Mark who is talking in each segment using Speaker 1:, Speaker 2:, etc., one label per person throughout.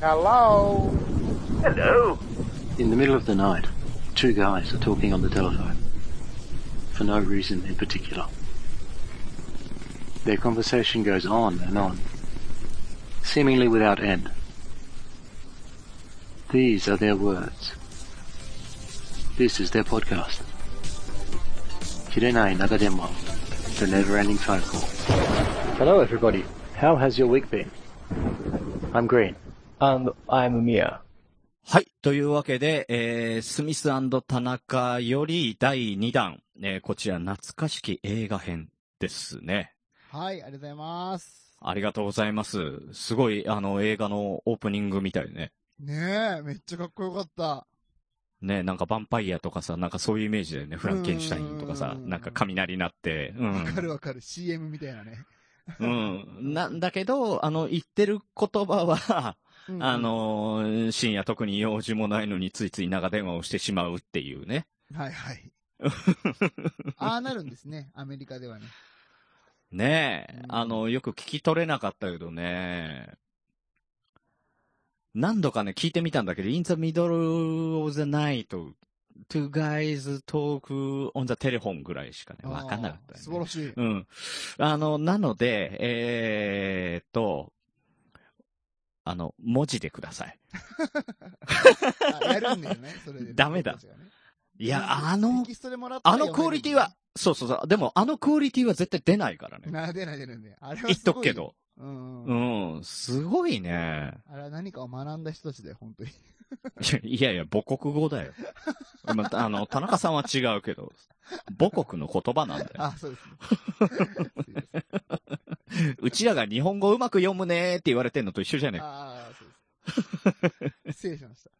Speaker 1: Hello?
Speaker 2: Hello.
Speaker 3: In the middle of the night, two guys are talking on the telephone. For no reason in particular. Their conversation goes on and on, seemingly without end. These are their words. This is their podcast. Kirenai Nagademo, the never ending phone call. Hello everybody, how has your week been? I'm Green.
Speaker 4: And I'm Mia.
Speaker 5: はい。というわけで、えー、スミス田中より第2弾、えーこちら懐かしき映画編ですね。
Speaker 1: はい、ありがとうございます。
Speaker 5: ありがとうございます。すごい、あの、映画のオープニングみたいね。
Speaker 1: ねえ、めっちゃかっこよかった。
Speaker 5: ね、なんかヴァンパイアとかさ、なんかそういうイメージだよね。フランケンシュタインとかさ
Speaker 1: う、ん
Speaker 5: なんか雷鳴って、う
Speaker 1: わか
Speaker 5: ん。
Speaker 1: るわかる。CM みたいなね。
Speaker 5: うん。なんだけど、あの、言ってる言葉は、
Speaker 1: うん
Speaker 5: あ、のー深夜特に用事もないのについつい長電話をしてしまうっていうね。
Speaker 1: はい はい。ああなるんですね、アメリカではね。
Speaker 5: ねえ
Speaker 1: う、ん
Speaker 5: あの、よく聞き取れなかったけどね。何度かね、聞いてみたんだけど、in the middle of the night, two guys talk on the telephone ぐらいしかね、 わかんなかった、
Speaker 1: あー
Speaker 5: ね。
Speaker 1: 素晴らしい。
Speaker 5: うん。あの、なので、えーっと、あの、文字でください。
Speaker 1: あやるんだよ ね、それでね、
Speaker 5: ダメだ
Speaker 1: 僕たちがね
Speaker 5: いや、あの
Speaker 1: テ、キストでもらったら
Speaker 5: あのクオリティは、そうそうそう、でもあのクオリティは絶対出ないからね。
Speaker 1: 読めるんだよね。なでなでなんで。あれは
Speaker 5: 言っ
Speaker 1: す
Speaker 5: と
Speaker 1: ご
Speaker 5: く
Speaker 1: い
Speaker 5: け。ど。
Speaker 1: うん。、
Speaker 5: うんん、すごいね。
Speaker 1: あれは何かを学んだ人たちだよ、本当に。
Speaker 5: いやいや、母国語だよ。 まあ、あの、田中さんは違うけど、母国の言葉なん だよ。
Speaker 1: あ、そう ですね。すいません
Speaker 5: うちらが日本語うまく読むねーって言われてんのと一緒じゃねえか。
Speaker 1: ああ、そうです。失礼し ました。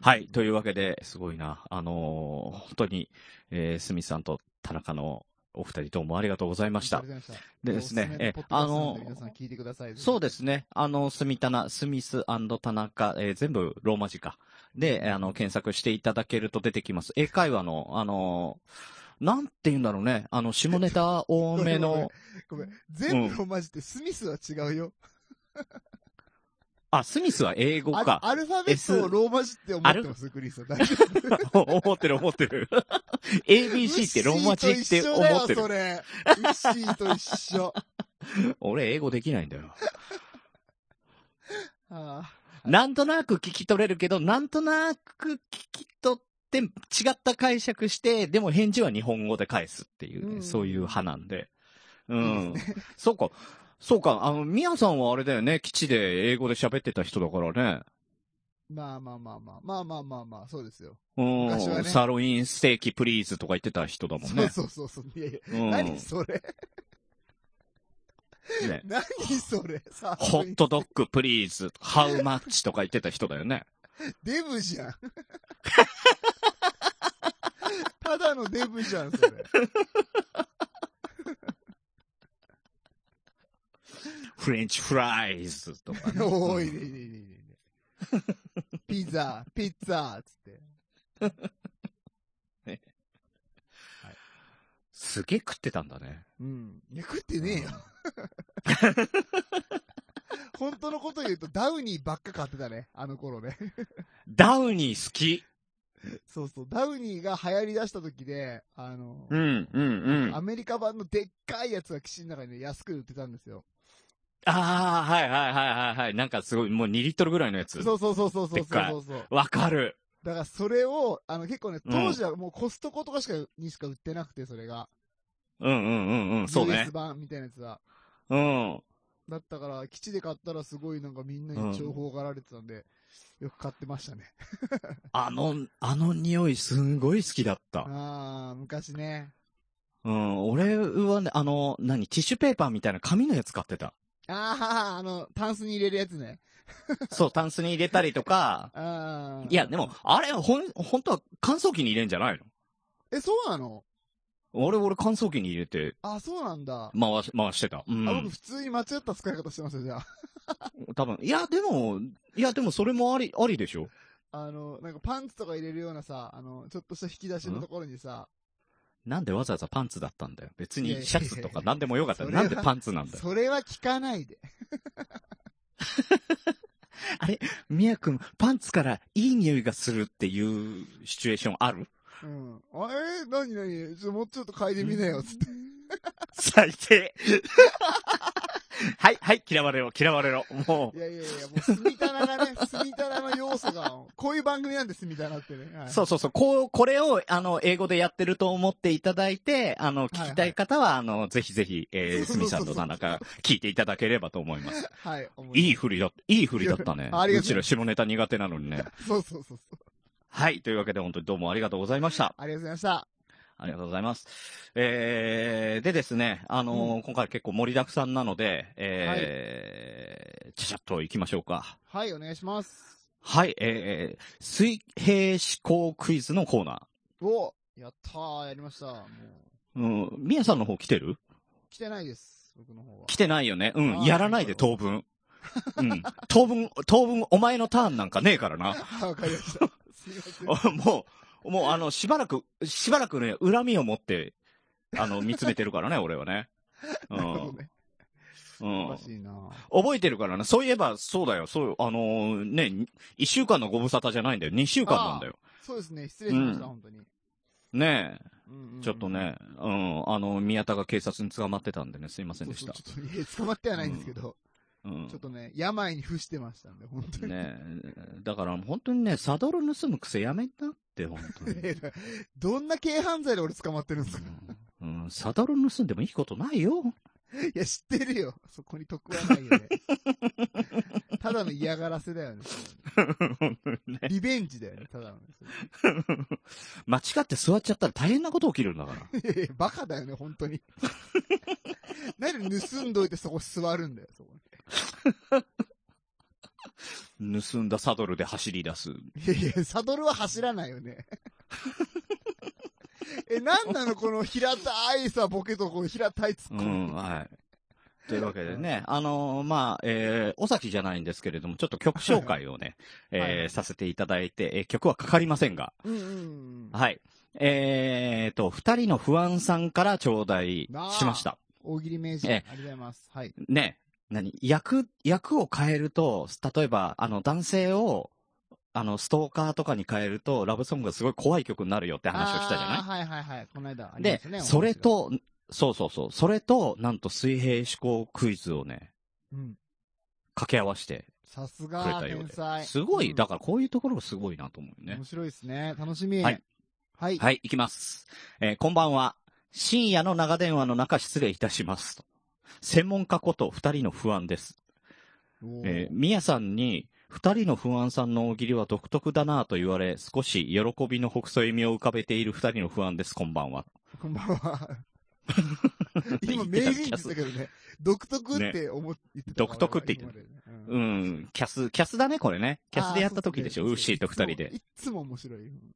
Speaker 5: はい。というわけで、すごいな。あのー本当に、えー、すみさんと田中のお二人どうもありがとうございまし
Speaker 1: あ
Speaker 5: た
Speaker 1: り。がとうございました。
Speaker 5: でですね
Speaker 1: おすめのポッドキャストなんで皆さん聞いてください。
Speaker 5: そうですね。あの、スミタナ、スミス田中、えー全部ローマ字か。で、あの、検索していただけると出てきます。英会話の、あのーなんて言うんだろうね。あの、下ネタ多めの、
Speaker 1: ごめん。全部ローマ字ってスミスは違うよ。
Speaker 5: あ、スミスは英語
Speaker 1: あ
Speaker 5: か。
Speaker 1: アルファベットを
Speaker 5: S
Speaker 1: ローマ字って思ってます、クリスさん。大丈夫
Speaker 5: 思ってる思ってる。ABC ってローマ字って思って
Speaker 1: ウ
Speaker 5: る。
Speaker 1: ッシーと一緒だよ、それ。ウッシーと一緒。
Speaker 5: 俺英語できないんだよ。
Speaker 1: あ
Speaker 5: なんとなく聞き取れるけど、なんとなく聞き取って違った解釈して、でも返事は日本語で返すっていうね、
Speaker 1: うん
Speaker 5: そういう派なんで。う
Speaker 1: いい
Speaker 5: ん。そうか。そうか。あの、ミヤさんはあれだよね。基地で英語で喋ってた人だからね。
Speaker 1: ーまあまあまあまあ。まあまあまあまあ、そうですよ。
Speaker 5: うん。
Speaker 1: 昔はね
Speaker 5: サーロインステーキプリーズとか言ってた人だもんね。
Speaker 1: そうそうそうそう。いやいや、
Speaker 5: うん。
Speaker 1: 何それ
Speaker 5: ね
Speaker 1: 何それさ
Speaker 5: ホットドッグプリーズ、ハウマッチとか言ってた人だよね。
Speaker 1: デブじゃん。ただのデブじゃん、それ。
Speaker 5: フレンチフライズとか、ね。
Speaker 1: おーいねいねいねいねいね。ピザ、ピッツァ、つって。
Speaker 5: すげえ食ってたんだね。
Speaker 1: うん。いや、食ってねえ よ。本当のこと言うと、ダウニーばっか買ってたね。あの頃ね。
Speaker 5: ダウニー好き。
Speaker 1: そうそう。ダウニーが流行り出した時で、あの、
Speaker 5: ん、うん、うん
Speaker 1: ア。メリカ版のでっかいやつが岸の中にね、安く売ってたんですよ。
Speaker 5: ああ、はいはいはいはいはい。なんかすごい、もう2リットルぐらいのやつ。
Speaker 1: そうそうそうそうそ
Speaker 5: で
Speaker 1: う
Speaker 5: っ
Speaker 1: そう
Speaker 5: かい
Speaker 1: そうそう。
Speaker 5: わかる。
Speaker 1: だからそれを、あの結構ね、
Speaker 5: うん
Speaker 1: 当時はもうコストコとかしか、にしか売ってなくて、それが。
Speaker 5: うんうんうんうん。そう
Speaker 1: US
Speaker 5: ね。
Speaker 1: 版みたいなやつは。
Speaker 5: うん。
Speaker 1: だったから、基地で買ったらすごいなんかみんなに情報がられてたんで、よく買ってましたね。
Speaker 5: あの、あの匂いすんごい好きだった。
Speaker 1: あー、昔ね。
Speaker 5: うん。俺はね、あの、何、ティッシュペーパーみたいな紙のやつ買ってた。
Speaker 1: あー、あの、タンスに入れるやつね。
Speaker 5: そう、タンスに入れたりとか。
Speaker 1: あー。
Speaker 5: いや、でも、あれ、ほん、本当は乾燥機に入れんじゃないの
Speaker 1: え、そうなの
Speaker 5: 俺、俺乾燥機に入れて
Speaker 1: あ、そうなんだ。
Speaker 5: 回し、回してた。う
Speaker 1: あ僕
Speaker 5: ん。
Speaker 1: 普通に間違った 使い方してますよ、じゃあ。
Speaker 5: 多分。いや、でも、いや、でもそれもあり、ありでしょ
Speaker 1: あの、なんかパンツとか入れるようなさ、あの、ちょっとした引き出しのところにさ、
Speaker 5: なんでわざわざパンツだったんだよ。別
Speaker 1: いやい
Speaker 5: に
Speaker 1: や
Speaker 5: シャツとか何でもよかった。
Speaker 1: それは
Speaker 5: なんでパンツなんだよ。
Speaker 1: それは聞かないで。
Speaker 5: あれ、ミヤ君、パンツからいい匂いがするっていうシチュエーションある
Speaker 1: うん。あえー、なになにちょもうちょっと嗅いでみなよ、つって。
Speaker 5: 最低。はい、はい、嫌われろ、嫌われろ。も
Speaker 1: いやいやいや、もう、スミタナがね、 スミタナの要素が、こういう番組なんです、スミタナってね。は
Speaker 5: う。
Speaker 1: い
Speaker 5: そうそうそう。こう、これを、あの、英語でやってると思っていただいて、あの、聞きたい方は、あの、ぜひぜひ、
Speaker 1: そ
Speaker 5: えー、す
Speaker 1: うそう
Speaker 5: み
Speaker 1: そ
Speaker 5: さ
Speaker 1: うん
Speaker 5: と田中、聞いていただければと思います。
Speaker 1: はい、思
Speaker 5: いい
Speaker 1: い
Speaker 5: 振りだ、いい振りだった ね。
Speaker 1: ありが
Speaker 5: う
Speaker 1: とう
Speaker 5: ちら下ネタ苦手なのにね
Speaker 1: ま。す。そうそうそうそう。
Speaker 5: はい。というわけで、本当にどうもありがとうございました。
Speaker 1: ありがとうございました。
Speaker 5: ありがとうございます。えー、でですね、あのー今回結構盛りだくさんなので、えー、ちゃちゃっと行きましょうか。
Speaker 1: はい、お願いします。
Speaker 5: はい、えー、水平思考クイズのコーナ
Speaker 1: おやったー、やりました。もう、
Speaker 5: ー。うん、みやさんの方来てる
Speaker 1: 来てないです、僕の方は。
Speaker 5: 来てないよね。う
Speaker 1: あ
Speaker 5: ん、
Speaker 1: ー
Speaker 5: やらないで当分。うん、当分、当分お前のターンなんかねえからな。
Speaker 1: あわかりま した。すいません。
Speaker 5: おもう、もうあの、しばらく、しばらくね、恨みを持って、あの、見つめてるか らね、俺はね。う
Speaker 1: なる ほど
Speaker 5: ん。
Speaker 1: ね。
Speaker 5: う
Speaker 1: おか
Speaker 5: ん。
Speaker 1: しいな
Speaker 5: 覚えてるからな。そういえば、そうだよ。そう、あのーね、に一週間のご無沙汰じゃないんだよ。二週間なんだよ。
Speaker 1: そうですね、失礼しました、
Speaker 5: うん
Speaker 1: 本当に。
Speaker 5: ね
Speaker 1: うんうんう
Speaker 5: え。
Speaker 1: ん
Speaker 5: ちょっと。ね、うん、あの、宮田が警察に捕まってたんでね、すいませ
Speaker 1: そ
Speaker 5: ん
Speaker 1: う
Speaker 5: で
Speaker 1: そ
Speaker 5: し
Speaker 1: う
Speaker 5: た。
Speaker 1: ちょっと、いや捕まってはないんですけど、
Speaker 5: うん
Speaker 1: ちょっ。とね、病に伏してましたんで、本当に。
Speaker 5: ねえ。だから、本当にね、サドル盗む癖やめなって、本当 に。
Speaker 1: えらどんな軽犯罪で俺捕まってるんですか
Speaker 5: うん、うんサドル盗んでもいいことないよ。
Speaker 1: いや、知ってるよ。そこに得はないよ ね。ただの嫌がらせだよね。
Speaker 5: 本当にね
Speaker 1: リベンジだよね、ただのね。
Speaker 5: 間違って座っちゃったら大変なこと起きるんだから。
Speaker 1: いやいやバカだよね、本当に。 なんで盗んどいてそこ座るんだよ、そこ
Speaker 5: 盗んだサドルで走り出す。
Speaker 1: に。いやいや、サドルは走らないよ ね。え、なんなのこの平たいさ、ボケとこの平たいツ
Speaker 5: う
Speaker 1: ッコミ。
Speaker 5: ん、はい。というわけで ね、あのーまあ、えー、お先じゃないんですけれども、ちょっと曲紹介をね、
Speaker 1: はいは
Speaker 5: えー
Speaker 1: い
Speaker 5: させていただいて、えー曲はかかりませんが、
Speaker 1: うんうんうん。
Speaker 5: はい。えーと、二人の不安さんから頂戴しました。
Speaker 1: 大喜利名人、あ
Speaker 5: え
Speaker 1: りがとうございます。はい。
Speaker 5: ね、何役、役を変えると、例えば、あの、男性を、あの、ストーカーとかに変えると、ラブソングがすごい怖い曲になるよって話をしたじゃない
Speaker 1: あーはいはいはい。この間ありま
Speaker 5: で
Speaker 1: したね。、
Speaker 5: それと、そうそうそう、それと、なんと水平思考クイズをね、
Speaker 1: お話が、うん。
Speaker 5: 掛け合わせて
Speaker 1: さす
Speaker 5: くれ
Speaker 1: が、
Speaker 5: たよう
Speaker 1: 天
Speaker 5: で。
Speaker 1: 才。
Speaker 5: すご
Speaker 1: う
Speaker 5: い、
Speaker 1: ん
Speaker 5: だからこういうところがすごいなと思うよね
Speaker 1: 面。白いですね。楽しみ。
Speaker 5: は
Speaker 1: はいい。はい。
Speaker 5: はい、いきます。えーこんばんは。深夜の長電話の中失礼いたしますと。専門家こと二人の不安です。
Speaker 1: おー
Speaker 5: えー、みやさんに、二人の不安さんの大喜利は独特だなぁと言われ、少し喜びのほくそ笑みを浮かべている二人の不安です、こんばんは。
Speaker 1: こんばんは。 今、
Speaker 5: 言っ
Speaker 1: 名
Speaker 5: てた
Speaker 1: 人って言ったけどね、独特って思って言ってたから
Speaker 5: ね独特って言って
Speaker 1: 俺は今までね
Speaker 5: う
Speaker 1: うん
Speaker 5: ん、キャス、キャスだね、これね。キャスでやった時でしょ、
Speaker 1: あ
Speaker 5: ウ
Speaker 1: そ
Speaker 5: ッ
Speaker 1: う
Speaker 5: シーと二人で。
Speaker 1: いつもいつも面白い。うん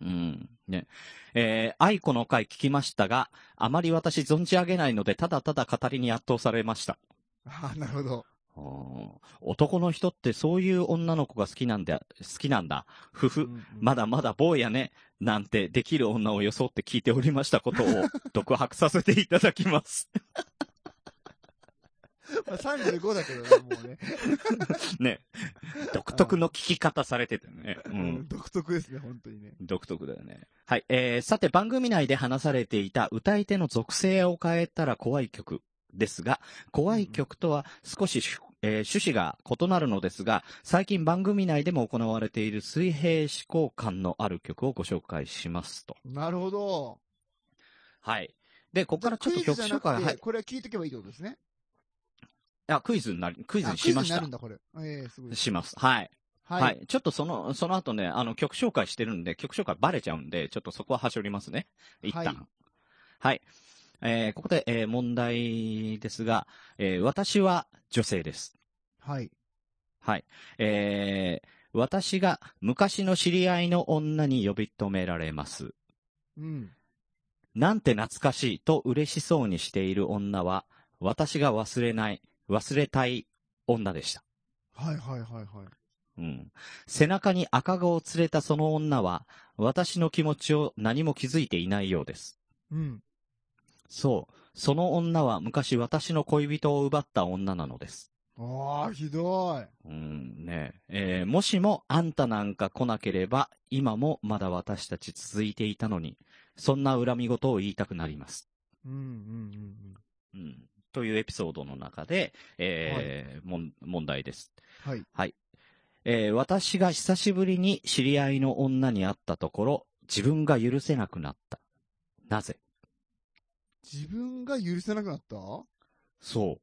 Speaker 5: うん。ね。えー、愛子の回聞きましたが、あまり私存じ上げないので、ただただ語りに圧倒されました。
Speaker 1: ああ、なるほど。
Speaker 5: あー男の人ってそういう女の子が好きなんだ、好きなんだ。ふふ、ま
Speaker 1: だ。
Speaker 5: だまだ坊やね、なんてできる女を装って聞いておりましたことを、 独白させていただきます。
Speaker 1: まあ35だけどね、もうね。
Speaker 5: ね。独特の聞き方されててね。う。
Speaker 1: うんん独特ですね、本当にね。
Speaker 5: 独特だよね。はい。えー、さて番組内で話されていた歌い手の属性を変えたら怖い曲ですが、怖い曲とは少ししゅ、えー趣旨が異なるのですが、最近番組内でも行われている水平思考感のある曲をご紹介しますと。
Speaker 1: なるほど。
Speaker 5: はい。で、ここからちょっと曲紹
Speaker 1: クイズじゃな
Speaker 5: 介、
Speaker 1: くて
Speaker 5: はい。
Speaker 1: これは聞いとけばいいってことですね。
Speaker 5: あ、クイズになり、クイズ
Speaker 1: あ
Speaker 5: にし
Speaker 1: クイズ
Speaker 5: ま
Speaker 1: に
Speaker 5: し
Speaker 1: な
Speaker 5: た
Speaker 1: るん。だ、これ。ええ、すごい。
Speaker 5: します。はい。はい、
Speaker 1: はい。
Speaker 5: ちょっとその、その後ね、あの、曲紹介してるんで、曲紹介バレちゃうんで、ちょっとそこは端折りますね。一旦。
Speaker 1: は
Speaker 5: はい
Speaker 1: い。
Speaker 5: えーここで、えー問題ですが、えー私は女性です。
Speaker 1: はい。
Speaker 5: はい。えー私が昔の知り合いの女に呼び止められます。
Speaker 1: うん。
Speaker 5: なんて懐かしいと嬉しそうにしている女は、私が忘れない、忘れたい女でした。
Speaker 1: はいはいはいはい。
Speaker 5: うん。背中に赤子を連れたその女は、私の気持ちを何も気づいていないようです。
Speaker 1: うん。
Speaker 5: そう。その女は昔私の恋人を奪った女なのです。
Speaker 1: ああ、ひどい。
Speaker 5: うん、ねええーもしもあんたなんか来なければ、今もまだ私たち続いていたのに、そんな恨み事を言いたくなります。
Speaker 1: うんうん
Speaker 5: うん、というエピソードの中で、えーもん問題です。
Speaker 1: うんうん。はい。
Speaker 5: えー私が久しぶりに知り合いの女に会ったところ、自分が許せなくなった。なぜ
Speaker 1: 自分が許せなくなった
Speaker 5: そ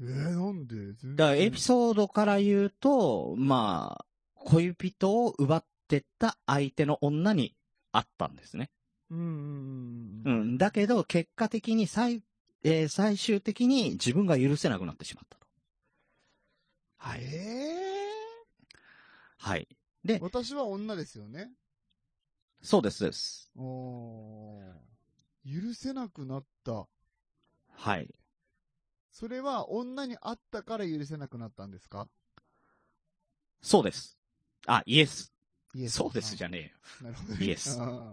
Speaker 1: えー、なんで全然
Speaker 5: だからエピソードから言うと、まあ、恋人を奪ってった相手の女に会ったんですね。
Speaker 1: うんうんうん
Speaker 5: う
Speaker 1: うん。
Speaker 5: ん。だけど、結果的に最、えー最終的に自分が許せなくなってしまったと。はい。
Speaker 1: え
Speaker 5: はい。
Speaker 1: ー、私は女ですよね。
Speaker 5: そうです、そうです。
Speaker 1: おー許せなくなった。
Speaker 5: はい。
Speaker 1: それは女に会ったから許せなくなったんですか
Speaker 5: そうです。あ、イエス。
Speaker 1: イエス
Speaker 5: そうですじ
Speaker 1: ゃ
Speaker 5: ゃね
Speaker 1: なるほど、
Speaker 5: イエス
Speaker 1: あー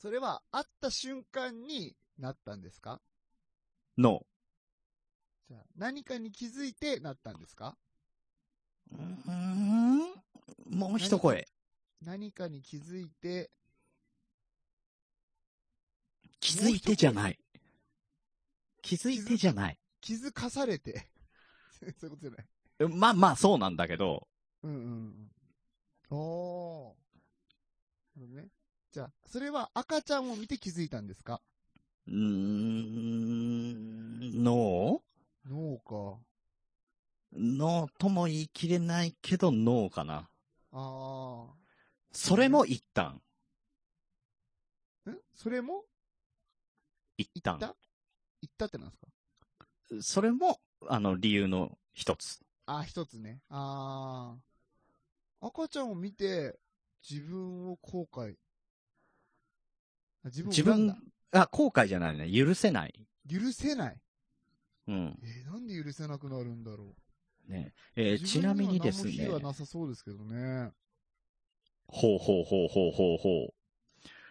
Speaker 1: それは会った瞬間になったんですか
Speaker 5: えよ。
Speaker 1: じゃあ何かに気づいてなったんですか
Speaker 5: ノー。うん。もう一声。
Speaker 1: 何かに気づいて、
Speaker 5: 気づいてじゃない。気づいてじゃない。
Speaker 1: 気づかされて。 そういうことじゃない。
Speaker 5: まあまあ、そうなんだけど。
Speaker 1: うんうんうん。おー。なるほどね。じゃあ、それは赤ちゃんを見て気づいたんですか
Speaker 5: うーん、ノ
Speaker 1: 脳か。
Speaker 5: ーノーとも言い切れないけど、ノーかな。
Speaker 1: あ
Speaker 5: それも一旦。
Speaker 1: ー。んそれも
Speaker 5: 一
Speaker 1: 行った
Speaker 5: 旦。
Speaker 1: 行ったってなんですか
Speaker 5: それも、あの、理由の一つ。
Speaker 1: あー、一つね。あー。赤ちゃんを見て、自分を後悔。あ自分を
Speaker 5: 自
Speaker 1: 恨んだ
Speaker 5: 分、あ、後悔じゃないね。許せない。
Speaker 1: 許せない。
Speaker 5: うん。
Speaker 1: えーなんで許せなくなるんだろう。
Speaker 5: ねえーちなみにですね
Speaker 1: 自。分は何も非はなさそうですけどね。
Speaker 5: ほうほうほうほうほうほ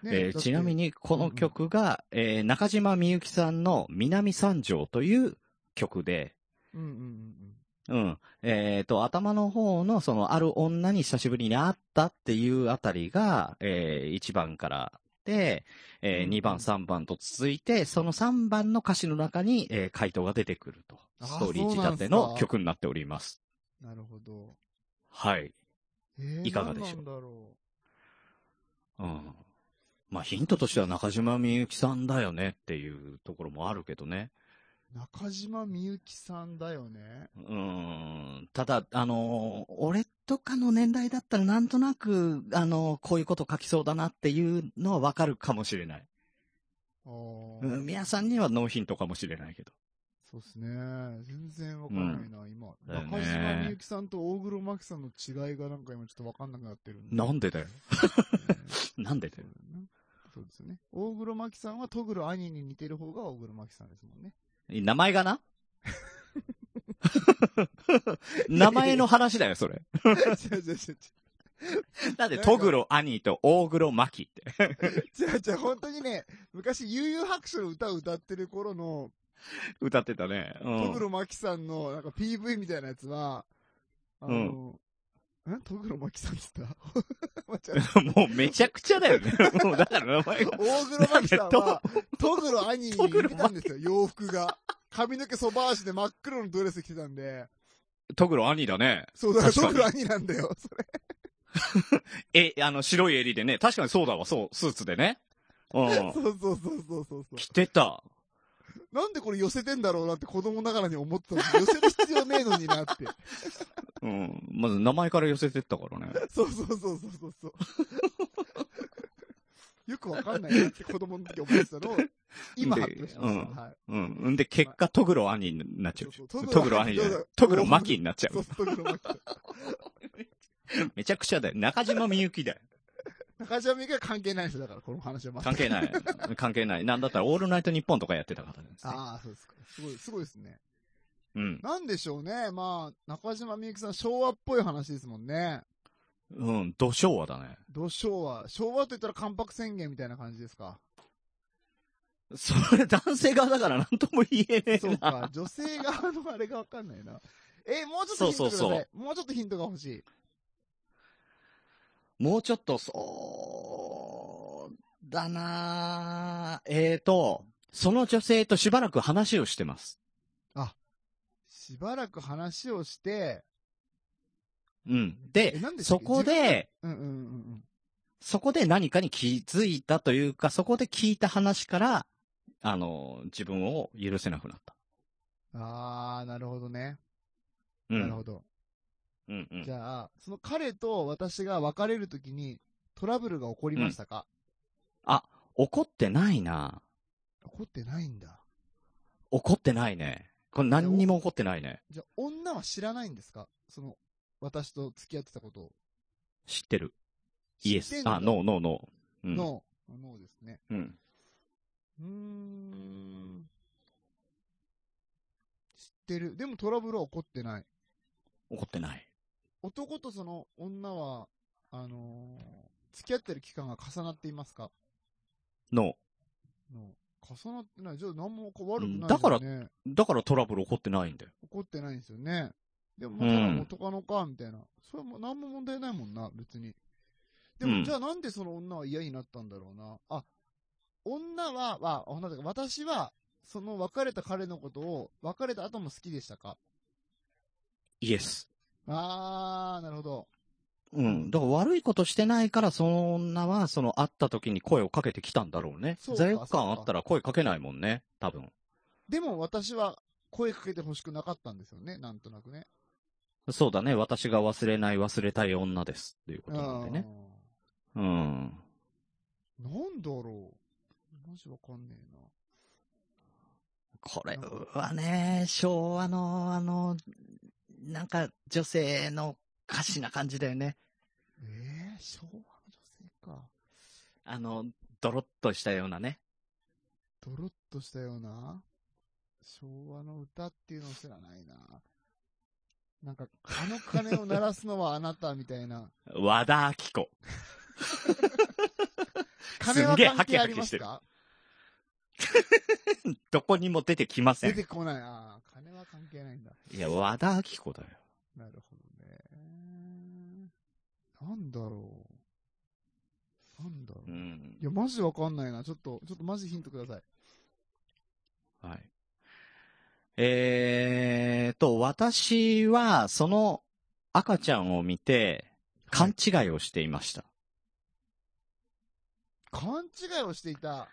Speaker 5: う。
Speaker 1: ね
Speaker 5: えーちなみ。にこの曲が、えー中島みゆきさんの南三条という曲で、
Speaker 1: だってうんうんうん
Speaker 5: うん。えっ、と、頭の方の、その、ある女に久しぶりに会ったっていうあたりが、え1番からで、え
Speaker 1: うん
Speaker 5: 2番、3番と続いて、その3番の歌詞の中に、えー回答が出てくると。
Speaker 1: あー
Speaker 5: ストーリー
Speaker 1: そう
Speaker 5: 仕
Speaker 1: なん
Speaker 5: 立
Speaker 1: すか
Speaker 5: ての曲になっております。
Speaker 1: うん。なるほど。
Speaker 5: はい。
Speaker 1: えー
Speaker 5: いかがでし
Speaker 1: 何
Speaker 5: ょう
Speaker 1: なんだろ
Speaker 5: うん。まあ、ヒントとしては中島みゆきさんだよねっていうところもあるけどね。
Speaker 1: う。中島みゆきさんだよね。
Speaker 5: うーんただ、あのー俺とかの年代だったらなんとなく、あのーこういうこと書きそうだなっていうのはわかるかもしれない。
Speaker 1: あ
Speaker 5: う
Speaker 1: ー。
Speaker 5: ん、皆さんにはノーヒントかもしれないけど。
Speaker 1: そうですね。全然わかんないな、今。
Speaker 5: だよね
Speaker 1: 中島みゆきさんと大黒摩季さんの違いがなんか今ちょっとわかんなくなってるんで。
Speaker 5: なんでだよ。
Speaker 1: うん
Speaker 5: なんでだよ。
Speaker 1: そうですよね。大黒摩季さんはトグロ兄に似てる方が大黒摩季さんですも んね。
Speaker 5: 名前 がな名前の話だよ、それ。
Speaker 1: 違う違う違う違う。
Speaker 5: なんで、トグロ、兄と大黒摩季って。
Speaker 1: 違う違う、本当にね、昔、悠々白書の歌を歌ってる頃の、
Speaker 5: 歌ってたね。う
Speaker 1: トグ
Speaker 5: ん。
Speaker 1: ロマキさんの、なんか PV みたいなやつは、あの、んトグロマキさんって言った間違えた
Speaker 5: もうめちゃくちゃだよね。 もうだから名前
Speaker 1: 大
Speaker 5: が。
Speaker 1: 黒摩季さんは、トグロ兄に
Speaker 5: ト
Speaker 1: 似
Speaker 5: グロ
Speaker 1: てたんですよ、洋服が。髪の毛そば足で真っ黒のドレス着てたんで。
Speaker 5: トグロ兄だね。
Speaker 1: そう、だから
Speaker 5: 確か
Speaker 1: ト
Speaker 5: に
Speaker 1: グロ兄なんだよ、それ。
Speaker 5: え、あの、白い襟でね。確かにそうだわ、そう、スーツでね。 うん。
Speaker 1: そうそうそうそうそうそ
Speaker 5: 着て
Speaker 1: う。
Speaker 5: た。
Speaker 1: なんでこれ寄せてんだろうなって子供ながらに思ってたの寄せる必要ねえのになって。
Speaker 5: うん。まず名前から寄せてったからね。
Speaker 1: そうそうそうそうそうそう。 よくわかんないなって子供の時思ってたのを、今
Speaker 5: で
Speaker 1: 発表しました。
Speaker 5: うん
Speaker 1: はい。
Speaker 5: うん。んで、結果、トグロ兄になっちゃ
Speaker 1: そう
Speaker 5: う。
Speaker 1: そう
Speaker 5: トグロ兄じゃない。トグロマキになっちゃ
Speaker 1: そうう。そう、トグロマキ
Speaker 5: めちゃくちゃだよ。中島みゆきだよ。
Speaker 1: 中島みゆきは関係ない人だから、この話はまた
Speaker 5: 関。係ない。関係ない。なんだったら、オールナイトニッポンとかやってた方なんですね。
Speaker 1: ああ、そうですか。すごい、すごいですね。
Speaker 5: うん。
Speaker 1: なんでしょうね。まあ、中島みゆきさん、昭和っぽい話ですもんね。
Speaker 5: うん。土昭和だね。
Speaker 1: どう昭和。昭和と言ったら関白宣言みたいな感じですか。
Speaker 5: それ男性側だからなんとも言えねえ
Speaker 1: そう
Speaker 5: な。
Speaker 1: か、女性側のあれがわかんないな。え、もうちょっとヒントください。
Speaker 5: そうそうそ
Speaker 1: もうちょっとヒントが欲しい。
Speaker 5: もうちょっと、そう、だなぁえーと、その女性としばらく話をしてます。
Speaker 1: しばらく話をして、
Speaker 5: うん。
Speaker 1: え
Speaker 5: で
Speaker 1: なん、でしたっ
Speaker 5: そ
Speaker 1: け
Speaker 5: こで、
Speaker 1: うんうんうんうん。
Speaker 5: そこで何かに気づいたというか、そこで聞いた話から、あの、自分を許せなくなった。
Speaker 1: あー、なるほどね。
Speaker 5: う
Speaker 1: なる
Speaker 5: ん。
Speaker 1: ほど。
Speaker 5: うんうん
Speaker 1: じゃあ、その彼と私が別れるときにトラブルが起こりましたか、
Speaker 5: 怒ってないな
Speaker 1: 起こってないんだ。
Speaker 5: 怒ってないね。これ何にも怒ってないね。
Speaker 1: じゃあ、女は知らないんですかその、私と付き合ってたことを。
Speaker 5: 知ってる。イエ
Speaker 1: 知って
Speaker 5: ス
Speaker 1: ん。の
Speaker 5: あ、ノー、ノー、ノー。うん。
Speaker 1: の、のですね。
Speaker 5: うん。
Speaker 1: うーん。知ってる。でもトラブルは起こってない。
Speaker 5: 怒ってない。
Speaker 1: 男とその女は、あのー付き合ってる期間が重なっていますか
Speaker 5: ノー。
Speaker 1: の重なってない。じゃあ何もこう悪くない、
Speaker 5: うん
Speaker 1: ね。
Speaker 5: だからだからトラブル起こってないんだよ。
Speaker 1: 怒ってないんですよね。でも、
Speaker 5: う
Speaker 1: ま
Speaker 5: ん
Speaker 1: あただ元カノか、みたいな。それも何も問題ないもんな、別に。で
Speaker 5: うん
Speaker 1: も、じゃあなんでその女は嫌になったんだろうな。あ、女は、は、あ女というか私は、その別れた彼のことを、別れた後も好きでしたか
Speaker 5: イエス。
Speaker 1: あー、なるほど。
Speaker 5: うん。だから悪いことしてないから、その女は、その会った時に声をかけてきたんだろうね。
Speaker 1: そうか
Speaker 5: 罪悪感あったら声かけないもんね。多分。
Speaker 1: でも私は、声かけて欲しくなかったんですよね、なんとなくね。
Speaker 5: そうだね。私が忘れない忘れたい女です。ということなんでね。うん。
Speaker 1: あーなんだろう。マジわかんねえな。
Speaker 5: これはね、昭和の、あの、なんか女性の歌詞な感じだよね。
Speaker 1: えー、昭和の女性か。
Speaker 5: あの、ドロッとしたようなね。
Speaker 1: ドロッとしたような、昭和の歌っていうのを知らないな。なんか、あの鐘を鳴らすのはあなたみたい な。
Speaker 5: 和田明子。
Speaker 1: 鐘は
Speaker 5: すんげえ
Speaker 1: 関係ありますか
Speaker 5: どこにも出てきませ
Speaker 1: 出
Speaker 5: ん。
Speaker 1: てこない。ああ、鐘は関係ないんだ。
Speaker 5: いや、和田明子だよ。
Speaker 1: なるほどね。なんだろう。なんだろう。
Speaker 5: う
Speaker 1: い
Speaker 5: ん。
Speaker 1: や、マジわかんないな。ちょっと、ちょっとマジヒントください。
Speaker 5: はい。えーと、私は、その赤ちゃんを見て、勘違いをしていました。
Speaker 1: 勘違いをしていた。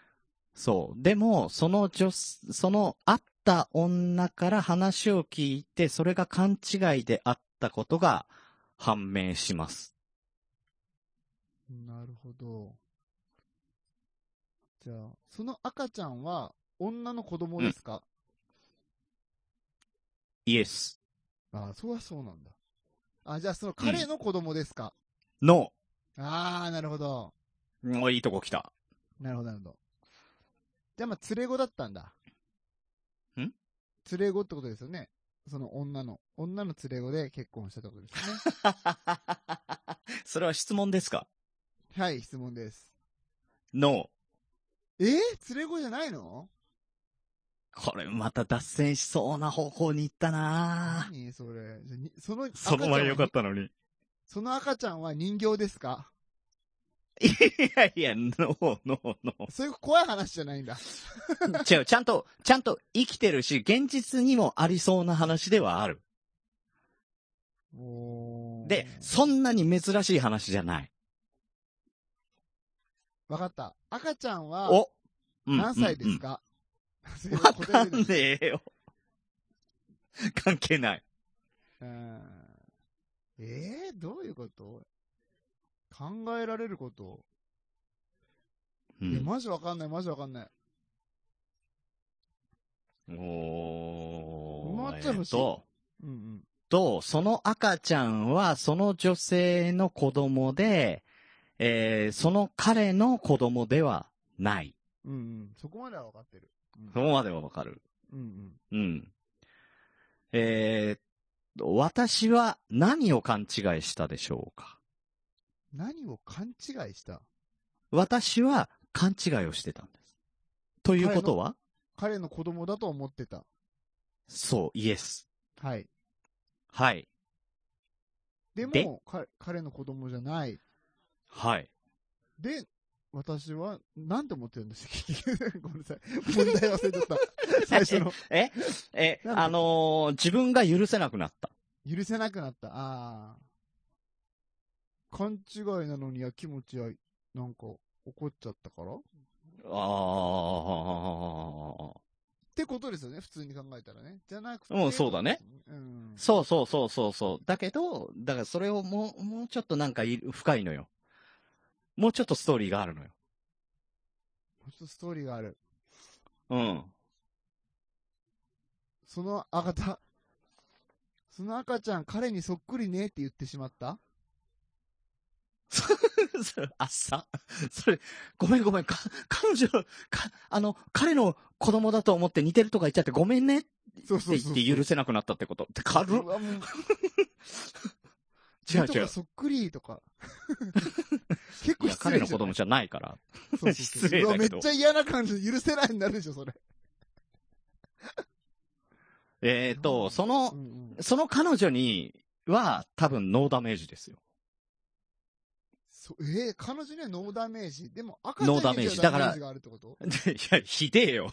Speaker 5: そう。でも、その女、その会った女から話を聞いて、それが勘違いであったことが判明します。
Speaker 1: なるほど。じゃあ、その赤ちゃんは女の子供ですか、
Speaker 5: イエス。
Speaker 1: ああ、そりゃそうなんだ。あ、じゃあその彼の子供ですか、
Speaker 5: ノ
Speaker 1: ああ、なるほど。
Speaker 5: ー。もういいとこ来た。
Speaker 1: なるほど、なるほど。じゃあまあ、連れ子だったんだ。
Speaker 5: ん
Speaker 1: 連れ子ってことですよね。その女の、女の連れ子で結婚したってことですよ ね。
Speaker 5: それは質問ですか
Speaker 1: はい、質問です。
Speaker 5: ノ
Speaker 1: えー、連れ子じゃないの
Speaker 5: ー。これまた脱線しそうな方向に行ったなぁ
Speaker 1: 何それ。じゃあにその、。
Speaker 5: その前よかったたのに。
Speaker 1: その赤ちゃんは人形ですか
Speaker 5: いやいや、ノー、ノー、ノ
Speaker 1: そういう怖い話じゃないんだ。
Speaker 5: ー。違う、ちゃんと、ちゃんと生きてるし、現実にもありそうな話ではある。
Speaker 1: おー
Speaker 5: で、そんなに珍しい話じゃない。
Speaker 1: わかった。赤ちゃんは
Speaker 5: お、うん
Speaker 1: 何歳です、か、それ
Speaker 5: うんうん
Speaker 1: は
Speaker 5: わ
Speaker 1: 答え
Speaker 5: か
Speaker 1: れ
Speaker 5: ん
Speaker 1: ない
Speaker 5: ねえよ。関係ない。
Speaker 1: うん えー、どういうこと考えられること、
Speaker 5: う
Speaker 1: いや、
Speaker 5: ん、
Speaker 1: マジわかんない、マジわかんない。
Speaker 5: お
Speaker 1: もう
Speaker 5: ー。
Speaker 1: ちょい欲しい
Speaker 5: えっと
Speaker 1: うんうん。
Speaker 5: と、その赤ちゃんは、その女性の子供で、えー、その彼の子供ではない。
Speaker 1: うんうん。そこまではわかってる。うん
Speaker 5: そこまではわかる。
Speaker 1: うんうん。
Speaker 5: うん。えー、私は何を勘違いしたでしょうか
Speaker 1: 何を勘違いした
Speaker 5: 私は勘違いをしてたんです。ということは
Speaker 1: 彼の子供だと思ってた。
Speaker 5: そう、イエス。
Speaker 1: はい。
Speaker 5: はい。
Speaker 1: で
Speaker 5: で
Speaker 1: も、か彼の子供じゃない。
Speaker 5: はい。
Speaker 1: で、私は、なんて思ってるんです かごめんなさい。問題忘れちゃった。 最初の。
Speaker 5: ええ、
Speaker 1: なんで
Speaker 5: あのー自分が許せなくなった。
Speaker 1: 許せなくなった。ああ。勘違いなのにやきもちや、なんか、怒っちゃったからっ
Speaker 5: ああ。
Speaker 1: てことですよね、普通に考えたらね。じゃなくて。
Speaker 5: うんそうだね。
Speaker 1: うん。
Speaker 5: そうそうそうそうそう。だけど、だからそれをもう、もうちょっとなんかい深いのよ。もうちょっとストーリーがあるのよ。
Speaker 1: もう一つストーリーがある。
Speaker 5: うん。
Speaker 1: その赤た、その赤ちゃん、彼にそっくりねって言ってしまった
Speaker 5: それあっさ。それ、ごめんごめん。か、彼女、か、あの、彼の子供だと思って似てるとか言っちゃってごめんねって
Speaker 1: そうそう
Speaker 5: 言
Speaker 1: そう。
Speaker 5: って許せなくなったってこと。って軽っ
Speaker 1: うわもう
Speaker 5: 違う
Speaker 1: 手と
Speaker 5: 違
Speaker 1: か
Speaker 5: う。
Speaker 1: そっくりと か。結
Speaker 5: い
Speaker 1: 構
Speaker 5: や、
Speaker 1: 失
Speaker 5: 彼
Speaker 1: 礼
Speaker 5: の
Speaker 1: じゃ
Speaker 5: 子
Speaker 1: ない
Speaker 5: 供じゃないから。
Speaker 1: そうそうそう
Speaker 5: 失礼だけど
Speaker 1: うわめっちゃ嫌な感じで許せないになるでしょ、それ。
Speaker 5: えっ、と、その
Speaker 1: う、んうん
Speaker 5: その彼女には多分ノーダメージですよ。
Speaker 1: そうえー彼女にはノーダメージ。でも赤ちゃんには
Speaker 5: ノーダメージだから
Speaker 1: ダメージがあるってこと
Speaker 5: いや、ひでえよ。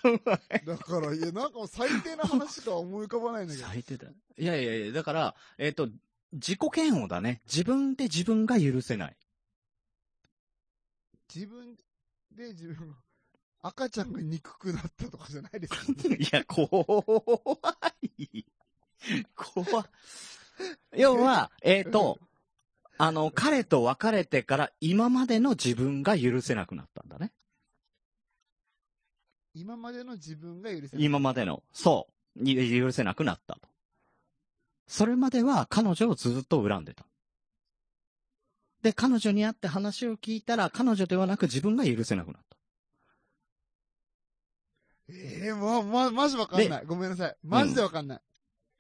Speaker 1: だから、いや、なんかもう最低な話しか思い浮かばないんだけど。
Speaker 5: 最低だ。いやいやいや、だから、えっ、と、自己嫌悪だね。自分で自分が許せない。
Speaker 1: 自分で自分が、赤ちゃんが憎くなったとかじゃないですよね。
Speaker 5: いや、怖い。怖い。要は、えっ、と、あの、彼と別れてから今までの自分が許せなくなったんだね。
Speaker 1: 今までの自分が許せない。
Speaker 5: 今までの、そう、い許せなくなったと。それまでは彼女をずっと恨んでた。で、彼女に会って話を聞いたら、彼女ではなく自分が許せなくなった。
Speaker 1: ええま、ま、マジわかんない。ごめんなさい。マジでわかんない。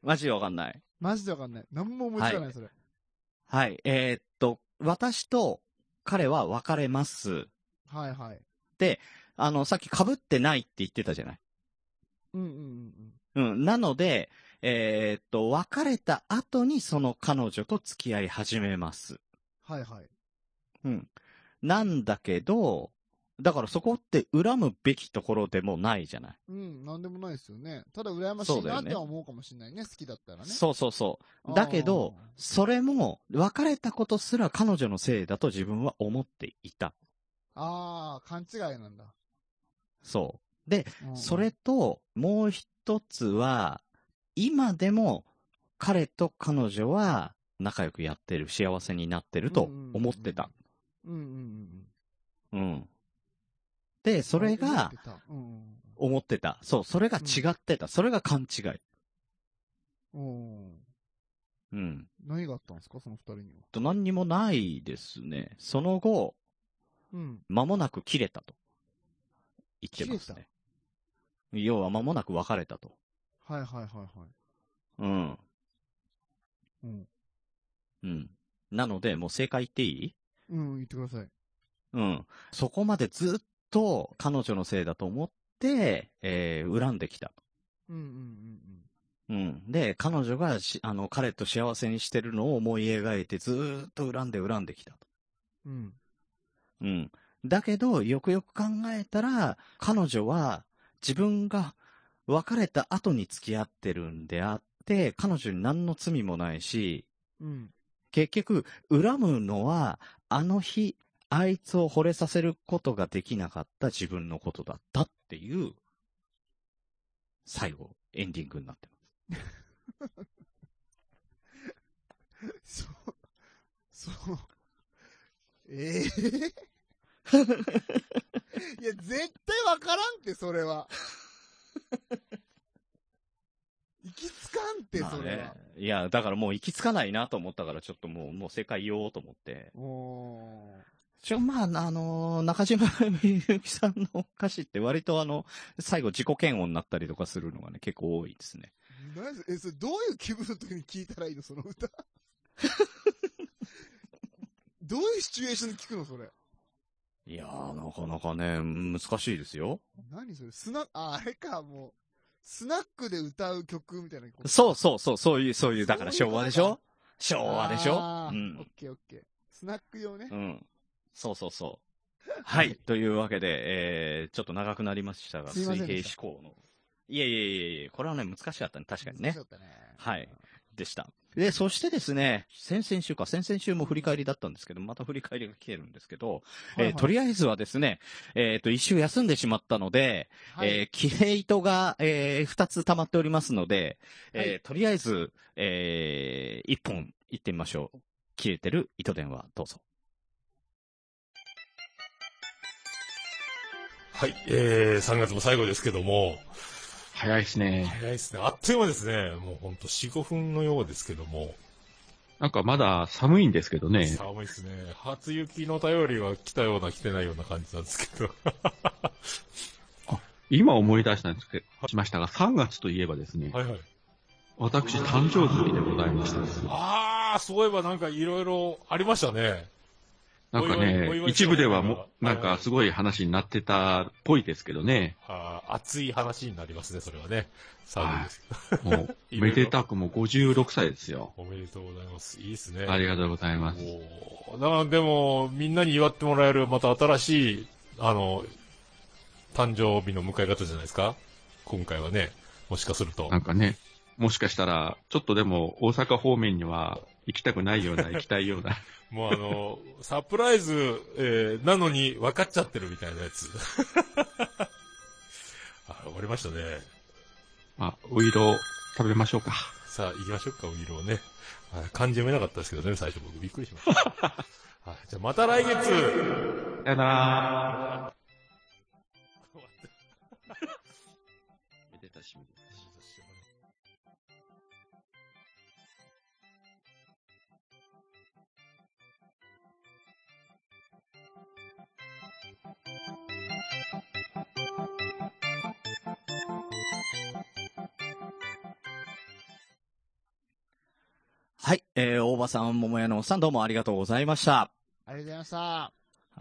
Speaker 5: マジでわかんない。
Speaker 1: マジでわかんない。なんも思いつかない、それ。
Speaker 5: はい。えーっと、私と彼は別れます。
Speaker 1: はいはい。
Speaker 5: あの、さっき被ってないって言ってたじゃない。
Speaker 1: うんうんうん
Speaker 5: うん。なので、えーっと、別れた後にその彼女と付き合い始めます。
Speaker 1: うん。はいはい。
Speaker 5: うん。なんだけど、だからそこって恨むべきところでもないじゃない。
Speaker 1: うん、なんでもないですよね。ただ、羨まし
Speaker 5: そ
Speaker 1: いう
Speaker 5: だ
Speaker 1: な
Speaker 5: よ
Speaker 1: っ
Speaker 5: ね
Speaker 1: ては思うかもしれないね。好きだったらね。
Speaker 5: そうそうそう。だけど、それも、別れたことすら彼女のせいだと自分は思っていた。
Speaker 1: あーあー、勘違いなんだ。
Speaker 5: そう。
Speaker 1: うん
Speaker 5: それと、もう一つは、今でも彼と彼女は仲良くやってる、幸せになってると思ってた。
Speaker 1: うんうんうん。
Speaker 5: うん。で、それ
Speaker 1: 思っ
Speaker 5: が
Speaker 1: て、た、うん
Speaker 5: 思ってた。そう、それが違ってた。それが勘違い。
Speaker 1: うん。うん。
Speaker 5: うん。
Speaker 1: 何があったんですか、その二人には。
Speaker 5: と何にもないですね。その後、
Speaker 1: うん。
Speaker 5: 間もなく切れたと。言ってますね。要は間もなく別れたと。
Speaker 1: はいはいはいはい。
Speaker 5: うん。
Speaker 1: うん。
Speaker 5: うん。なので、もう正解言っていい
Speaker 1: うん、言ってください。
Speaker 5: うん。そこまでずっと彼女のせいだと思って、えー、恨んできた。
Speaker 1: うんうんうん
Speaker 5: うん。で、彼女がし、あの、彼と幸せにしてるのを思い描いて、ずーっと恨んで恨んできた。
Speaker 1: うん。うん。
Speaker 5: うん。だけど、よくよく考えたら、彼女は自分が別れた後に付き合ってるんであって、彼女に何の罪もないし、
Speaker 1: うん。
Speaker 5: 結局、恨むのは、あの日、あいつを惚れさせることができなかった自分のことだったっていう、最後、エンディングになってま
Speaker 1: そう。そう。ええいや、絶対わからんって、それは。行きつかんって、
Speaker 5: す。
Speaker 1: それは。
Speaker 5: まあねいや、だからもう行き着かないなと思ったから、ちょっともう、もう世界言おうと思って。
Speaker 1: おー
Speaker 5: ちょ、まあ、あのー中島みゆきさんの歌詞って割とあの、最後自己嫌悪になったりとかするのがね、結構多いですね。
Speaker 1: 何それえ、それどういう気分の時に聞いたらいいのその 歌。どういうシチュエーションで聞くのそれ。
Speaker 5: いやー、なかなかね、難しいですよ。
Speaker 1: 何それスナあ、あれか、もう、スナックで歌う曲みたいなこと
Speaker 5: そうそうそう、そういう、そういう、だから
Speaker 1: そういうこ
Speaker 5: 昭
Speaker 1: と
Speaker 5: 和
Speaker 1: か
Speaker 5: でしょ昭和でしょ
Speaker 1: あ
Speaker 5: う
Speaker 1: ー
Speaker 5: ん
Speaker 1: オッ。ケーオッケー。スナック用ね
Speaker 5: う。ん。そうそうそう。はい。というわけで、えー、ちょっと長くなりましたが、
Speaker 1: すいませ
Speaker 5: 水
Speaker 1: んで
Speaker 5: 平
Speaker 1: した
Speaker 5: 思考の。いやいやいやいや、これはね、難しかったね。確かにね
Speaker 1: そう。だったね。
Speaker 5: はい。でした。で、そしてですね、先々週か、先々週も振り返りだったんですけど、また振り返りが来てるんですけど、
Speaker 1: はいはい
Speaker 5: えーとりあえずはですね、えっ、と、一周休んでしまったので、
Speaker 1: はい
Speaker 5: えーキレイトが、えー二つ溜まっておりますので、
Speaker 1: はい
Speaker 5: えーとりあえず、えー一本行ってみましょう。切れてる糸電話、どうぞ。
Speaker 2: はい、えー、3月も最後ですけども、
Speaker 6: 早いですね。
Speaker 2: 早いですね。あっという間ですね。もうほんと4、5分のようですけども、
Speaker 6: なんかまだ寒いんですけどね。
Speaker 2: 寒いですね。初雪の便りは来たような来てないような感じなんですけど。は
Speaker 6: 今思い出したんですけど、しましたが、3月といえばですね、
Speaker 2: いはい。
Speaker 6: 私誕生日でございました。
Speaker 2: あー、そういえばなんかいろいろありましたね。
Speaker 6: なんか
Speaker 2: お祝いお祝
Speaker 6: ね、
Speaker 2: い
Speaker 6: 一部ではもう、
Speaker 2: はい
Speaker 6: なんかすごい話になってたっぽいですけどね、
Speaker 2: あー熱い話になりますね、それはね。寒いですけど。
Speaker 6: もう、めでたくも56歳ですよ。
Speaker 2: おめでとうございます。いいですね。
Speaker 6: ありがとうございます。
Speaker 2: おーなでも、みんなに祝ってもらえる、また新しい、あの、誕生日の迎え方じゃないですか今回はね、もしかすると
Speaker 6: な。んかね、もしかしたら、ちょっとでも大阪方面には行きたくないような、行きたいような。
Speaker 2: もうあの、 サプライズ、えーなのに分かっちゃってるみたいなやつ。 あ、終わりましたね。
Speaker 6: まあ、お色食べましょうか。
Speaker 2: さあ、行きましょうか、お色をね。はい漢字読めなかったですけどね、最初僕びっくりしました。 はい、じゃあまた来月
Speaker 6: さよなら。
Speaker 5: はい。えー、大場さん、桃屋のおっさん、どうもありがとうございました。
Speaker 1: ありがとうございました。
Speaker 5: あ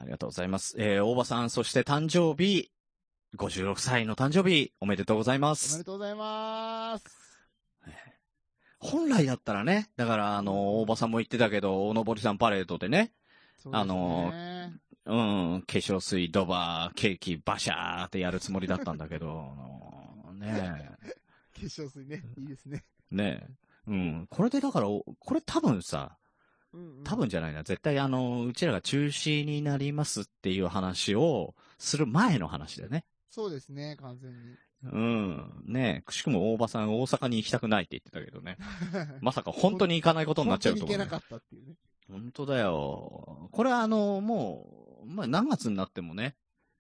Speaker 5: りがとうございます。えー、大場さん、そして誕生日、56歳の誕生日、おめでとうございま
Speaker 1: おめ
Speaker 5: す
Speaker 1: で。とうございます。
Speaker 5: 本来だったらね、だから、あの、大場さんも言ってたけど、おのぼりさんパレードでね、
Speaker 1: そうですね
Speaker 5: あのうん、化粧水、ドバー、ケーキ、バシャーってやるつもりだったんだけど、あのね
Speaker 1: 化粧水ね。いいですね。
Speaker 5: え、ねえ、うん、これでだから、おこれ多分さ、
Speaker 1: うんうん
Speaker 5: 多分じゃないな、絶対あの、うちらが中止になりますっていう話をする前の話だよね。
Speaker 1: そうですね、完全に。
Speaker 5: うん。ねえ、くしくも大場さん大阪に行きたくないって言ってたけどね。まさか本当に行かないことになっちゃうと
Speaker 1: 本当
Speaker 5: 思う、
Speaker 1: に
Speaker 5: ね
Speaker 1: いけ。なかったっていうね。
Speaker 5: 本当だよ。これはあの、もう、まあ何月になってもね、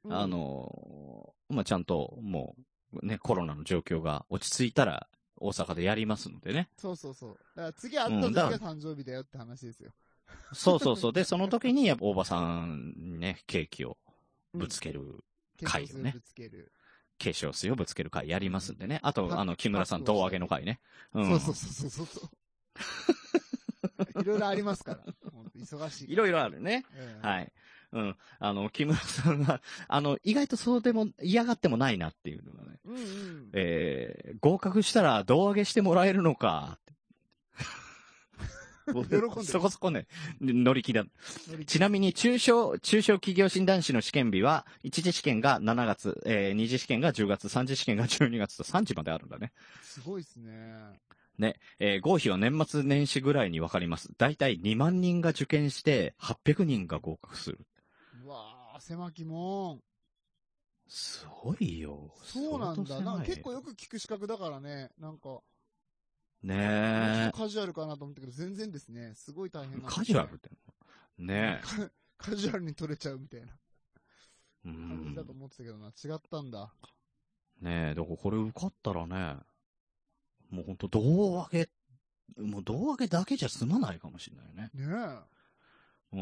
Speaker 1: うん
Speaker 5: あ、の、まあちゃんともう、ね、コロナの状況が落ち着いたら大阪でやりますのでね。
Speaker 1: そうそうそう。だから次会った時が誕生日だよって話ですよ。
Speaker 5: そうそうそう。で、その時にやっぱ大場さんにね、ケーキをぶつける。
Speaker 1: 化粧水
Speaker 5: 回をね
Speaker 1: ぶつける。
Speaker 5: 化粧水をぶつける会やりますんでね。あ
Speaker 1: パ
Speaker 5: と、
Speaker 1: ッ
Speaker 5: あの、木村さん胴上げの会ね。うん。
Speaker 1: そうそうそうそうそう。い ろいろありますから。本当忙しい。
Speaker 5: いろいろあるね。
Speaker 1: ええ
Speaker 5: はい。うん。あの、木村さんが、あの、意外とそうでも、嫌がってもないなっていうのがね。
Speaker 1: うんうん。
Speaker 5: えー、合格したら胴上げしてもらえるのか。
Speaker 1: 喜んでる
Speaker 5: そこそこね、乗り気だ。
Speaker 1: 乗り切
Speaker 5: ちなみに、中小、中小企業診断士の試験日は、1次試験が7月、えー、2次試験が10月、3次試験が12月と3時まであるんだね。
Speaker 1: すごいですね。
Speaker 5: ね、えー合否は年末年始ぐらいに分かります。だいたい2万人が受験して、800人が合格する。
Speaker 1: うわあ狭きもん。
Speaker 5: すごいよ。
Speaker 1: そうなんだ。
Speaker 5: 相当狭
Speaker 1: ないんか結構よく聞く資格だからね。なんか、
Speaker 5: ねえ。
Speaker 1: カジュアルかなと思ったけど、全然ですね。すごい大変なんですね
Speaker 5: カジュアルって。ねえ。
Speaker 1: カジュアルに取れちゃうみたいな
Speaker 5: う
Speaker 1: 感じ
Speaker 5: ん
Speaker 1: だ。と思ってたけどな。違ったんだ。
Speaker 5: ねえ、だからこれ受かったらね、もうほんと胴上げ、もう胴上げだけじゃ済まないかもしれないね。
Speaker 1: ねえ。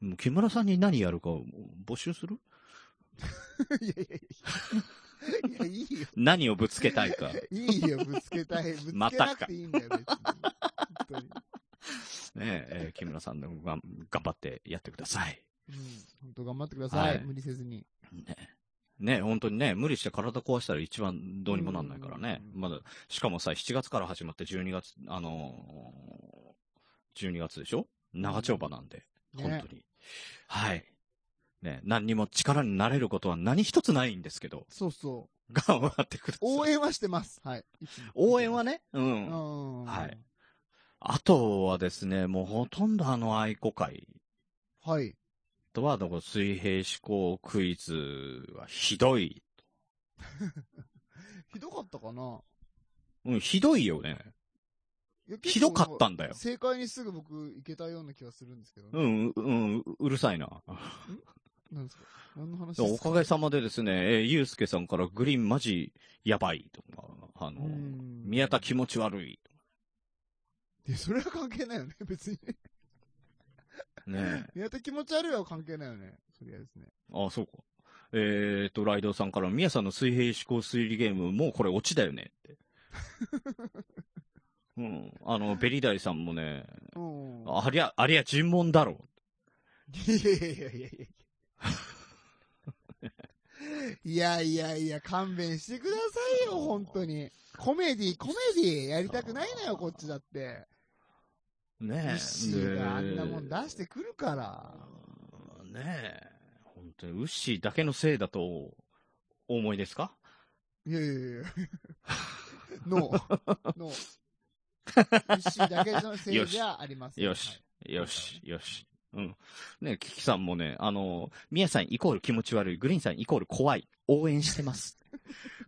Speaker 5: うん。もう木村さんに何やるか募集する
Speaker 1: いやいやいやいや。いや、いいよ。
Speaker 5: 何をぶつけたい か。
Speaker 1: いいよ、ぶつけた い。ぶつけな
Speaker 5: また
Speaker 1: く
Speaker 5: か
Speaker 1: ていいんだよ、別に。本当に。
Speaker 5: ねえ、えー木村さんでもがん頑張ってやってください。
Speaker 1: うん。本当頑張ってください。
Speaker 5: はい
Speaker 1: 無理せずに。
Speaker 5: ね、本当にね、無理して体壊したら一番どうにもなんないからね。
Speaker 1: うん
Speaker 5: まだ、しかもさ、7月から始まって12月、あのー、12月でしょ長丁場なんで、
Speaker 1: ね
Speaker 5: 本当に。はい。ね、何にも力になれることは何一つないんですけど、
Speaker 1: そうそう。
Speaker 5: 頑張ってください。
Speaker 1: 応援はしてます。はい。
Speaker 5: 応援はね、う。
Speaker 1: うんん。
Speaker 5: はい。あとはですね、もうほとんどあの愛子会
Speaker 1: はい。
Speaker 5: とは、どこ水平思考クイズはひどい。
Speaker 1: ひどかったかな
Speaker 5: うん、ひどいよね。
Speaker 1: いや
Speaker 5: ひどかったんだよ
Speaker 1: 結構正解にすぐ僕、いけたような気がするんですけど、
Speaker 5: う。ん、ううん、うるさいな。
Speaker 1: なんですか何の話
Speaker 5: でおかげさまでですね、えー、ゆうすけさんからグリーンマジやばいとか、あの、
Speaker 1: 見
Speaker 5: 宮田気持ち悪い
Speaker 1: で、それは関係ないよね、別に。
Speaker 5: とか。ね
Speaker 1: 宮田気持ち悪いは関係ないよね。とりあえずね。
Speaker 5: あ、そうか。えーと、ライドウさんから、宮さんの水平思考推理ゲーム、もうこれオチだよね って。うん。あの、ベリダイさんもね、
Speaker 1: うん。
Speaker 5: ありゃ、ありゃ尋問だろ
Speaker 1: いやいやいやいやいや。いやいやいや、勘弁してくださいよ、本当に。コメディ、コメディやりたくないのよ、こっちだって。
Speaker 5: う。ねえ。
Speaker 1: ミッシーがあんなもん出
Speaker 5: て
Speaker 1: してくるから。
Speaker 5: ねえ。本当に、ウッシーだけのせいだと、お思いですか
Speaker 1: いやいやいや いや。ノー。ノー。牛だけのせいじゃあります
Speaker 5: よし。よし、よし。うん。ね、キキさんもね、あの、ミヤさんイコール気持ち悪い、グリーンさんイコール怖い、応援し てます。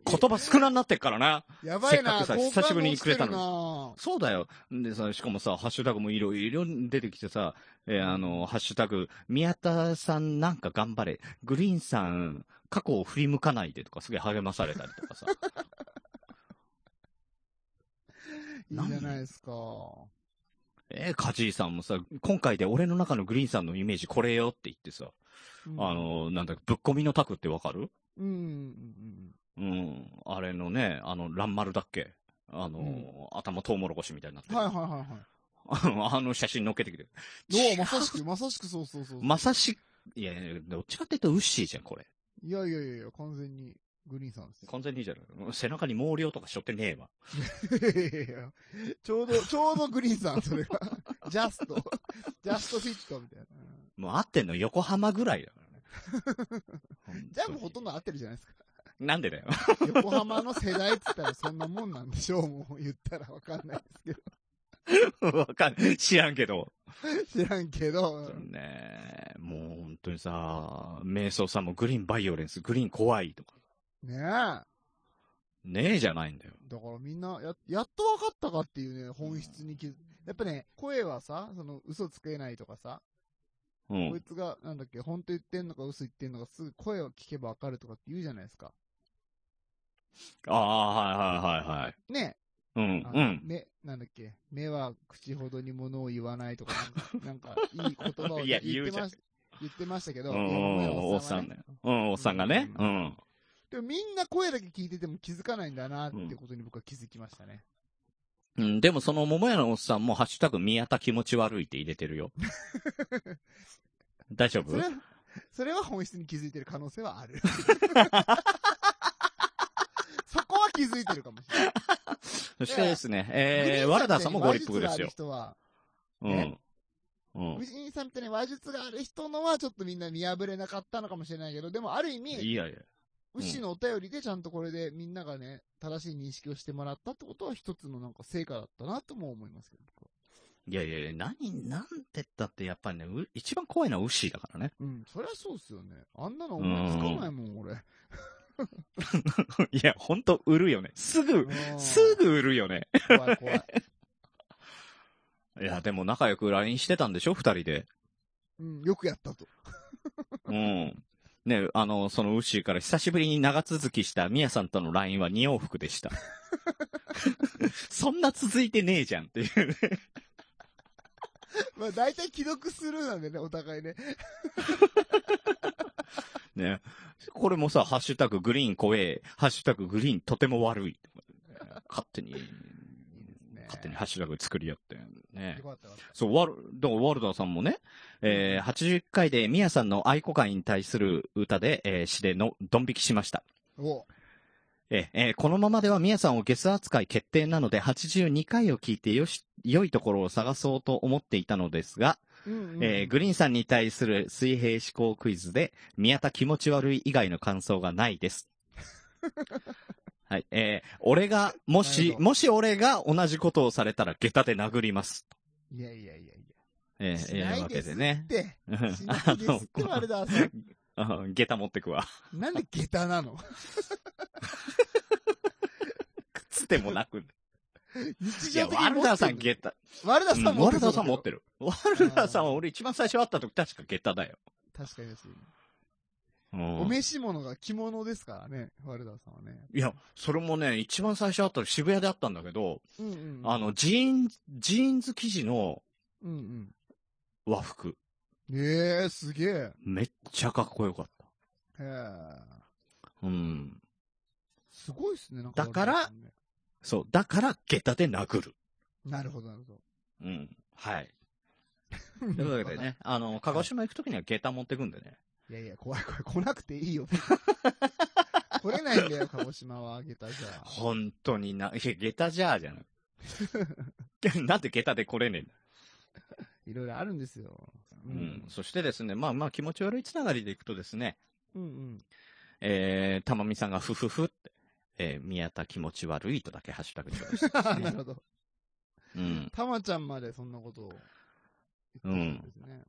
Speaker 5: 言葉少なになってっからな。
Speaker 1: やばいな、
Speaker 5: せっかくさ久しぶりにくれた
Speaker 1: の
Speaker 5: そうだよ。でさ、しかもさ、ハッシュタグもいろいろ出てきてさ、えーあの、ハッシュタグ、宮田さんなんか頑張れ、グリーンさん、過去を振り向かないでとか、すげえ励まされたりと かさ。
Speaker 1: いいじゃないですか。
Speaker 5: えー、カジーさんもさ、今回で俺の中のグリーンさんのイメージこれよって言ってさ、
Speaker 1: うん
Speaker 5: あ、の、なんだっけ、ぶっ込みのタクってわかる
Speaker 1: うん、うん、
Speaker 5: うん、あれのね、あの、乱丸だっけあの、
Speaker 1: うん
Speaker 5: 頭トウモロコシみたいになっ
Speaker 1: う
Speaker 5: て
Speaker 1: ん。
Speaker 5: る。
Speaker 1: はいはいはいはい。
Speaker 5: あの写真載っけてきて。
Speaker 1: ノー、まさしく、まさしくそうそうそう。
Speaker 5: まさし、いやいや、どっちかって言うとウッシーじゃん、これ。
Speaker 1: いやいやいやいや、完全にグリーンさんです。
Speaker 5: 完全にいいじゃない背中に毛量とかしょってねえわ。
Speaker 1: いやいやいやちょうど、ちょうどグリーンさん、それが。 ジャスト。ジャストフィットみたいな。うん。
Speaker 5: もう合ってんの横浜ぐらいだからね
Speaker 1: じゃあもうほとんど合ってるじゃないですか。
Speaker 5: なんでだよ。
Speaker 1: 横浜の世代って言ったらそんなもんなんでしょう、もう言ったらわかんないです
Speaker 5: わかんない。知らんけど。
Speaker 1: けど。知らんけど、
Speaker 5: ねえ、もう本当にさ、瞑想さんもグリーンバイオレンス、グリーン怖いとか。
Speaker 1: ねえ。だか
Speaker 5: ねえじゃないんだよ。
Speaker 1: らみんな、や、やっとわかったかっていうね、本質に気づ、やっぱね、声はさ、その、嘘つけないとかさ、
Speaker 5: う
Speaker 1: こい
Speaker 5: ん。
Speaker 1: つが、なんだっけ、本当言ってんのか嘘言ってんのか、すぐ声を聞けばわかるとかって言うじゃないですか。
Speaker 5: ああ、はいはいはいはい。
Speaker 1: ねえ。
Speaker 5: うん
Speaker 1: あ、
Speaker 5: う
Speaker 1: の
Speaker 5: ん。
Speaker 1: 目、なんだっけ、目は口ほどに物を言わないとか、なん か、なんかいい言葉を
Speaker 5: いや
Speaker 1: ね言ってま
Speaker 5: 言う
Speaker 1: し
Speaker 5: じ
Speaker 1: た、言ってましたけど、
Speaker 5: うん
Speaker 1: いやごめ
Speaker 5: うんおっさ
Speaker 1: は
Speaker 5: ん
Speaker 1: ね
Speaker 5: ね。うん、おっさんがね。
Speaker 1: う
Speaker 5: うん。
Speaker 1: でもみんな声だけ聞いてても気づかないんだなってことに僕は気づきましたね。
Speaker 5: うん、でもその桃屋のおっさんも、ハッシュタグ、宮田気持ち悪いって入れて るよ。大丈夫
Speaker 1: それは、それは本質に気づいてる可能性は ある。そこは気づいてるかもしれない。
Speaker 5: そしてですね、
Speaker 1: グリ
Speaker 5: え
Speaker 1: ー
Speaker 5: ー、
Speaker 1: ン
Speaker 5: ワ
Speaker 1: さん
Speaker 5: ルダーさんもご立腹
Speaker 1: み
Speaker 5: で
Speaker 1: たい
Speaker 5: す
Speaker 1: に
Speaker 5: よ
Speaker 1: 話。術がある人は、
Speaker 5: う
Speaker 1: ね
Speaker 5: ん。うん
Speaker 1: 無。人さんみたいに話術がある人のはちょっとみんな見破れなかったのかもしれないけど、でもある意味、
Speaker 5: いやいや。
Speaker 1: 牛のお便りでちゃんとこれでみんながね、正しい認識をしてもらったってことは一つのなんか成果だったなとも思いますけど、僕はい
Speaker 5: やいやいや、何、なんてったって、やっぱりね、う一番怖いのはウッシーだからね。
Speaker 1: うん、そりゃそうっすよね。あんなの思いつかないもん、俺。
Speaker 5: いや、ほんと、売るよね。すぐ、
Speaker 1: うん
Speaker 5: すぐ売るよね。
Speaker 1: 怖い怖い。
Speaker 5: いや、でも仲良く LINE してたんでしょ二人で。
Speaker 1: うん、よくやったと。
Speaker 5: うん。ね、あの、そのウッシーから久しぶりに長続きしたミヤさんとの LINE は二往復 でした。そんな続いてねえじゃんっていうね。
Speaker 1: まあ大体既読スルーなんでね、お互いね。
Speaker 5: ね。これもさ、ハッシュタググリーン怖え、ハッシュタググリーンとても悪い。勝手に。
Speaker 1: いいですね。
Speaker 5: 勝手にハッシュタグ作り合って、ね
Speaker 1: よ。かったよかった。
Speaker 5: そう、ワル、だからワルダーさんもね、えー、80回でミヤさんの愛子会に対する歌で、えー、詩での、ドン引きしました。
Speaker 1: お
Speaker 5: えーえーこのままではミヤさんをゲス扱い決定なので、82回を聞いてよし、良いところを探そうと思っていたのですが、
Speaker 1: うんうん
Speaker 5: えーグリーンさんに対する水平思考クイズで、宮田気持ち悪い以外の感想がない です。はい、えー俺が、も
Speaker 1: なる
Speaker 5: し
Speaker 1: ほ、ど
Speaker 5: もし俺が同じことをされたら、下駄で殴ります。
Speaker 1: いやいやいやい
Speaker 5: え
Speaker 1: や。
Speaker 5: ー
Speaker 1: しな
Speaker 5: えー
Speaker 1: い
Speaker 5: わ
Speaker 1: で
Speaker 5: け
Speaker 1: す
Speaker 5: で
Speaker 1: っ
Speaker 5: ね。
Speaker 1: て。
Speaker 5: うん
Speaker 1: しないですっ て、ワルダーさん。
Speaker 5: あの下駄持ってくわ。
Speaker 1: なんで下駄なの
Speaker 5: 靴でもな く。
Speaker 1: 日
Speaker 5: いや、
Speaker 1: 常的に持って
Speaker 5: ワルダーさん下駄。
Speaker 1: 駄。ワルダーさん
Speaker 5: うん
Speaker 1: 持っ
Speaker 5: ワ
Speaker 1: てそ
Speaker 5: ル
Speaker 1: う
Speaker 5: ダーさん持って
Speaker 1: だけど
Speaker 5: る。ワルダーさんは俺一番最初会った時確か下駄だよ。
Speaker 1: 確かにですね。
Speaker 5: うん
Speaker 1: お召し物が着物ですからね、ワルダーさんはね。
Speaker 5: いや、それもね、一番最初会ったの渋谷で会ったんだけど、
Speaker 1: うんうん。
Speaker 5: あ、の、ジーン、ジーンズ生地の
Speaker 1: うん
Speaker 5: 和服。
Speaker 1: うん。ええ、すげえ。
Speaker 5: めっちゃかっこよかっ
Speaker 1: へえ。
Speaker 5: た。うん。
Speaker 1: すごいっすね、なんか。
Speaker 5: だから
Speaker 1: ワルダーさんね
Speaker 5: そう。だから、下駄で殴る。
Speaker 1: なるほど、なるほ
Speaker 5: うん。はい。
Speaker 1: ど。
Speaker 5: というわけで。ね、あの、鹿児島行くときには下駄持ってくんでね。
Speaker 1: いやいや、怖い怖い。来なくていい よ。来れないんだよ、鹿児島は、下駄じゃ。
Speaker 5: 本当にな、いや、下駄じゃあじゃない。 なんで下駄で来れねえんだ。
Speaker 1: いろいろあるんですよ。う
Speaker 5: うん。。そしてですね、まあまあ気持ち悪いつながりでいくとですね、
Speaker 1: うんうん。
Speaker 5: えー、たまみさんがふふふって、えー、宮田気持ち悪いとだけハッシュタグして ました
Speaker 1: な
Speaker 5: ね、
Speaker 1: るほど。
Speaker 5: うん。
Speaker 1: たまちゃんまでそんなことを言ってたんですね。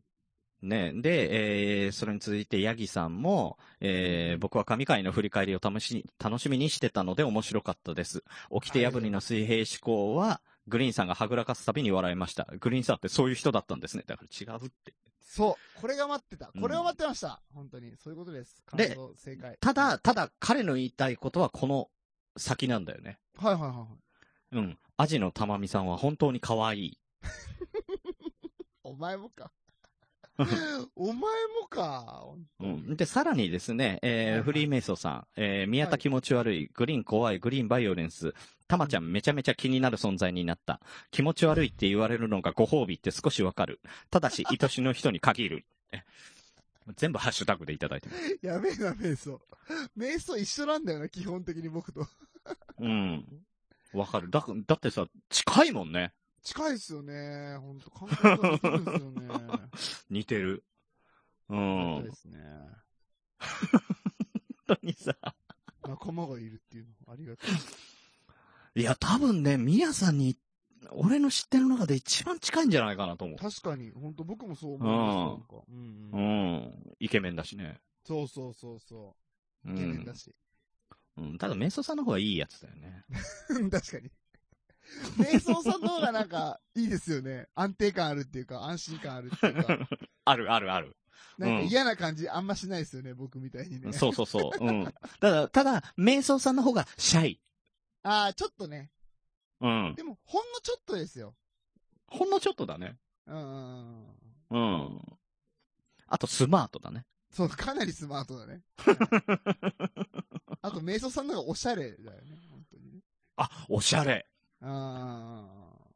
Speaker 5: ねで、えー、それに続いて、ヤギさんも、えー、僕は神回の振り返りを楽しみ、楽しみにしてたので面白かったです。起きて破りの水平思考は、グリーンさんがはぐらかすたびに笑いました。グリーンさんってそういう人だったんですね。だから違うって。
Speaker 1: そう。これが待ってた
Speaker 5: う。ん
Speaker 1: これを待ってました。本当に。そういうことです。感
Speaker 5: で
Speaker 1: 想、正解。
Speaker 5: た
Speaker 1: は
Speaker 5: だ、
Speaker 1: い
Speaker 5: ただ彼の言いたいことはこの先なんだよね。
Speaker 1: はいはいはい。
Speaker 5: うん。アジのたまみさんは本当に可愛い。
Speaker 1: お前も か。お前もか。
Speaker 5: うん。で、さらにですね、えー
Speaker 1: はいはい
Speaker 5: フリーメイソーさん、えー宮田気持ち悪い、グリーン怖い、グリーンバイオレンス、たまちゃんめちゃめちゃ気になる存在になった。気持ち悪いって言われるのがご褒美って少しわかる。た だし、愛しの人に限る。え全部ハッシュタグでいただいてます。
Speaker 1: やべえな、瞑想。瞑想一緒なんだよな、基本的に僕と。
Speaker 5: うん。わかる。だ、だってさ、近いもんね。
Speaker 1: 近いっすよね。ほんと、感覚が似てるんですよね。
Speaker 5: 似てる。う
Speaker 1: 本当で
Speaker 5: ん。
Speaker 1: すね。
Speaker 5: 本当にさ。
Speaker 1: 仲間がいるっていうの、ありがと
Speaker 5: いや、多分ね、ミヤさんに、俺の知ってる中で一番近いんじゃないかなと思う
Speaker 1: う。。確かに、本当僕もそう思いましたなんか。うん
Speaker 5: う
Speaker 1: うん。
Speaker 5: ん。イケメンだしね。
Speaker 1: そうそうそうそうう。
Speaker 5: ん
Speaker 1: イケメンだし。
Speaker 5: うん、ただ、メイソさんの方がいいやつだよね。
Speaker 1: 確かに。 瞑想さんの方がなんか、いいですよね。安定感あるっていうか、安心感あるって いうか、
Speaker 5: あるあるある。
Speaker 1: なんか嫌な感じあんましないですよね、僕みたいにね。
Speaker 5: そうそうそう。うん。ただ、ただ、メイソさんの方がシャイ。
Speaker 1: ああ、ちょっとね。
Speaker 5: うん。
Speaker 1: でも、ほんのちょっとですよ。
Speaker 5: ほんのちょっとだね。
Speaker 1: うんうんうん。
Speaker 5: うん。あと、スマートだね。
Speaker 1: そう、かなりスマートだ ね。あと、瞑想さんの方がおしゃれだよね、本当にね。
Speaker 5: あ、おしゃれ。
Speaker 1: ああ。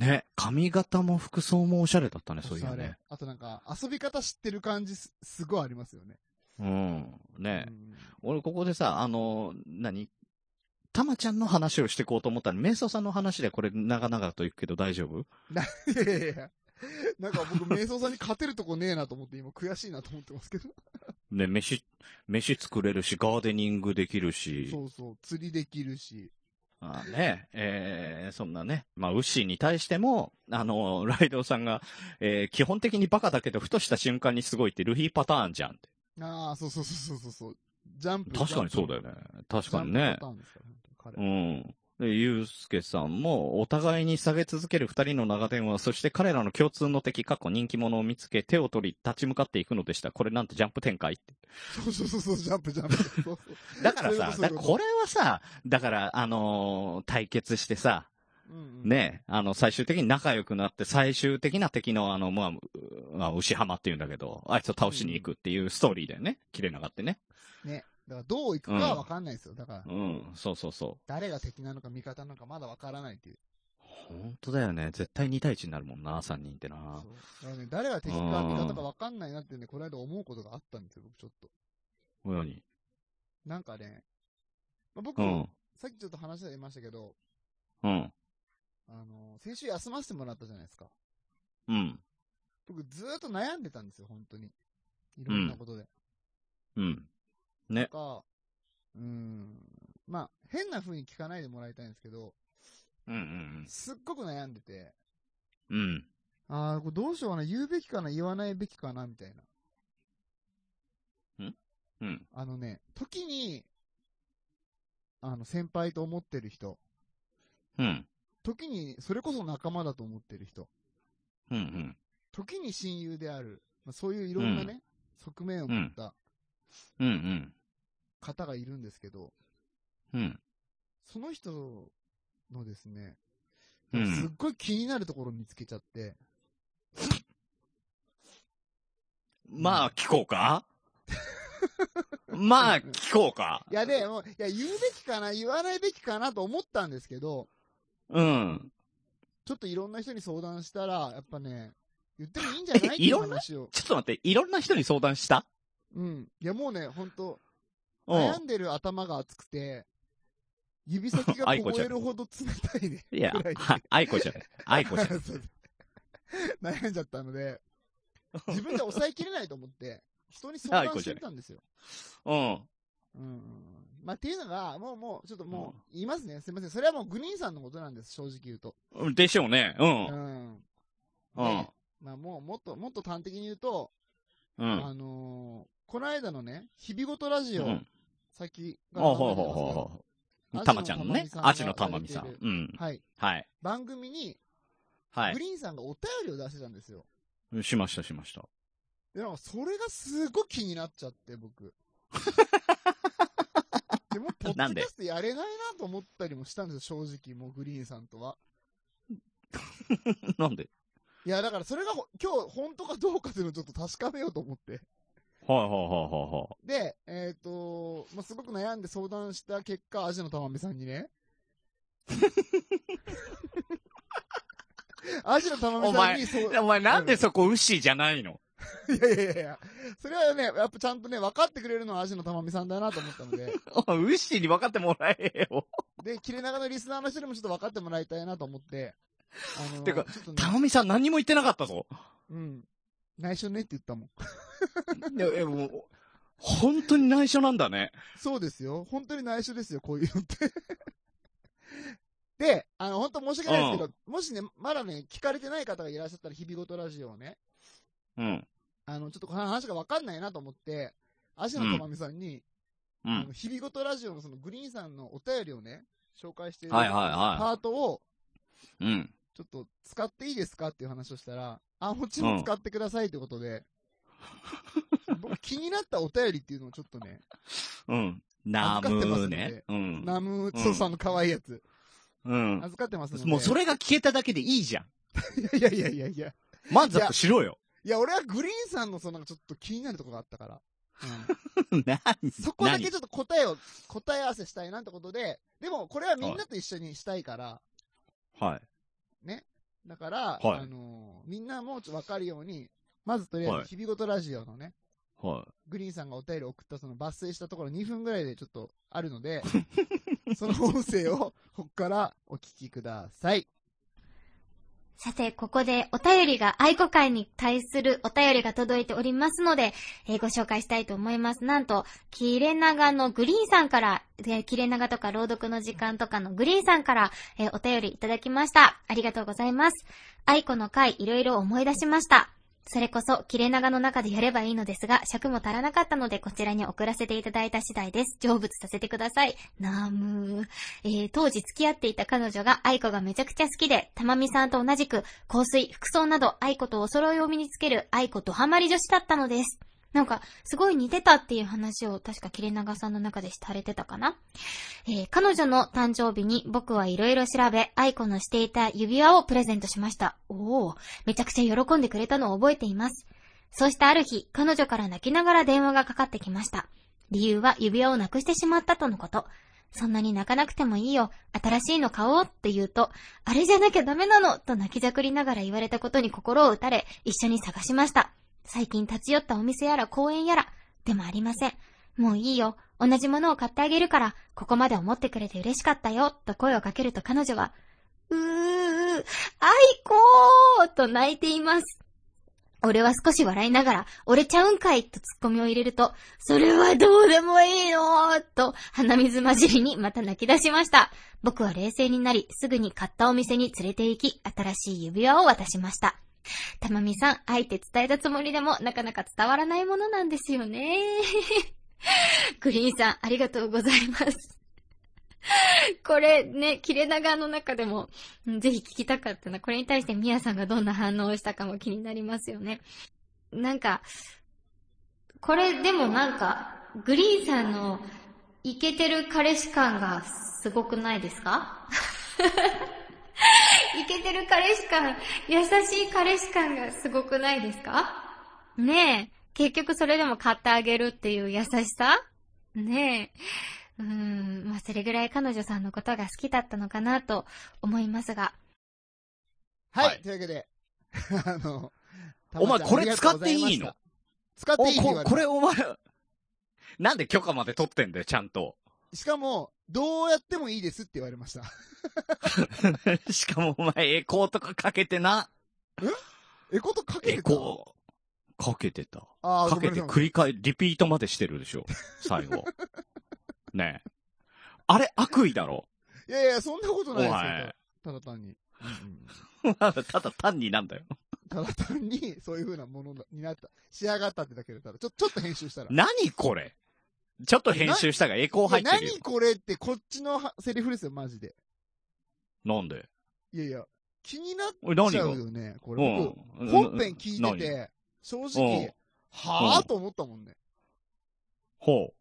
Speaker 5: ね。髪型も服装もおしゃれだったね、そうい
Speaker 1: おしゃ
Speaker 5: う
Speaker 1: れ
Speaker 5: ね。
Speaker 1: あとなんか、遊び方知ってる感じす、すごいありますよね。
Speaker 5: うん。ね
Speaker 1: う。ん
Speaker 5: 俺、ここでさ、あの、何たまちゃんの話をしていこうと思ったら、メイソさんの話でこれ長々と言うけど大丈夫
Speaker 1: いやいやいや。なんか僕、瞑想さんに勝てるとこねえなと思って、今悔しいなと思ってますけど。
Speaker 5: ね、飯、飯作れるし、ガーデニングできるし。
Speaker 1: そうそう、釣りできるし。
Speaker 5: まあね、えーそんなね、まあ、ウッシーに対しても、あの、ライドウさんが、えー基本的にバカだけど、ふとした瞬間にすごいって、ルフィパターンじゃんって。
Speaker 1: ああ、そうそうそうそうそうそう。ジャンプ。
Speaker 5: 確かにそうだよね。確かに
Speaker 1: ジ
Speaker 5: ね
Speaker 1: ャンプパタ。ーンですから本当に
Speaker 5: う
Speaker 1: 彼
Speaker 5: ん。で、ゆうすけさんも、お互いに下げ続ける二人の長電話、そして彼らの共通の敵、過去人気者を見つけ、手を取り、立ち向かっていくのでした。これなんてジャンプ展開って。
Speaker 1: そうそうそうそう、ジャンプジャンプ。そうそう
Speaker 5: だから
Speaker 1: そういうこと、
Speaker 5: さ
Speaker 1: そうい
Speaker 5: だ
Speaker 1: うこと
Speaker 5: これはさ、だから、あのー対決してさ、
Speaker 1: うんうん
Speaker 5: ね、あの、最終的に仲良くなって、最終的な敵の、あの、まあうまあ、牛浜って言うんだけど、あいつを倒しに行くっていうストーリーだよね。切れながってね。
Speaker 1: だからどういくかはわかんないですよ。だから、
Speaker 5: うん、そうそうそう。
Speaker 1: 誰が敵なのか味方なのかまだわからないっていう。
Speaker 5: 本当だよね。絶対2対1になるもんな、3人って
Speaker 1: そう
Speaker 5: な。
Speaker 1: だからね、誰が敵か味方か分かんないなってね、この間思うことがあったんですよ、僕ちょっと。
Speaker 5: このように。
Speaker 1: なんかね、まあ、僕、
Speaker 5: うん。
Speaker 1: さっきちょっと話してましたけど、
Speaker 5: うん。
Speaker 1: あの、先週休ませてもらったじゃないですか。
Speaker 5: うん。
Speaker 1: 僕ずーっと悩んでたんですよ、本当に。いろんなことで。
Speaker 5: うん。
Speaker 1: とか、うーん、まあ、変な風に聞かないでもらいたいんですけど、
Speaker 5: うん。
Speaker 1: すっごく悩んでて、
Speaker 5: うん。うん。
Speaker 1: ああ、これどうしようかな、言うべきかな、言わないべきかな、みたいな。
Speaker 5: うん。
Speaker 1: あのね、時に、あの、先輩と思ってる人、
Speaker 5: うん。
Speaker 1: 時に、それこそ仲間だと思ってる人、
Speaker 5: うん。うん。
Speaker 1: 時に親友である、まあ、そういういろんなね、側面を持った
Speaker 5: うん。うん。
Speaker 1: 方がいるんですけど、
Speaker 5: うん。
Speaker 1: その人のですね、
Speaker 5: うん
Speaker 1: すっごい気になるところを見つけちゃって、
Speaker 5: まあ、聞こう かまあ、聞こうか
Speaker 1: いやで、もう、いや、言うべきかな、言わないべきかなと思ったんですけど、
Speaker 5: うん。
Speaker 1: ちょっといろんな人に相談したら、やっぱね、言ってもいいんじゃないって
Speaker 5: えい
Speaker 1: いう
Speaker 5: ろんな
Speaker 1: 話を。
Speaker 5: ちょっと待って、いろんな人に相談した
Speaker 1: うん。いや、もうね、ほんと、
Speaker 5: う
Speaker 1: 悩
Speaker 5: ん。
Speaker 1: んでる頭が熱くて、指先が
Speaker 5: 愛子ち
Speaker 1: 凍
Speaker 5: ゃん
Speaker 1: えるほど冷たいね。
Speaker 5: いや、は、愛子じゃない。愛子じゃ な い。
Speaker 1: そう悩んじゃったので、自分で抑えきれないと思って、人に相談してみたんですよ。
Speaker 5: うん。
Speaker 1: うんうんうん。まあ、っていうのが、もうもう、ちょっともう、言いますね。すいません。それはもう、グリーンさんのことなんです、正直言うと。
Speaker 5: うんでしょうね。う。
Speaker 1: うんん。
Speaker 5: うん
Speaker 1: ね。まあ、もう、もっと、もっと端的に言うと、
Speaker 5: うん。
Speaker 1: あのーこの間のね、日々ごとラジオ、
Speaker 5: うん
Speaker 1: 先が
Speaker 5: ほう
Speaker 1: 流
Speaker 5: ほ
Speaker 1: れ
Speaker 5: う
Speaker 1: て
Speaker 5: ほう
Speaker 1: ますけど
Speaker 5: ほう。たまちゃんのね。アジのたまみさ
Speaker 1: が出
Speaker 5: ん
Speaker 1: て。る
Speaker 5: うん。
Speaker 1: はい。
Speaker 5: はい。
Speaker 1: 番組に、
Speaker 5: は
Speaker 1: グリーンさんがお便りを出してたんですよ。
Speaker 5: い。しました、しました。
Speaker 1: で、なんかそれがすごい気になっちゃって、 僕。でも、ポッ
Speaker 5: な
Speaker 1: ドキ
Speaker 5: んで
Speaker 1: ャストやれないなと思ったりもしたんですよ、正直、もうグリーンさんとは。
Speaker 5: なんで
Speaker 1: いや、だからそれがほ今日本当かどうかっていうのをちょっと確かめようと思って。
Speaker 5: はいはいはいは
Speaker 1: で、えっ、と、まあ、すごく悩んで相談した結果、アジのたまみさんに ね。アジのたまみさんに、そう、い
Speaker 5: いはい。お前なんでそこウシじゃないの
Speaker 1: やいやいやいや、それはね、やっぱちゃんとね、分かってくれるのはアジのたまみさんだなと思ったので、
Speaker 5: おウシに分かってもらえよ。
Speaker 1: で、切れ長のリスナーの人にもちょっと分かってもらいたいなと思って、あの、
Speaker 5: てか
Speaker 1: ちょっとね
Speaker 5: たまみさん何も言ってなかったぞ。
Speaker 1: うん、内緒ねって言ったもん。
Speaker 5: いや、いやもう、本当に内緒なんだね。
Speaker 1: そうですよ。本当に内緒ですよ、こういうのって。 で、あの、本当申し訳ないですけど、もしね、まだね、聞かれてない方がいらっしゃったら、日々ごとラジオをね、
Speaker 5: うん。
Speaker 1: あの、ちょっとこの話がわかんないなと思って、足野とまみさんに、
Speaker 5: う
Speaker 1: あの
Speaker 5: ん。
Speaker 1: 日々ごとラジオのそのグリーンさんのお便りをね、紹介している
Speaker 5: はい
Speaker 1: パ
Speaker 5: は
Speaker 1: ートを、
Speaker 5: いはい。うん。
Speaker 1: ちょっと使っていいですかっていう話をしたら、あ、もちろん使ってくださいってこと で、僕気になったお便りっていうのをちょっとね、
Speaker 5: うん。ナムーね。うん。
Speaker 1: ナムーツオさんの可愛いやつ、
Speaker 5: うん。
Speaker 1: 預かってますので。
Speaker 5: もうそれが聞けただけでいいじゃん。
Speaker 1: いやいやいやいや。
Speaker 5: 満足しろよ。
Speaker 1: いや、俺はグリーンさんのそのなんかちょっと気になるとこがあったから。
Speaker 5: 何
Speaker 1: そこだけちょっと答えを、答え合わせしたいなってことで、でもこれはみんなと一緒にしたいから、
Speaker 5: はい。
Speaker 1: だから、
Speaker 5: はい
Speaker 1: あのーみんなもちょっとわかるように、まずとりあえ
Speaker 5: はい
Speaker 1: ず、日々ごとラジオのね、
Speaker 5: は
Speaker 1: グリーンさんがお便り送ったその抜粋したところ2分ぐらいでちょっとあるの で、その音声をこっからお聞きください。
Speaker 7: さて、ここでお便りが、愛子会に対するお便りが届いておりますので、えーご紹介したいと思います。なんと、切れ長のグリーンさんから、えー切れ長とか朗読の時間とかのグリーンさんから、えーお便りいただきました。ありがとうございます。愛子の会、いろいろ思い出しました。それこそ、切れ長の中でやればいいのですが、尺も足らなかったので、こちらに送らせていただいた次第です。成仏させてください。ナムー。えー当時付き合っていた彼女が愛子がめちゃくちゃ好きで、たまみさんと同じく、香水、服装など愛子とお揃いを身につける愛子ドハマり女子だったのです。なんか、すごい似てたっていう話を確か切れ長さんの中でされてたかなえー彼女の誕生日に僕はいろいろ調べ、愛子のしていた指輪をプレゼントしました。おお、めちゃくちゃ喜んでくれたのを覚えています。そうしたある日、彼女から泣きながら電話がかかってきました。理由は指輪をなくしてしまったとのこと。そんなに泣かなくてもいいよ。新しいの買おうって言うと、あれじゃなきゃダメなのと泣きじゃくりながら言われたことに心を打たれ、一緒に探しました。最近立ち寄ったお店やら公園やら、でもありません。もういいよ。同じものを買ってあげるから、ここまで思ってくれて嬉しかったよ。と声をかけると彼女は、うー、あいこーと泣いています。俺は少し笑いながら、俺ちゃうんかいとツッコミを入れると、それはどうでもいいのと、鼻水混じりにまた泣き出しました。僕は冷静になり、すぐに買ったお店に連れて行き、新しい指輪を渡しました。たまみさん、あえて伝えたつもりでも、なかなか伝わらないものなんですよね。 グリーンさん、ありがとうございます。これね、切れ長の中でも、うんぜひ聞きたかったな。これに対してミヤさんがどんな反応をしたかも気になりますよね。なんか、これでもなんか、グリーンさんのイケてる彼氏感がすごくないですか イケてる彼氏感、優しい彼氏感がすごくないですかねえ、結局それでも買ってあげるっていう優しさねえ。うーん、まあ、それぐらい彼女さんのことが好きだったのかなと思いますが。
Speaker 1: はい、
Speaker 2: はい
Speaker 1: というわけで、あの、
Speaker 5: お前
Speaker 1: たまちゃん
Speaker 5: これ
Speaker 1: ありがとうござました
Speaker 5: 使っていいの
Speaker 1: 使っていいって言
Speaker 5: お
Speaker 1: われ
Speaker 5: こ
Speaker 1: た
Speaker 5: これお前、なんで許可まで取ってんだよ、ちゃんと。
Speaker 1: しかも、どうやってもいいですって言われました。
Speaker 5: しかもお前、エコーとかかけてな。
Speaker 1: エコとかけ
Speaker 5: エ
Speaker 1: てた
Speaker 5: コー。かけてた。
Speaker 1: あー
Speaker 5: かけて
Speaker 1: ごめんなさい
Speaker 5: 繰り返、リピートまでしてるでしょ。最 後。ねえ。あれ、悪意だろ。
Speaker 1: いやいや、そんなこと
Speaker 5: お
Speaker 1: ないですよ。
Speaker 5: 前。
Speaker 1: ただ単に。
Speaker 5: ただ単になんだよ。
Speaker 1: ただ単に、そういう風なものになった、仕上がったってだけで、ただ、ちょ、ちょっと編集 したら。
Speaker 5: 何これちょっと編集したがエコー入ってる
Speaker 1: い
Speaker 5: よ
Speaker 1: や。何これって、こっちのはセリフですよ、マジで。
Speaker 5: なんで
Speaker 1: いやいや、気になっ
Speaker 5: おい何
Speaker 1: ちゃ
Speaker 5: が
Speaker 1: うよね、これ。僕、
Speaker 5: うん。
Speaker 1: 本編聞いて
Speaker 5: 何。
Speaker 1: て、正
Speaker 5: うん
Speaker 1: 直、は
Speaker 5: う
Speaker 1: ぁ
Speaker 5: ん
Speaker 1: と思ったもんね。
Speaker 5: ほ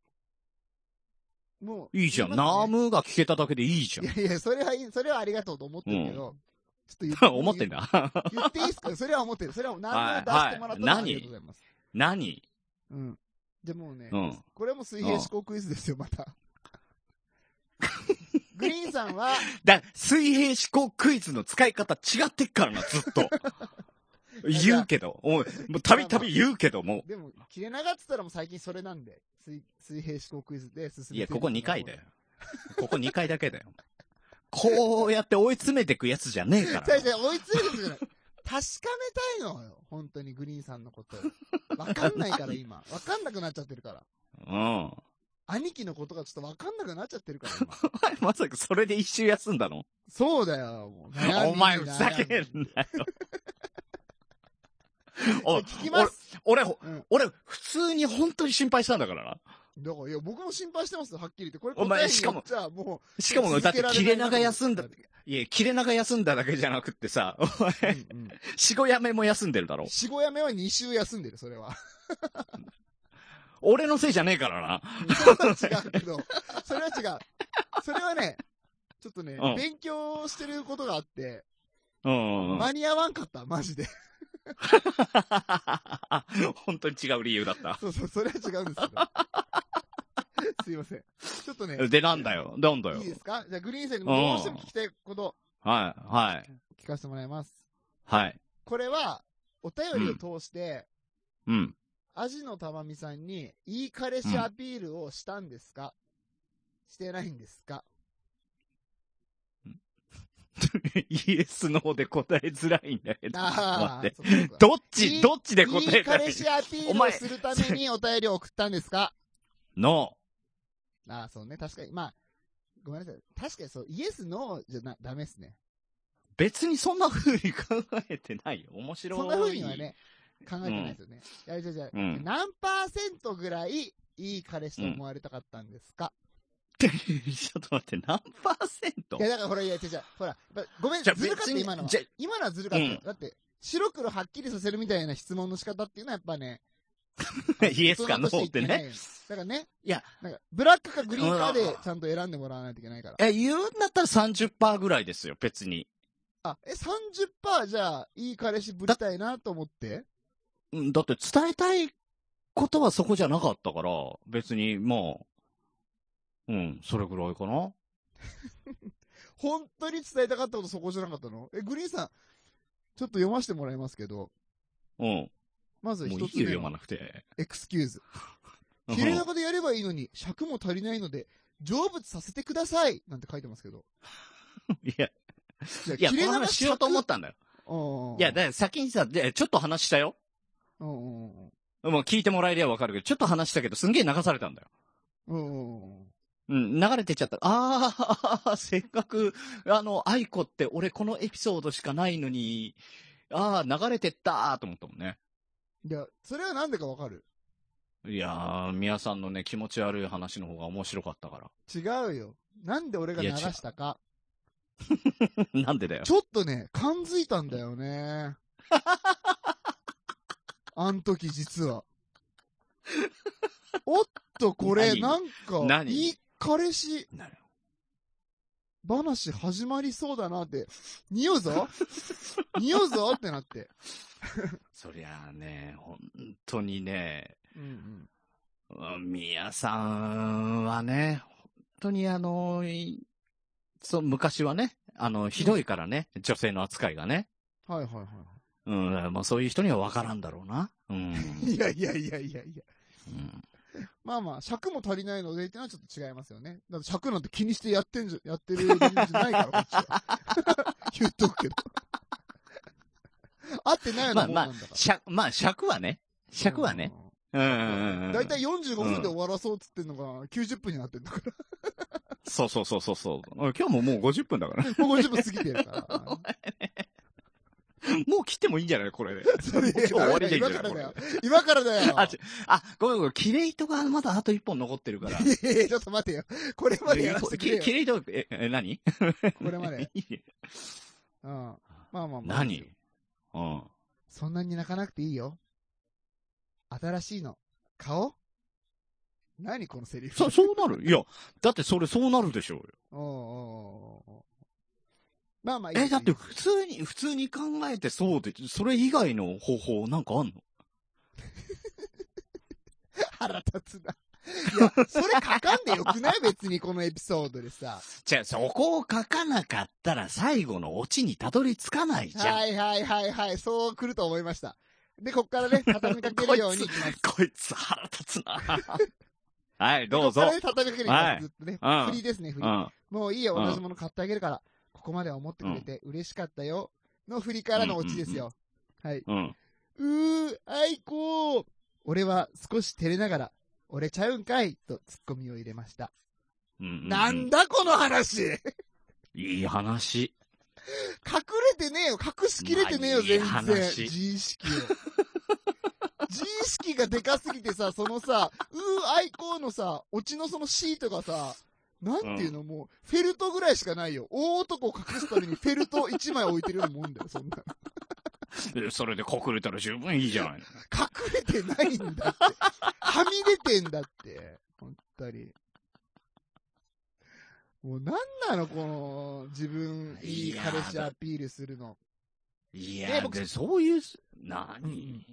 Speaker 1: もう。
Speaker 5: う。いいじゃん。
Speaker 1: 言い
Speaker 5: ナ
Speaker 1: ま
Speaker 5: ームーが聞けただけでいいじ
Speaker 1: すねいやいや、それはいい、それはありがとうと思ってるけど、ちょっと言っ
Speaker 5: ゃん。 思ってんだ。
Speaker 1: 言っていいですかそれは思ってる。それは何を出してもらったのは
Speaker 5: はいはい
Speaker 1: ありがとうございます。
Speaker 5: 何
Speaker 1: うん。じゃあもうね、
Speaker 5: うん
Speaker 1: これも水平思考クイズですよ、ま た。グリーンさんは、
Speaker 5: だ、水平思考クイズの使い方違ってっからな、ずっ と。言うけど。おい、もうたびたび言うけども。
Speaker 1: でも、切れ長っつったらもう最近それなんで、水水平思考クイズで進めて
Speaker 5: いや、ここ2回だ
Speaker 1: よ。
Speaker 5: よ。ここ2回だけだよ。こうやって追い詰めてくやつじゃねえから
Speaker 1: 違う違う、追いついてるじゃない。確かめたいのよ、本当にグリーンさんのこと。わかんないから今。わかんなくなっちゃってるから。
Speaker 5: な。うん。
Speaker 1: 兄貴のことがちょっとわかんなくなっちゃってるから今。
Speaker 5: お前まさかそれで一周休んだの
Speaker 1: そうだよ、もう。悩み
Speaker 5: お前ふざけん
Speaker 1: 悩み
Speaker 5: なよ。
Speaker 1: いや
Speaker 5: お
Speaker 1: 聞きます。
Speaker 5: 俺、俺、
Speaker 1: うん
Speaker 5: 俺、普通に本当に心配したんだからな。
Speaker 1: だから、いや、僕も心配してますよ、はっきり言って。これ
Speaker 5: お前
Speaker 1: 答えに
Speaker 5: しかも
Speaker 1: よっちゃもう、
Speaker 5: しかも、だ
Speaker 1: 続け
Speaker 5: って
Speaker 1: られない
Speaker 5: 切れ長休んだ、いや、切れ長休んだだけじゃなくってさ、お
Speaker 1: うん
Speaker 5: 前、
Speaker 1: うん
Speaker 5: 四五やめも休んでるだろ。
Speaker 1: 四五やめは2週休んでる、それ は。
Speaker 5: 俺のせいじゃねえからな。
Speaker 1: それは違うけど、それは違う。それはね、ちょっとね、
Speaker 5: うん
Speaker 1: 勉強してることがあって、
Speaker 5: うんうんうん。
Speaker 1: 間に合わんかった、マジで。
Speaker 5: 本当に違う理由だった。
Speaker 1: そうそう、それは違うんですけど。すいません。ちょっとね、
Speaker 5: で、なんだよ。なんだよ
Speaker 1: いい。ですかじゃあ、グリーンさんにもどうしても聞きたいこと、
Speaker 5: はい、はい、
Speaker 1: 聞かせてもらいます。
Speaker 5: はい。
Speaker 1: これは、お便りを通して、
Speaker 5: うん。
Speaker 1: アジのたまみさんに、いい彼氏アピールをしたんですか、してないんですか
Speaker 5: イエス、ノーで答えづらいんだけど。
Speaker 1: あ
Speaker 5: 待
Speaker 1: あ
Speaker 5: って。、
Speaker 1: そういうことだ
Speaker 5: どっ
Speaker 1: いい
Speaker 5: ち、どっちで答
Speaker 1: い
Speaker 5: え
Speaker 1: い
Speaker 5: たらい
Speaker 1: 彼
Speaker 5: い
Speaker 1: 氏アピールをするためにお便りを送ったんですか
Speaker 5: の、
Speaker 1: ああ、そうね。確かに。まあ、ごめんなさい。確かにそう、イエス、ノーじゃな、ダメっすね。
Speaker 5: 別にそんな風に考えてないよ。面白い。
Speaker 1: そんな風には。ね、考えてないですよね。いや、じゃあじゃあ
Speaker 5: うん
Speaker 1: 何パーセントぐらい、いい彼氏と思われたかったんですか、
Speaker 5: ちょっと待って、何パーセント
Speaker 1: いや、だからほら、いや、違う違う。ほら、やっぱごめん、ず
Speaker 5: じゃあ
Speaker 1: るかった、
Speaker 5: 別に
Speaker 1: 今のは
Speaker 5: じゃあ。
Speaker 1: 今のはずるかったよ。
Speaker 5: うん
Speaker 1: だって、白黒はっきりさせるみたいな質問の仕方っていうのはやっぱね、
Speaker 5: イエスかノーってね。
Speaker 1: だからね、
Speaker 5: いや、
Speaker 1: なんか、ブラックかグリーンかでちゃんと選んでもらわないといけないから。
Speaker 5: え、言うんだったら30%ぐらいですよ、別に。
Speaker 1: あ、え、30%じゃあ、いい彼氏ぶりたいなと思って
Speaker 5: うんだって伝えたいことはそこじゃなかったから、別に、まあ、うん、それぐらいかな。
Speaker 1: 本当に伝えたかったことそこじゃなかったのえ、グリーンさん、ちょっと読ませてもらいますけど、
Speaker 5: うん。
Speaker 1: まず
Speaker 5: もうい
Speaker 1: 一
Speaker 5: い
Speaker 1: つ目
Speaker 5: よ、読ま
Speaker 1: の
Speaker 5: なくて。
Speaker 1: エクスキューズ。
Speaker 5: うん
Speaker 1: 切れ中でやればいいのに、尺も足りないので、成仏させてくださいなんて書いてますけど。
Speaker 5: いや、
Speaker 1: いや。
Speaker 5: いや、この話しようと思ったたんだよ。
Speaker 1: うんうん
Speaker 5: いや、だから先にさ、でちょっと話したよ。
Speaker 1: うんうん
Speaker 5: もう聞いてもらえりゃわかるけど、ちょっと話したけど、すんげえ流されたんだよ。
Speaker 1: うんうんうん
Speaker 5: うん、流れてっちゃった。ああ、 せっかく、あの、愛子って俺このエピソードしかないのに、ああ、流れてったーと思ったもんね。
Speaker 1: いや、それはなんでかわかる。
Speaker 5: いやー、宮さんのね、気持ち悪い話の方が面白かったか
Speaker 1: 違うよ。なんで俺が流したか。
Speaker 5: ら。 なんでだよ
Speaker 1: ち。ょっとね、感づいたんだよね。 あん時実 は。おっと、これ、
Speaker 5: 何
Speaker 1: なんか、
Speaker 5: 何
Speaker 1: いい彼氏
Speaker 5: なる
Speaker 1: 話始まりそうだなって、匂う ぞ匂うぞってなって。
Speaker 5: そりゃあね、本当にね、
Speaker 1: うん
Speaker 5: うん宮さんはね、本当にあの、いそう、昔はね、あの、ひどいからね、女性の扱いがね。
Speaker 1: うん。はいはいは
Speaker 5: うん、まあそういう人には分からんだろうな。 うん。
Speaker 1: い。いやいやいやいやいや。
Speaker 5: うん
Speaker 1: まあまあ、尺も足りないのでってのはちょっと違いますよね。だって尺なんて気にしてやってんじゃ、やってる人間じゃないから、こっちは 言っとくけど。合ってないようなもんなんだから。
Speaker 5: 尺、まあ尺はね、尺はね。うんう
Speaker 1: うん。
Speaker 5: んうんうん。
Speaker 1: だいたい45分で終わらそうっつってんのが90分になってんだから。
Speaker 5: そうそうそうそうそう。俺今日ももう50分だから。
Speaker 1: もう50分過ぎてるから。
Speaker 5: もう切ってもいいんじゃないこれで。
Speaker 1: それ
Speaker 5: 今日終わりでいいんじゃ
Speaker 1: 今から
Speaker 5: ないこ
Speaker 1: だよ
Speaker 5: れ。。
Speaker 1: 今からだよ。
Speaker 5: あ、ちょ、あ、ごめんごめん。キレイトがまだあと1本残ってる から。
Speaker 1: いやいや ちょっと待てよ。これまでやらせてくれ
Speaker 5: キ
Speaker 1: よ
Speaker 5: キレイト、え、え何
Speaker 1: これまで。
Speaker 5: いいよ
Speaker 1: うん。まあまあまあ。
Speaker 5: 何うん。
Speaker 1: そんなに泣かなくていいよ。新しいの。顔何このセリフ。
Speaker 5: そ、そうなるいや、だってそれそうなるでしょう
Speaker 1: お
Speaker 5: よ。
Speaker 1: うおうおうおうまあまあいいよ
Speaker 5: え、だって
Speaker 1: いいよ
Speaker 5: 普通に、普通に考えてそうで、それ以外の方法なんかあんの
Speaker 1: 腹立つな。いや、それ書かんでよくない別にこのエピソードでさ。
Speaker 5: じゃあ、そこを書かなかったら最後のオチにたどり着かないじゃん。
Speaker 1: はいはいはいはい。そう来ると思いました。で、こっから ね、畳みかけるようにいき ます。
Speaker 5: こいつ腹立つな。 はい、どうぞ
Speaker 1: こっか。らね畳みかけるようにいきます
Speaker 5: はい
Speaker 1: ずっとね。
Speaker 5: うん
Speaker 1: 振りですね、振
Speaker 5: う
Speaker 1: り。
Speaker 5: ん。
Speaker 1: もういいよ、
Speaker 5: うん
Speaker 1: 同じもの買ってあげるから、ここまでは思ってくれて嬉しかったよ、の振りからのオチですよ。はい。
Speaker 5: うん。
Speaker 1: うー、あいこー俺は少し照れながら、俺ちゃうんかいとツッコミを入れました。
Speaker 5: うん。
Speaker 1: なんだこの話 隠
Speaker 5: いい話。
Speaker 1: れてねえよ隠しきれてねえよ、
Speaker 5: まあいい
Speaker 1: 全然。
Speaker 5: 話
Speaker 1: 自意識を。 自意識がでかすぎてさ、そのさ、うー、あいこーのさ、オチのそのシートがさ、なんていうの、もう、フェルトぐらいしかないよ。大男を隠すためにフェルト1枚置いてるようなもんだよ、そんな。
Speaker 5: えそれでこくれたら十分いいじゃないの。
Speaker 1: 隠れてないんだって。はみ出てんだって。本当に。もうなんなのこの、自分、いい彼氏アピールするの。え
Speaker 5: いや、
Speaker 1: 僕
Speaker 5: で、そういう、
Speaker 1: うんう
Speaker 5: 何
Speaker 1: ん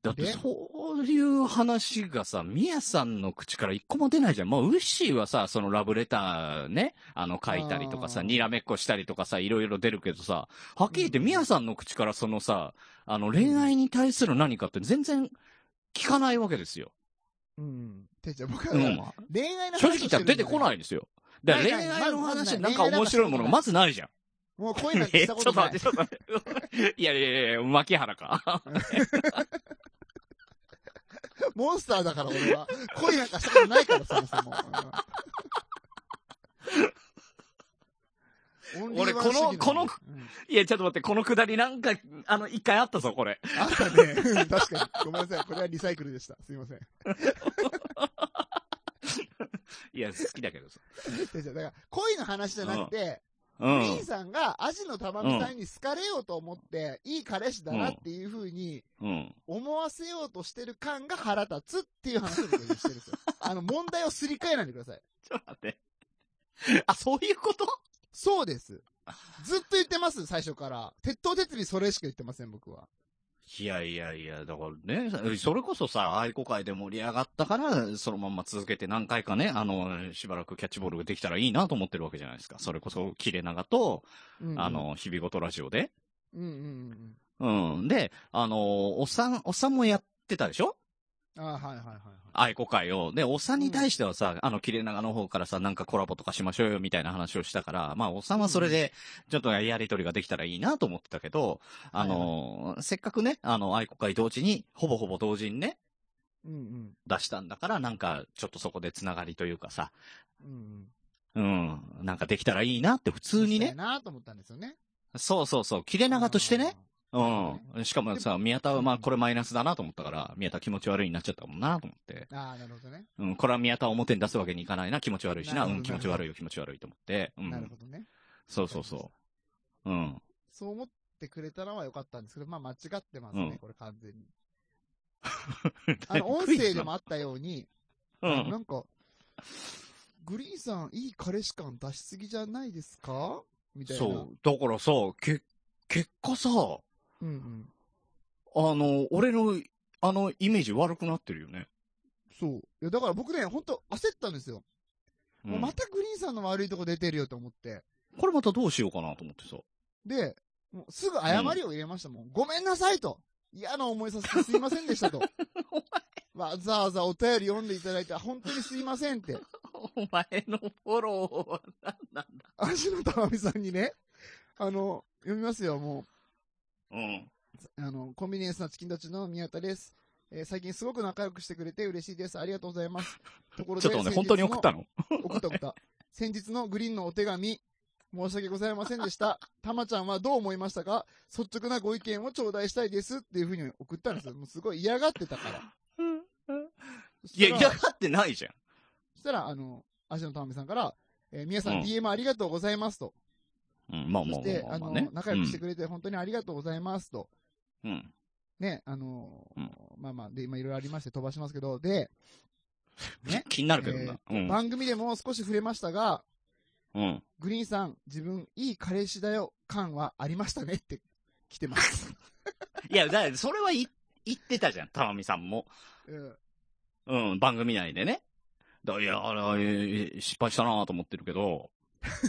Speaker 5: だって、
Speaker 1: で
Speaker 5: そういう話がさ、ミヤさんの口から一個も出ないじゃん。まあ、ウッシーはさ、そのラブレターね、あの、書いたりとかさ、
Speaker 1: あー
Speaker 5: にらめっこしたりとかさ、いろいろ出るけどさ、はっきり言って
Speaker 1: うん
Speaker 5: ミヤさんの口からそのさ、あの、恋愛に対する何かって全然聞かないわけですよ。
Speaker 1: うん。てっちゃん、僕は、
Speaker 5: うん。
Speaker 1: 恋愛の話。
Speaker 5: 正直言ったら出てこないいんですよ。だから恋
Speaker 1: ないない
Speaker 5: 愛の
Speaker 1: まず
Speaker 5: 話
Speaker 1: ない
Speaker 5: なんか面白いものがまずないじゃん。
Speaker 1: もう恋なんてしたことない。
Speaker 5: ちょっと待って、ちょっと待って。いやいやいや、牧原か。
Speaker 1: モンスターだから俺は。恋なんかしたことないから、そもそも。うんオンリーワン主義なんで
Speaker 5: 俺このこの
Speaker 1: うん
Speaker 5: いや、ちょっと待って、このくだりなんか、あの、一回あったぞ、これ。
Speaker 1: あったね。うん確かに。ごめんなさい。これはリサイクルでした。すいません。
Speaker 5: いや、好きだけどさ。
Speaker 1: てっちゃんだから、恋の話じゃなくて、
Speaker 5: う
Speaker 1: グリーン
Speaker 5: ん。
Speaker 1: さんがアジのたまみさんに好かれようと思って、いい彼氏だなっていう風に
Speaker 5: うん。
Speaker 1: 思わせようとしてる感が腹立つっていう話を僕はしてるんですよ。あの、問題をすり替えないでください。
Speaker 5: ちょっと 待って。あ、そういうこと
Speaker 1: そうです。ずっと言ってます、最初から。鉄頭鉄尾それしか言ってません、僕は。
Speaker 5: いやいやいや、だからね、それこそさ、愛好会で盛り上がったから、そのまんま続けて何回かね、あの、しばらくキャッチボールができたらいいなと思ってるわけじゃないですか。それこそ、切れ長と、
Speaker 1: うん
Speaker 5: あ、の、日々ごとラジオで。
Speaker 1: うんうんうん。
Speaker 5: うん。で、あの、おさん、おさんもやってたでしょ
Speaker 1: あはいはいはいはい。
Speaker 5: 愛好会を。で、おさんに対してはさ、あの、切れ長の方からさ、なんかコラボとかしましょうよみたいな話をしたから、まあ、おさんはそれで、ちょっとやりとりができたらいいなと思ってたけど、あの、せっかくね、あの、愛好会同時に、ほぼほぼ同時にね、
Speaker 1: うんうん。
Speaker 5: 出したんだから、なんか、ちょっとそこでつながりというかさ、
Speaker 1: うんうん。
Speaker 5: うん、なんかできたらいいなって普通に
Speaker 1: そうや
Speaker 5: ね、
Speaker 1: なと思ったんですよね。そう
Speaker 5: そうそうそう、切れ長としてね、
Speaker 1: う
Speaker 5: うん、しかもさ、宮田はまあこれマイナスだなと思ったから、宮田気持ち悪いになっちゃったもんなと思って。
Speaker 1: ああ、なるほどね。
Speaker 5: うん、これは宮田を表に出すわけにいかないな、気持ち悪いし
Speaker 1: な
Speaker 5: な、
Speaker 1: る
Speaker 5: う
Speaker 1: ほど
Speaker 5: ん、気持ち悪いよ、気持ち悪いと思って。う
Speaker 1: なるほ
Speaker 5: ん。
Speaker 1: どね。
Speaker 5: そうそうそう。うん。
Speaker 1: そう思ってくれたのは良かったんですけど、まあ間違ってますね、
Speaker 5: うん
Speaker 1: これ完全に。 あの、音声でもあったように、
Speaker 5: う。
Speaker 1: あのなんんか、グリーンさん、いい彼氏感出しすぎじゃないですかみたいな。
Speaker 5: そう。だからさ、け、結果さ、あ
Speaker 1: う。うんうん。
Speaker 5: の、俺の、あの、イメージ悪くなってるよね。
Speaker 1: そう。いや、だから僕ね、本当焦ったんですよ。
Speaker 5: う
Speaker 1: もうんまたグリーンさんの悪いとこ出てるよと思って。
Speaker 5: これまたどうしようかなと思って さ。
Speaker 1: で、もうすぐ謝りを入れましたもん。ごめんなさいと。嫌な思いさせてすいませんでした と。わざわざお便り読んでいただいて、本当にすいませんって。
Speaker 5: お前のフォローは何なんだ
Speaker 1: 足のたまみさんにね、あの、読みますよ、も
Speaker 5: うん。
Speaker 1: う。あの、コンビニエンスなチキンたちの宮田です。えー最近すごく仲良くしてくれて嬉しいです。ありがとうござい ます。ところ
Speaker 5: ち
Speaker 1: で
Speaker 5: ょっとね、
Speaker 1: 先日の
Speaker 5: 本当に送ったの
Speaker 1: 送った送った。先日のグリーンのお手紙、申し訳ございませんでした。たまちゃんはどう思いましたか率直なご意見を頂戴したいですっていうふうに送ったんですよ。もうすごい嫌がってたから。そし
Speaker 5: いや、
Speaker 1: たら
Speaker 5: 嫌がってないじゃん。
Speaker 1: そしたら、あの、足のたまみさんから、えー皆さ
Speaker 5: うんん
Speaker 1: DM ありがとうございますと。
Speaker 5: うん、まあ
Speaker 1: そ
Speaker 5: まあ
Speaker 1: し
Speaker 5: ま
Speaker 1: て、
Speaker 5: あ
Speaker 1: あ
Speaker 5: まあ
Speaker 1: の
Speaker 5: ね。、
Speaker 1: 仲良くしてくれて本当にありがとうございますと。
Speaker 5: うんうん。
Speaker 1: ね、あのー
Speaker 5: うん
Speaker 1: まあまあ、で、今いろいろありまして飛ばしますけど、で、ね
Speaker 5: 気になるけどな。うん。
Speaker 1: 番組でも少し触れましたが、
Speaker 5: うん。
Speaker 1: グリーンさん、自分、いい彼氏だよ感はありましたねって 来てます。
Speaker 5: いや、だからそれは言言ってたじゃん、たまみさんも。
Speaker 1: うん。
Speaker 5: うん、番組内でね。だいや、あれ、えー失敗したなと思ってるけど、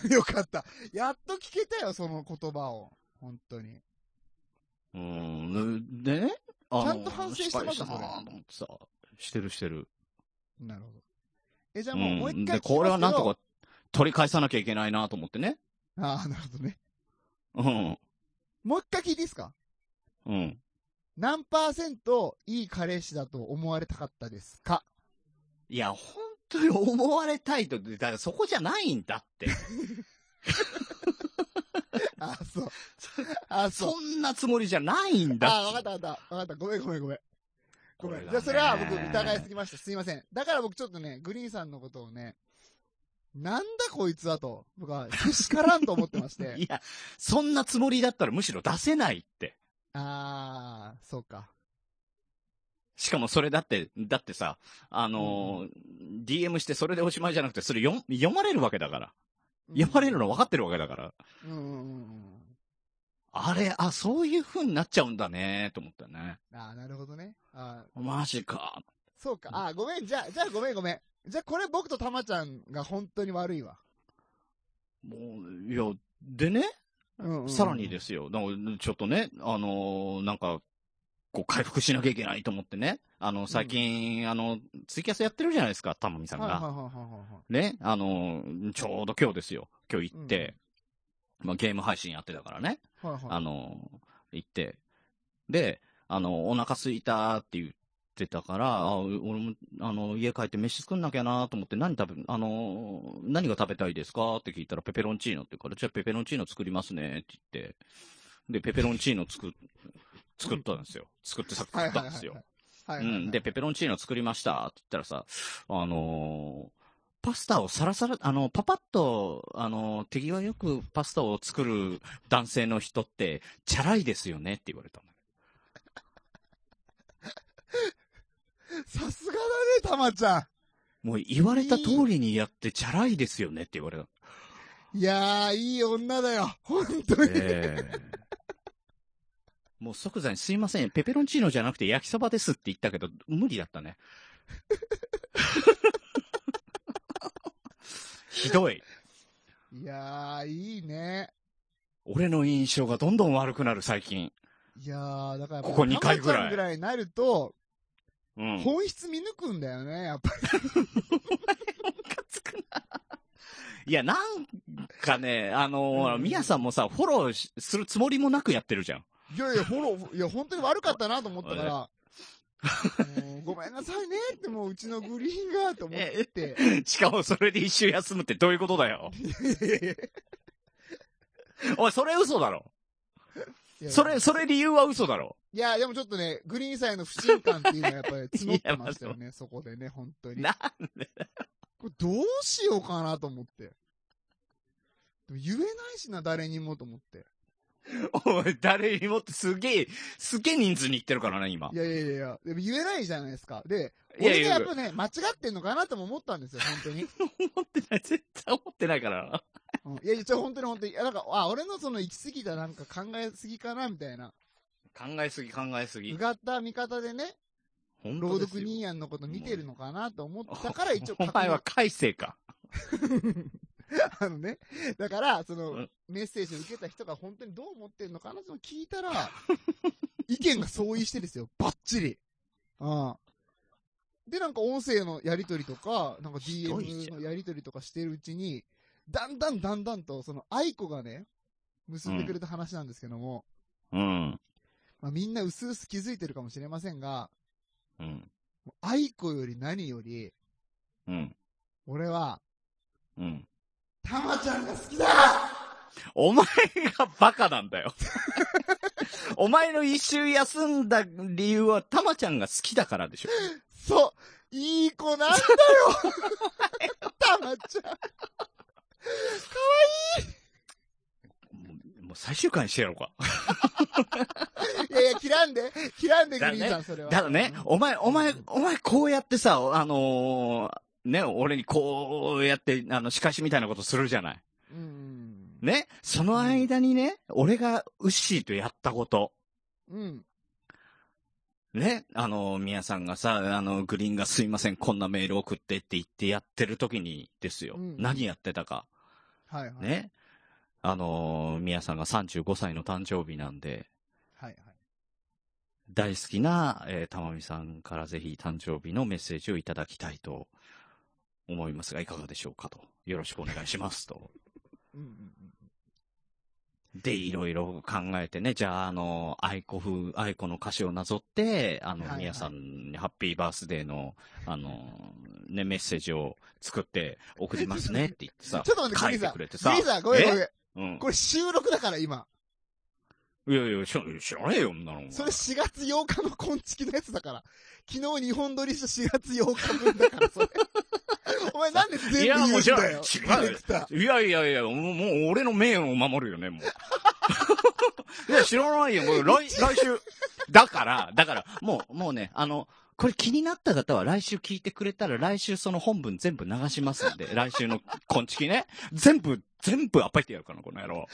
Speaker 1: よかった。やっと聞けたよ、その言葉を。本当に。
Speaker 5: うん、でね、あの
Speaker 1: ちゃんと反省してます
Speaker 5: 失敗したなと思ってさ、してるしてる。
Speaker 1: なるほど。え、じゃあ
Speaker 5: う
Speaker 1: もう、もう一回聞
Speaker 5: ん、で、
Speaker 1: きますけど
Speaker 5: これはなんとか取り返さなきゃいけないなと思ってね。
Speaker 1: ああ、なるほどね。
Speaker 5: うん、
Speaker 1: もう一回聞いていいですか
Speaker 5: うん。
Speaker 1: 何パーセントいい彼氏だと思われたかったですか
Speaker 5: いや、本当に思われたいと、だからそこじゃないんだ って。
Speaker 1: あー、 そう。あー、そう。
Speaker 5: そんなつもりじゃないんだ
Speaker 1: あー、わかったわかった。わかった。ごめんごめんごめん。ごめん。
Speaker 5: これがね
Speaker 1: じゃあそれは僕疑いすぎました。すいません。だから僕ちょっとね、グリーンさんのことをね、なんだこいつはと、僕は、けしからんと思ってまして。
Speaker 5: いや、そんなつもりだったらむしろ出せないって。
Speaker 1: あー、そうか。
Speaker 5: しかもそれだって、だってさ、あのー DM してそれでおしまいじゃなくて、それ読読まれるわけだから。読まれるの分かってるわけだから。
Speaker 1: うんうんうんうん。
Speaker 5: あれ、あ、そういう風になっちゃうんだね、と思ったね。
Speaker 1: あー、なるほどね。あー、
Speaker 5: マジか。
Speaker 1: そうか。あー、ごめん。じゃあ、じゃあごめんごめん。じゃあこれ僕とたまちゃんが本当に悪いわ。
Speaker 5: もう、いや、でね、
Speaker 1: うんうん
Speaker 5: さらにですよ、なんかちょっとね、あのーなんか、こう回復しなきゃいけないと思ってね、あの、最近、あの、ツイキャスやってるじゃないですか、たまみさんが。
Speaker 1: はいはいはいはいはいはい。
Speaker 5: ね、あのーちょうど今日ですよ。今日行って、まあゲーム配信やってたからね。
Speaker 1: はいはい。
Speaker 5: あの、行って。で、あの、お腹空いたって言ってたから、あ俺も、あの、家帰って飯作んなきゃなと思って、何食べ、あの、何が食べたいですかって聞いたら、ペペロンチーノって言うから、じゃあペペロンチーノ作りますねって言って、で、ペペロンチーノ作、作ったんですよ。作ってさ、作ったんですよ。
Speaker 1: はいは
Speaker 5: う
Speaker 1: いはい。
Speaker 5: ん。で、ペペロンチーノ作りましたって言ったらさ、あのーパスタをさらさら、あの、パパッと、あの、手際よくパスタを作る男性の人って、チャラいですよねって言われたんだ
Speaker 1: さすがだね、たまちゃ
Speaker 5: もう言われた通りにやって、チャラいですよねって言われた。
Speaker 1: ん。いやー、いい女だよ。本当に。
Speaker 5: えもう即座にすいません、ペペロンチーノじゃなくて焼きそばですって言ったけど、無理だった ね。ひどい。
Speaker 1: いやー、いいね。
Speaker 5: 俺の印象がどんどん悪くなる最近。
Speaker 1: いやー、だからやっぱ、
Speaker 5: ここ二回ぐらい
Speaker 1: たまちゃんぐらいになると、
Speaker 5: うん。
Speaker 1: 本質見抜くんだよね、やっぱり。
Speaker 5: いや、なんかね、あのー、
Speaker 1: うん
Speaker 5: ミヤさんもさ、フォローしするつもりもなくやってるじゃん。
Speaker 1: いやいや、フォロー、いや、本当に悪かったなと思ったから、うんごめんなさいねって、もううちのグリーンが、と思って。
Speaker 5: しかもそれで一周休むってどういうことだよ。おい、それ嘘だろ。
Speaker 1: いや
Speaker 5: それ、、それ理由は嘘だろ。
Speaker 1: いや、でもちょっとね、グリーンさんへの不信感っていうのはやっぱり募ってま したよね、そこでね、本当に。
Speaker 5: なん
Speaker 1: これどうしようかなと思って。でも言えないしな、誰にもと思って。
Speaker 5: おい、誰にもってすげえ、すげえ人数に言ってるからね、今
Speaker 1: い。やいやいや、でも言えないじゃないですか。で、
Speaker 5: い
Speaker 1: 俺ね、
Speaker 5: や
Speaker 1: や
Speaker 5: いや
Speaker 1: っぱね、間違ってんのかなとも思ったんですよ、本当 に。
Speaker 5: 思ってない、絶対思ってないから。
Speaker 1: うんいや、一応本当に本当に。いや、なんか、あ、俺のその行き過ぎたなんか考えすぎかな、みたいな。
Speaker 5: 考えすぎ、考えす
Speaker 1: う
Speaker 5: ぎ。
Speaker 1: がった見方でね、
Speaker 5: 本
Speaker 1: 朗
Speaker 5: 当です
Speaker 1: 読
Speaker 5: よ
Speaker 1: ニーヤンのこと見てるのかなと思ったから、一応
Speaker 5: お
Speaker 1: 確認、
Speaker 5: 前は改正か。
Speaker 1: あのね。だから、そうの
Speaker 5: ん、
Speaker 1: メッセージを受けた人が本当にどう思ってるのかなってのを聞いたら、 意見が相違してですよ。バッチリ。うん。で、なんか音声のやりとりとか、なんか
Speaker 5: ひどいじ
Speaker 1: DM
Speaker 5: ゃん
Speaker 1: のやりとりとかしてるうちに、だんだんだんだんと、その、愛子がね、結んでくれた話なんですけども、
Speaker 5: うん。
Speaker 1: まあ、みんな薄々気づいてるかもしれませんが、
Speaker 5: うん。
Speaker 1: 愛子より何より、
Speaker 5: うん。
Speaker 1: 俺は、
Speaker 5: うん。
Speaker 1: たまちゃんが好きだ
Speaker 5: お前がバカなんだよ。 お前の一周休んだ理由は、たまちゃんが好きだからでしょ。
Speaker 1: そういい子なんだよたまちゃん
Speaker 5: もうもう最終回にしてやろうか。
Speaker 1: いやいや、切らんで、切らんで、グ
Speaker 5: だね
Speaker 1: リーンさん、それは。
Speaker 5: だからね、お前、お前、お前こうやってさ、あのーね、俺にこうやって、あの、仕返しみたいなことするじゃない。
Speaker 1: うん。
Speaker 5: ね、その間にね、俺がウッシーとやったこと。
Speaker 1: うん。
Speaker 5: ね、あの、宮さんがさ、あの、グリーンがすいません、こんなメール送ってって言ってやってる時にですよ。
Speaker 1: うん
Speaker 5: 何やってたか。
Speaker 1: はいはい。。
Speaker 5: ね。あの、宮さんが35歳の誕生日なんで、
Speaker 1: はい
Speaker 5: 大好きな、えー、たまみさんからぜひ誕生日のメッセージをいただきたいと思いますが、いかがでしょうかと。よろしくお願いしま すと。
Speaker 1: うんうんうん。
Speaker 5: で、いろいろ考えてね、じゃあ、あの、愛子風、愛子の歌詞をなぞって、あの、
Speaker 1: はいはい
Speaker 5: 皆さんにハッピーバースデーの、あの、ね、メッセージを作って送りますねって言って
Speaker 1: 、
Speaker 5: さ
Speaker 1: ちょっと待って、
Speaker 5: 書
Speaker 1: グリーンさん。グリ
Speaker 5: いてくれてさ、
Speaker 1: ーンさん、ごめんごめん。
Speaker 5: うん
Speaker 1: こ。れ収録だから、今。
Speaker 5: いやいや、知ら知らねえよ、んなの。
Speaker 1: それ4月8日のコンチキのやつだから。昨日日本撮りした4月8日分だから、 それ。お前なんで全部
Speaker 5: い
Speaker 1: 言
Speaker 5: や、
Speaker 1: うん
Speaker 5: もう知ら
Speaker 1: だ
Speaker 5: ない
Speaker 1: よ。。
Speaker 5: 知
Speaker 1: デ
Speaker 5: ら
Speaker 1: ィ
Speaker 5: な
Speaker 1: レクター
Speaker 5: い。いやいやいや、もう、もう俺の名誉を守るよね、もう。 いや、知らないよ、もう来、来週。だから、だから、もう、もうね、あの、これ気になった方は来週聞いてくれたら、来週その本文全部流しますんで、来週のコンチキね。全部、全部暴いてやるから、この野郎。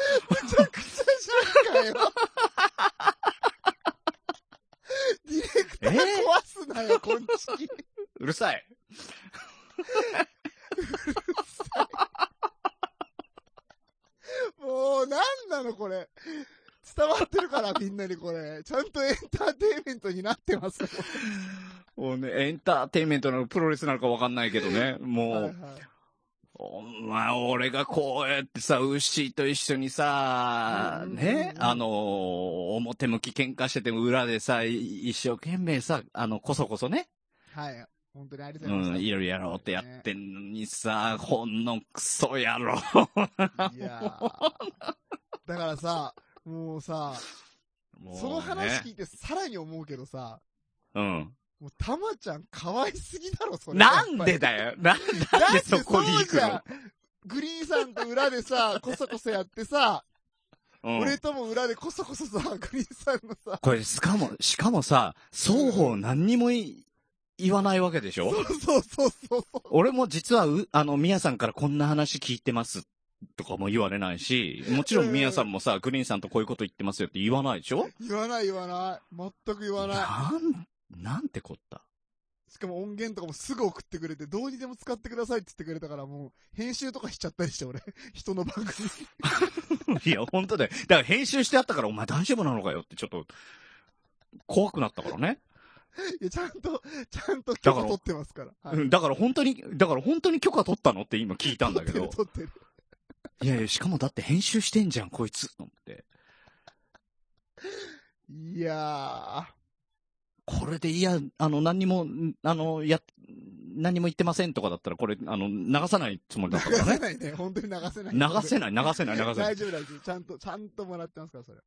Speaker 1: じゃんかよ。ディレクター壊すなよ、コンチキ。
Speaker 5: うるさい。
Speaker 1: もう、なんなのこれ。伝わってる から、みんなにこれ。ちゃんとエンターテインメントになってますよ。
Speaker 5: もうね、エンターテインメントなのかプロレスなのかわかんないけどね、も
Speaker 1: は
Speaker 5: う
Speaker 1: い。はい
Speaker 5: お前、俺がこうやってさ、ウッシーと一緒にさ、
Speaker 1: うん
Speaker 5: ね、
Speaker 1: うん
Speaker 5: あのー表向き喧嘩してても裏でさ、い一生懸命さ、あの、こそこそね、
Speaker 1: はい。本当にありが
Speaker 5: う
Speaker 1: とうございま
Speaker 5: ん、
Speaker 1: す。
Speaker 5: いろいろやろうってやってんのにさ、ほんのクソ野
Speaker 1: い
Speaker 5: 郎。
Speaker 1: やーだからさ、もうさ、
Speaker 5: もうね
Speaker 1: その話聞いてさらに思うけどさ、
Speaker 5: うん。
Speaker 1: もうたまちゃん可愛すぎだろ、それ。
Speaker 5: なん
Speaker 1: や
Speaker 5: で
Speaker 1: っぱ
Speaker 5: だよな、
Speaker 1: り
Speaker 5: なんでそこに行く
Speaker 1: だっ
Speaker 5: の
Speaker 1: てそうじゃんグリーンさんと裏でさ、こそこそやってさ、
Speaker 5: うん
Speaker 1: 俺とも裏でこそこそさ、グリーンさんのさ、
Speaker 5: これ、しかも、しかもさ、双方何にもい言わないわけでしょ
Speaker 1: そうそうそうそう。
Speaker 5: 俺も実はう、あの、みやさんからこんな話聞いてますっとかも言われないし、もちろん宮さんもさ、グリーンさんとこういうこと言ってますよって言わないでしょ
Speaker 1: 言わない言わない。全く言わな
Speaker 5: なん、なんてこっ
Speaker 1: い。
Speaker 5: た。
Speaker 1: しかも音源とかもすぐ送ってくれて、どうにでも使ってくださいって言ってくれたから、もう、編集とかしちゃったりして、俺。 人の番組。
Speaker 5: いや、本当だよ。だから編集してあったから、お前大丈夫なのかよってちょっと、怖くなったからね。
Speaker 1: いや、ちゃんと、ちゃんと
Speaker 5: だ
Speaker 1: 許
Speaker 5: か
Speaker 1: 可
Speaker 5: ら
Speaker 1: 取ってますから。は
Speaker 5: う
Speaker 1: い
Speaker 5: んだから本当に、だから本当に許可取ったのって今聞いたんだ
Speaker 1: 取っ
Speaker 5: け
Speaker 1: てる
Speaker 5: ど。
Speaker 1: 取ってる。
Speaker 5: いやいや、しかもだって編集してんじゃん、こいつ。と思って。
Speaker 1: いや
Speaker 5: これで、いや、あの、何にも、んあの、や、何も言ってませんとかだったら、これ、あの、流さないつもりだった
Speaker 1: ー、
Speaker 5: か
Speaker 1: 流 せ
Speaker 5: らね。
Speaker 1: ないね。本当に流せない。
Speaker 5: 流せない、流せない、流せない
Speaker 1: 大。丈夫、大丈夫。ちゃんと、ちゃんともらってますから、それ。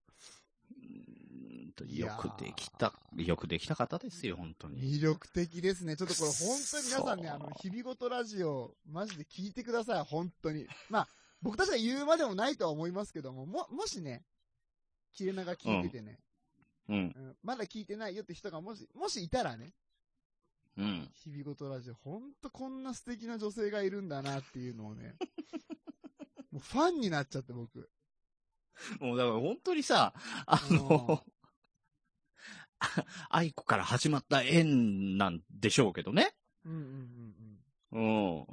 Speaker 5: よくできた、よくできた方ですよ、本当に。
Speaker 1: 魅力的ですね。ちょっとこれ本当に皆さんね、
Speaker 5: くっそー
Speaker 1: あの、日々ごとラジオ、マジで聞いてください、本当に。まあ、僕たちが言うまでもないとは思いますけども、も、もしね、切れ長聞いててね、
Speaker 5: うん、
Speaker 1: うんまだ聞いてないよって人がもし、もしいたらね、
Speaker 5: うん。
Speaker 1: 日々ごとラジオ、本当こんな素敵な女性がいるんだなっていうのを ね、もうファンになっちゃって僕。
Speaker 5: もうだから本当にさ、あの、あ愛子から始まった縁なんでしょうけどね。
Speaker 1: うんうんうんうん。
Speaker 5: うん。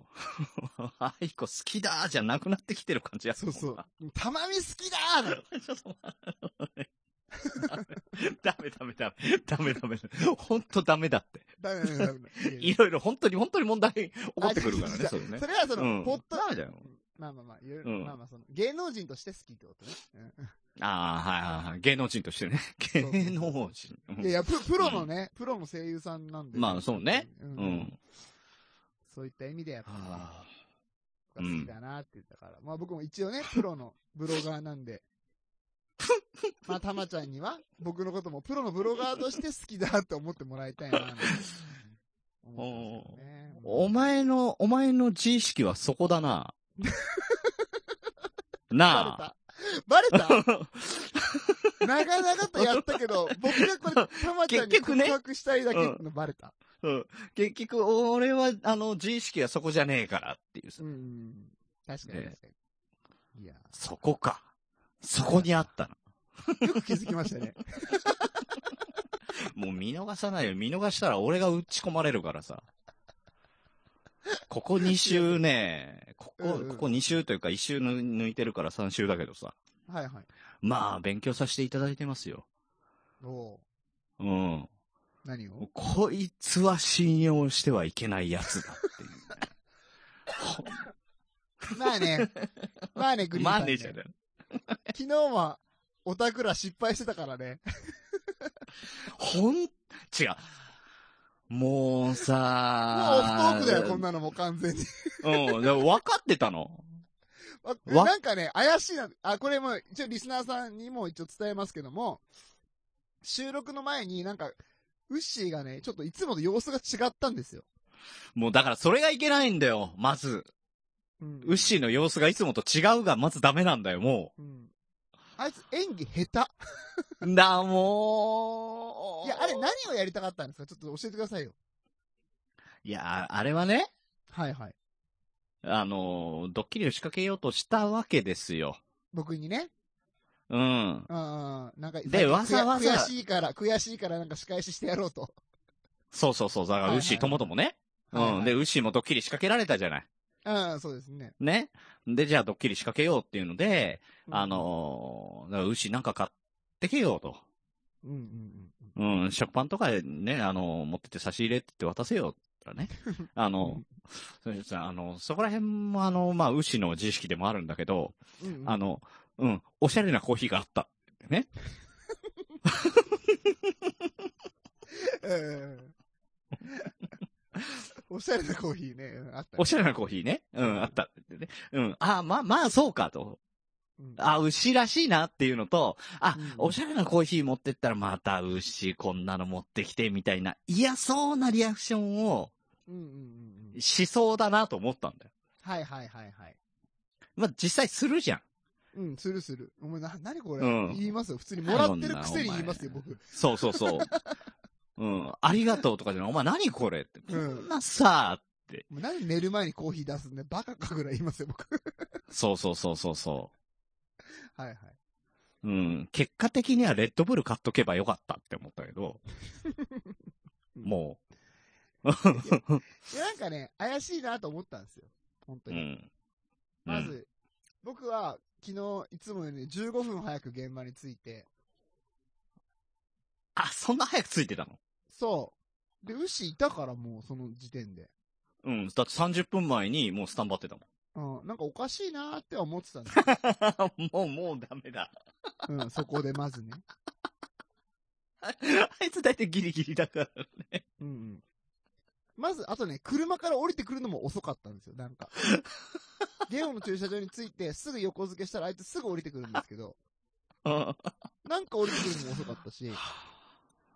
Speaker 5: 愛子好きだじゃなくなってきてる感じや
Speaker 1: そうそう。たまみ好きだーなの
Speaker 5: ちょっとダメダメダメ。ダメダメダメ。ほんとダメだって。
Speaker 1: ダメダメダメダメ。
Speaker 5: いろいろ本当に本当に問題起こってくるからね、
Speaker 1: あ
Speaker 5: それね
Speaker 1: そ。れはその、
Speaker 5: うん
Speaker 1: ポッド
Speaker 5: ダメだよ
Speaker 1: まあまあまあ、いろいろ、
Speaker 5: うん
Speaker 1: まあまあその、芸能人として好きってことね。
Speaker 5: ああ、はいはいはい。芸能人としてね。
Speaker 1: う そうそう
Speaker 5: 芸能人。う
Speaker 1: うん
Speaker 5: ん
Speaker 1: いやいや、ププロのね、プロの声優さんなんで。
Speaker 5: まあそうね。
Speaker 1: う。
Speaker 5: うんん。
Speaker 1: そういった意味でやっぱね、
Speaker 5: はあ
Speaker 1: 僕は好きだなって言ったから。まあ僕も一 応ね、プロのブロガーなんで。まあ、たまちゃんには、僕のこともプロのブロガーとして好きだって思ってもらいたいななんて思ってますよね。
Speaker 5: お前の、お前の自意識はそこ だな。なあ。
Speaker 1: バレたバレた長々とやったけど、僕がこれ、たまちゃんに
Speaker 5: 結局
Speaker 1: 告
Speaker 5: ね
Speaker 1: 白したいだけってのバレた。
Speaker 5: うん結局、俺は、あの、自意識はそこじゃねえからっていうさ
Speaker 1: うんうんうん。確かに
Speaker 5: ね
Speaker 1: 確かに。いや
Speaker 5: そこか。そこにあったの。
Speaker 1: ーよく気づきましたね。
Speaker 5: もう見逃さないよ。見逃したら俺が打ち込まれるからさ。ここ2週ね、ここ、
Speaker 1: うんうん
Speaker 5: ここ2週というか1週ぬ抜いてるから3週だけどさ。
Speaker 1: はいはい。
Speaker 5: まあ、勉強させていただいてますよ。
Speaker 1: おう
Speaker 5: うん。
Speaker 1: 何を
Speaker 5: こいつは信用してはいけないやつだっていうね、
Speaker 1: まあね。まあね、 グリーンさ
Speaker 5: まあ
Speaker 1: ん、
Speaker 5: ね
Speaker 1: ね。
Speaker 5: えじゃね
Speaker 1: 昨日は、オタクら失敗してたからね。
Speaker 5: ほん、違う。もう
Speaker 1: もう
Speaker 5: さ
Speaker 1: オフトークだよ、こんなのもう完全に。
Speaker 5: うん、でも分かってたの。
Speaker 1: わ
Speaker 5: わ
Speaker 1: なんかね、怪しいな。あ、これも、一応リスナーさんにも一応伝えますけども、収録の前になんか、ウッシーがね、ちょっといつもと様子が違ったんですよ。
Speaker 5: もうだからそれがいけないんだよ、まず。
Speaker 1: うん
Speaker 5: ウッシーの様子がいつもと違うが、まずダメなんだよ、も
Speaker 1: うん。あいつ演技下
Speaker 5: う。だ、も
Speaker 1: 手。
Speaker 5: う。
Speaker 1: いや、あれ何をやりたかったんですかちょっと教えてくださいよ。
Speaker 5: いや、あれはね、
Speaker 1: はいはい。
Speaker 5: あの、ドッキリを仕掛けようとしたわけですよ。
Speaker 1: 僕にね。
Speaker 5: うん。
Speaker 1: うんうんうん。なんか、
Speaker 5: で
Speaker 1: 最近
Speaker 5: わざわざ
Speaker 1: 悔悔しいから、悔しいからなんか仕返ししてやろうと。
Speaker 5: そうそうそう、だからウッシーともともね。
Speaker 1: はいは
Speaker 5: う
Speaker 1: い
Speaker 5: ん。で、ウッシーもドッキリ仕掛けられたじゃない。
Speaker 1: うん、そうですね。
Speaker 5: ね。で、じゃあドッキリ仕掛けようっていうので、
Speaker 1: うん
Speaker 5: あ、のー、だから牛なんか買ってけよと。
Speaker 1: うんうんうんうん。
Speaker 5: うん、食パンとかね、あのー持ってって差し入れって言って渡せよ。らね。 あのー、それさあのー、そこら辺もあのー、まあ、牛の自意識でもあるんだけど、
Speaker 1: うんうん
Speaker 5: あの、うん、おしゃれなコーヒーがあった。ね。
Speaker 1: うんおしゃれなコーヒーね。うんあったね、
Speaker 5: おしゃれなコーヒーね。うん、あったって言ってね。うん、あ、まあ、まあ、そうかと。
Speaker 1: うん
Speaker 5: あ、牛らしいなっていうのと、あ、
Speaker 1: うん
Speaker 5: おしゃれなコーヒー持ってったらまた牛こんなの持ってきてみたいな、嫌そうなリアクションを
Speaker 1: うんうんうんうん。
Speaker 5: しそうだなと思ったんだよ。
Speaker 1: はいはいはいはい。
Speaker 5: まあ、実際するじゃん。
Speaker 1: うん、するする。お前な、なにこれ、
Speaker 5: うん
Speaker 1: 言いますよ。普通にもらってるくせに言いますよ、
Speaker 5: あの
Speaker 1: 僕。
Speaker 5: そうそうそう。うん。ありがとうとかじゃない。お前何これって。
Speaker 1: う
Speaker 5: こん
Speaker 1: ん。
Speaker 5: なさ、って。
Speaker 1: もうなんで寝る前にコーヒー出すんで、バカかぐらい言いますよ、僕。
Speaker 5: そうそうそうそうそ
Speaker 1: はいはい。
Speaker 5: う。うん。結果的にはレッドブル買っとけばよかったって思ったけ ど、も
Speaker 1: いや、なんかね、怪しいなと思ったんですよ。本当
Speaker 5: う、う
Speaker 1: に。
Speaker 5: ん。
Speaker 1: まず、僕は、昨日、いつもより15分早く現場に着いて、
Speaker 5: あ、そんな早くついてたの
Speaker 1: そう。で、ウシいたからもう、その時点で。
Speaker 5: うん。だって30分前にもうスタンバってたも
Speaker 1: うん、なんかおかしいなーっては思ってたんですよ。
Speaker 5: ん。 もう、もうダメだ。
Speaker 1: うん、そこでまずね。
Speaker 5: あいつ大体ギリギリだ から。
Speaker 1: うんうん。まず、あとね、車から降りてくるのも遅かったんですよ、なんか。ゲオの駐車場に着いて、すぐ横付けしたら、あいつすぐ降りてくるんですけど、
Speaker 5: うん。
Speaker 1: なんか降りてくるのも遅かったし、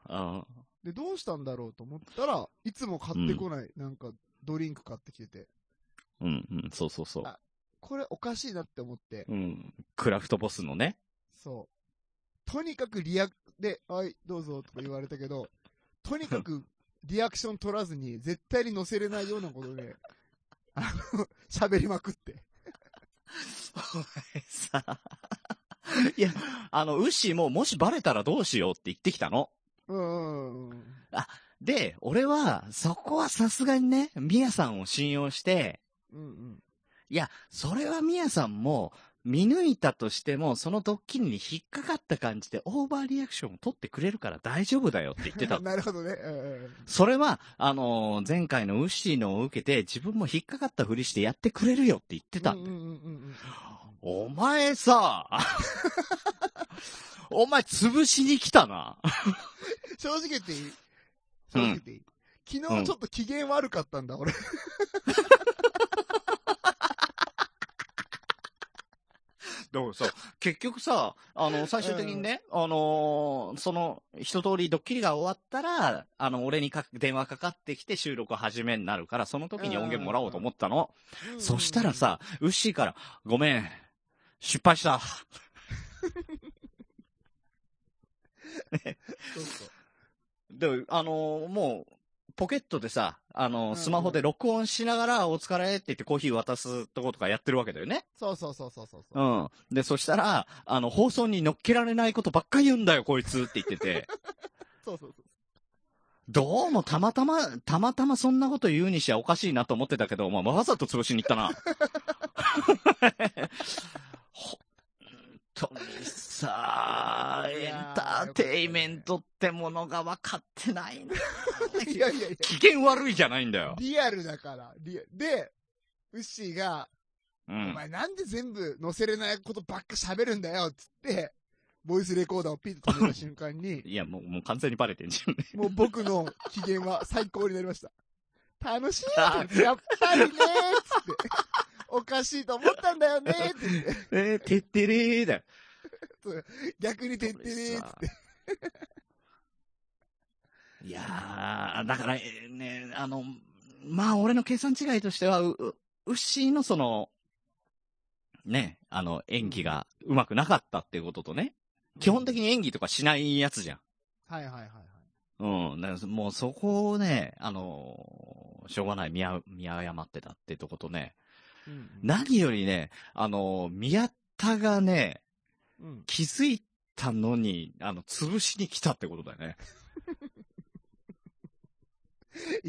Speaker 5: うん。
Speaker 1: で、どうしたんだろうと思ったら、いつも買ってこない、なんか、ドリンク買ってきてて、
Speaker 5: うん、うん、そうそうそう。
Speaker 1: これおかしいなって思って、
Speaker 5: うん。クラフトボスのね。
Speaker 1: そう。とにかくリアク、で、はい、どうぞとか言われたけど、とにかくリアクション取らずに、絶対に乗せれないようなことで、あの、喋りまくって。
Speaker 5: お前さ。いや、あの、ウッシーももしバレたらどうしようって言ってきたの。
Speaker 1: うんうんうんうん。
Speaker 5: で、俺は、そこはさすがにね、ミヤさんを信用して、
Speaker 1: うんうん。。
Speaker 5: いや、それはミヤさんも、見抜いたとしても、そのドッキリに引っかかった感じで、オーバーリアクションを取ってくれるから大丈夫だよって言って た
Speaker 1: なるほどね。うんうんうん
Speaker 5: それは、あのー前回のウッシーのを受けて、自分も引っかかったふりしてやってくれるよって言ってた
Speaker 1: うんうんうんうん
Speaker 5: お前さ、 お前潰しに来たな。
Speaker 1: 正直言っていい正直言っていい、昨日ちょっと機嫌悪かったんだ、俺。
Speaker 5: だからさ、結局さ、あの、最終的にね、あのーその、一通りドッキリが終わったら、あの、俺にか電話かかってきて収録始めになるから、その時に音源もらおうと思ったの。そしたら、さ、ウッシーから、ごめん、失敗した。
Speaker 1: そうそう
Speaker 5: で、あのーもう、ポケットでさ、あのー
Speaker 1: うん
Speaker 5: スマホで録音しながら、お疲れって言ってコーヒー渡すとことかやってるわけだよね。
Speaker 1: そうそうそうそうそうそうう。
Speaker 5: ん。で、そしたら、あの、放送に乗っけられないことばっか言うんだよ、こいつって言っ てて。
Speaker 1: そうそうそう。
Speaker 5: どうもたまたま、たまたまそんなこと言うにしちゃおかしいなと思ってたけど、まあ、わざと潰しに行っ たな。ほんとにさ、
Speaker 1: い
Speaker 5: エン
Speaker 1: やー
Speaker 5: ターテイメントってものが分かってないな。
Speaker 1: いやいやいや。
Speaker 5: 機嫌悪いじゃないんだよ。
Speaker 1: リアルだから。リアで、ウッシーが、
Speaker 5: う
Speaker 1: お
Speaker 5: ん。
Speaker 1: 前なんで全部載せれないことばっか喋るんだよっつって、ボイスレコーダーをピッと止めた瞬間 に、
Speaker 5: いや、もう、もう完全にバレてんじ ゃん。
Speaker 1: もう僕の機嫌は最高になりました。楽しいってやっぱりねーっつって。おかしいと思ったんだよ ねーって言って。
Speaker 5: えー、てってれーだよ。
Speaker 1: 逆に徹底ねーっつって。
Speaker 5: いやー、だから、えーね、あの、まあ、俺の計算違いとしては、う、うウッシーのその、ね、あの、演技がうまくなかったっていうこととね、基本的に演技とかしないやつじゃん。
Speaker 1: はいはいはいはい。
Speaker 5: うん、だからもうそこをね、あの、しょうがない、見あ見誤ってたってとことね、
Speaker 1: うんうん、
Speaker 5: 何よりね、あの、宮田がね、
Speaker 1: うん。
Speaker 5: 気づいたのに、あの、潰しに来たってことだよね。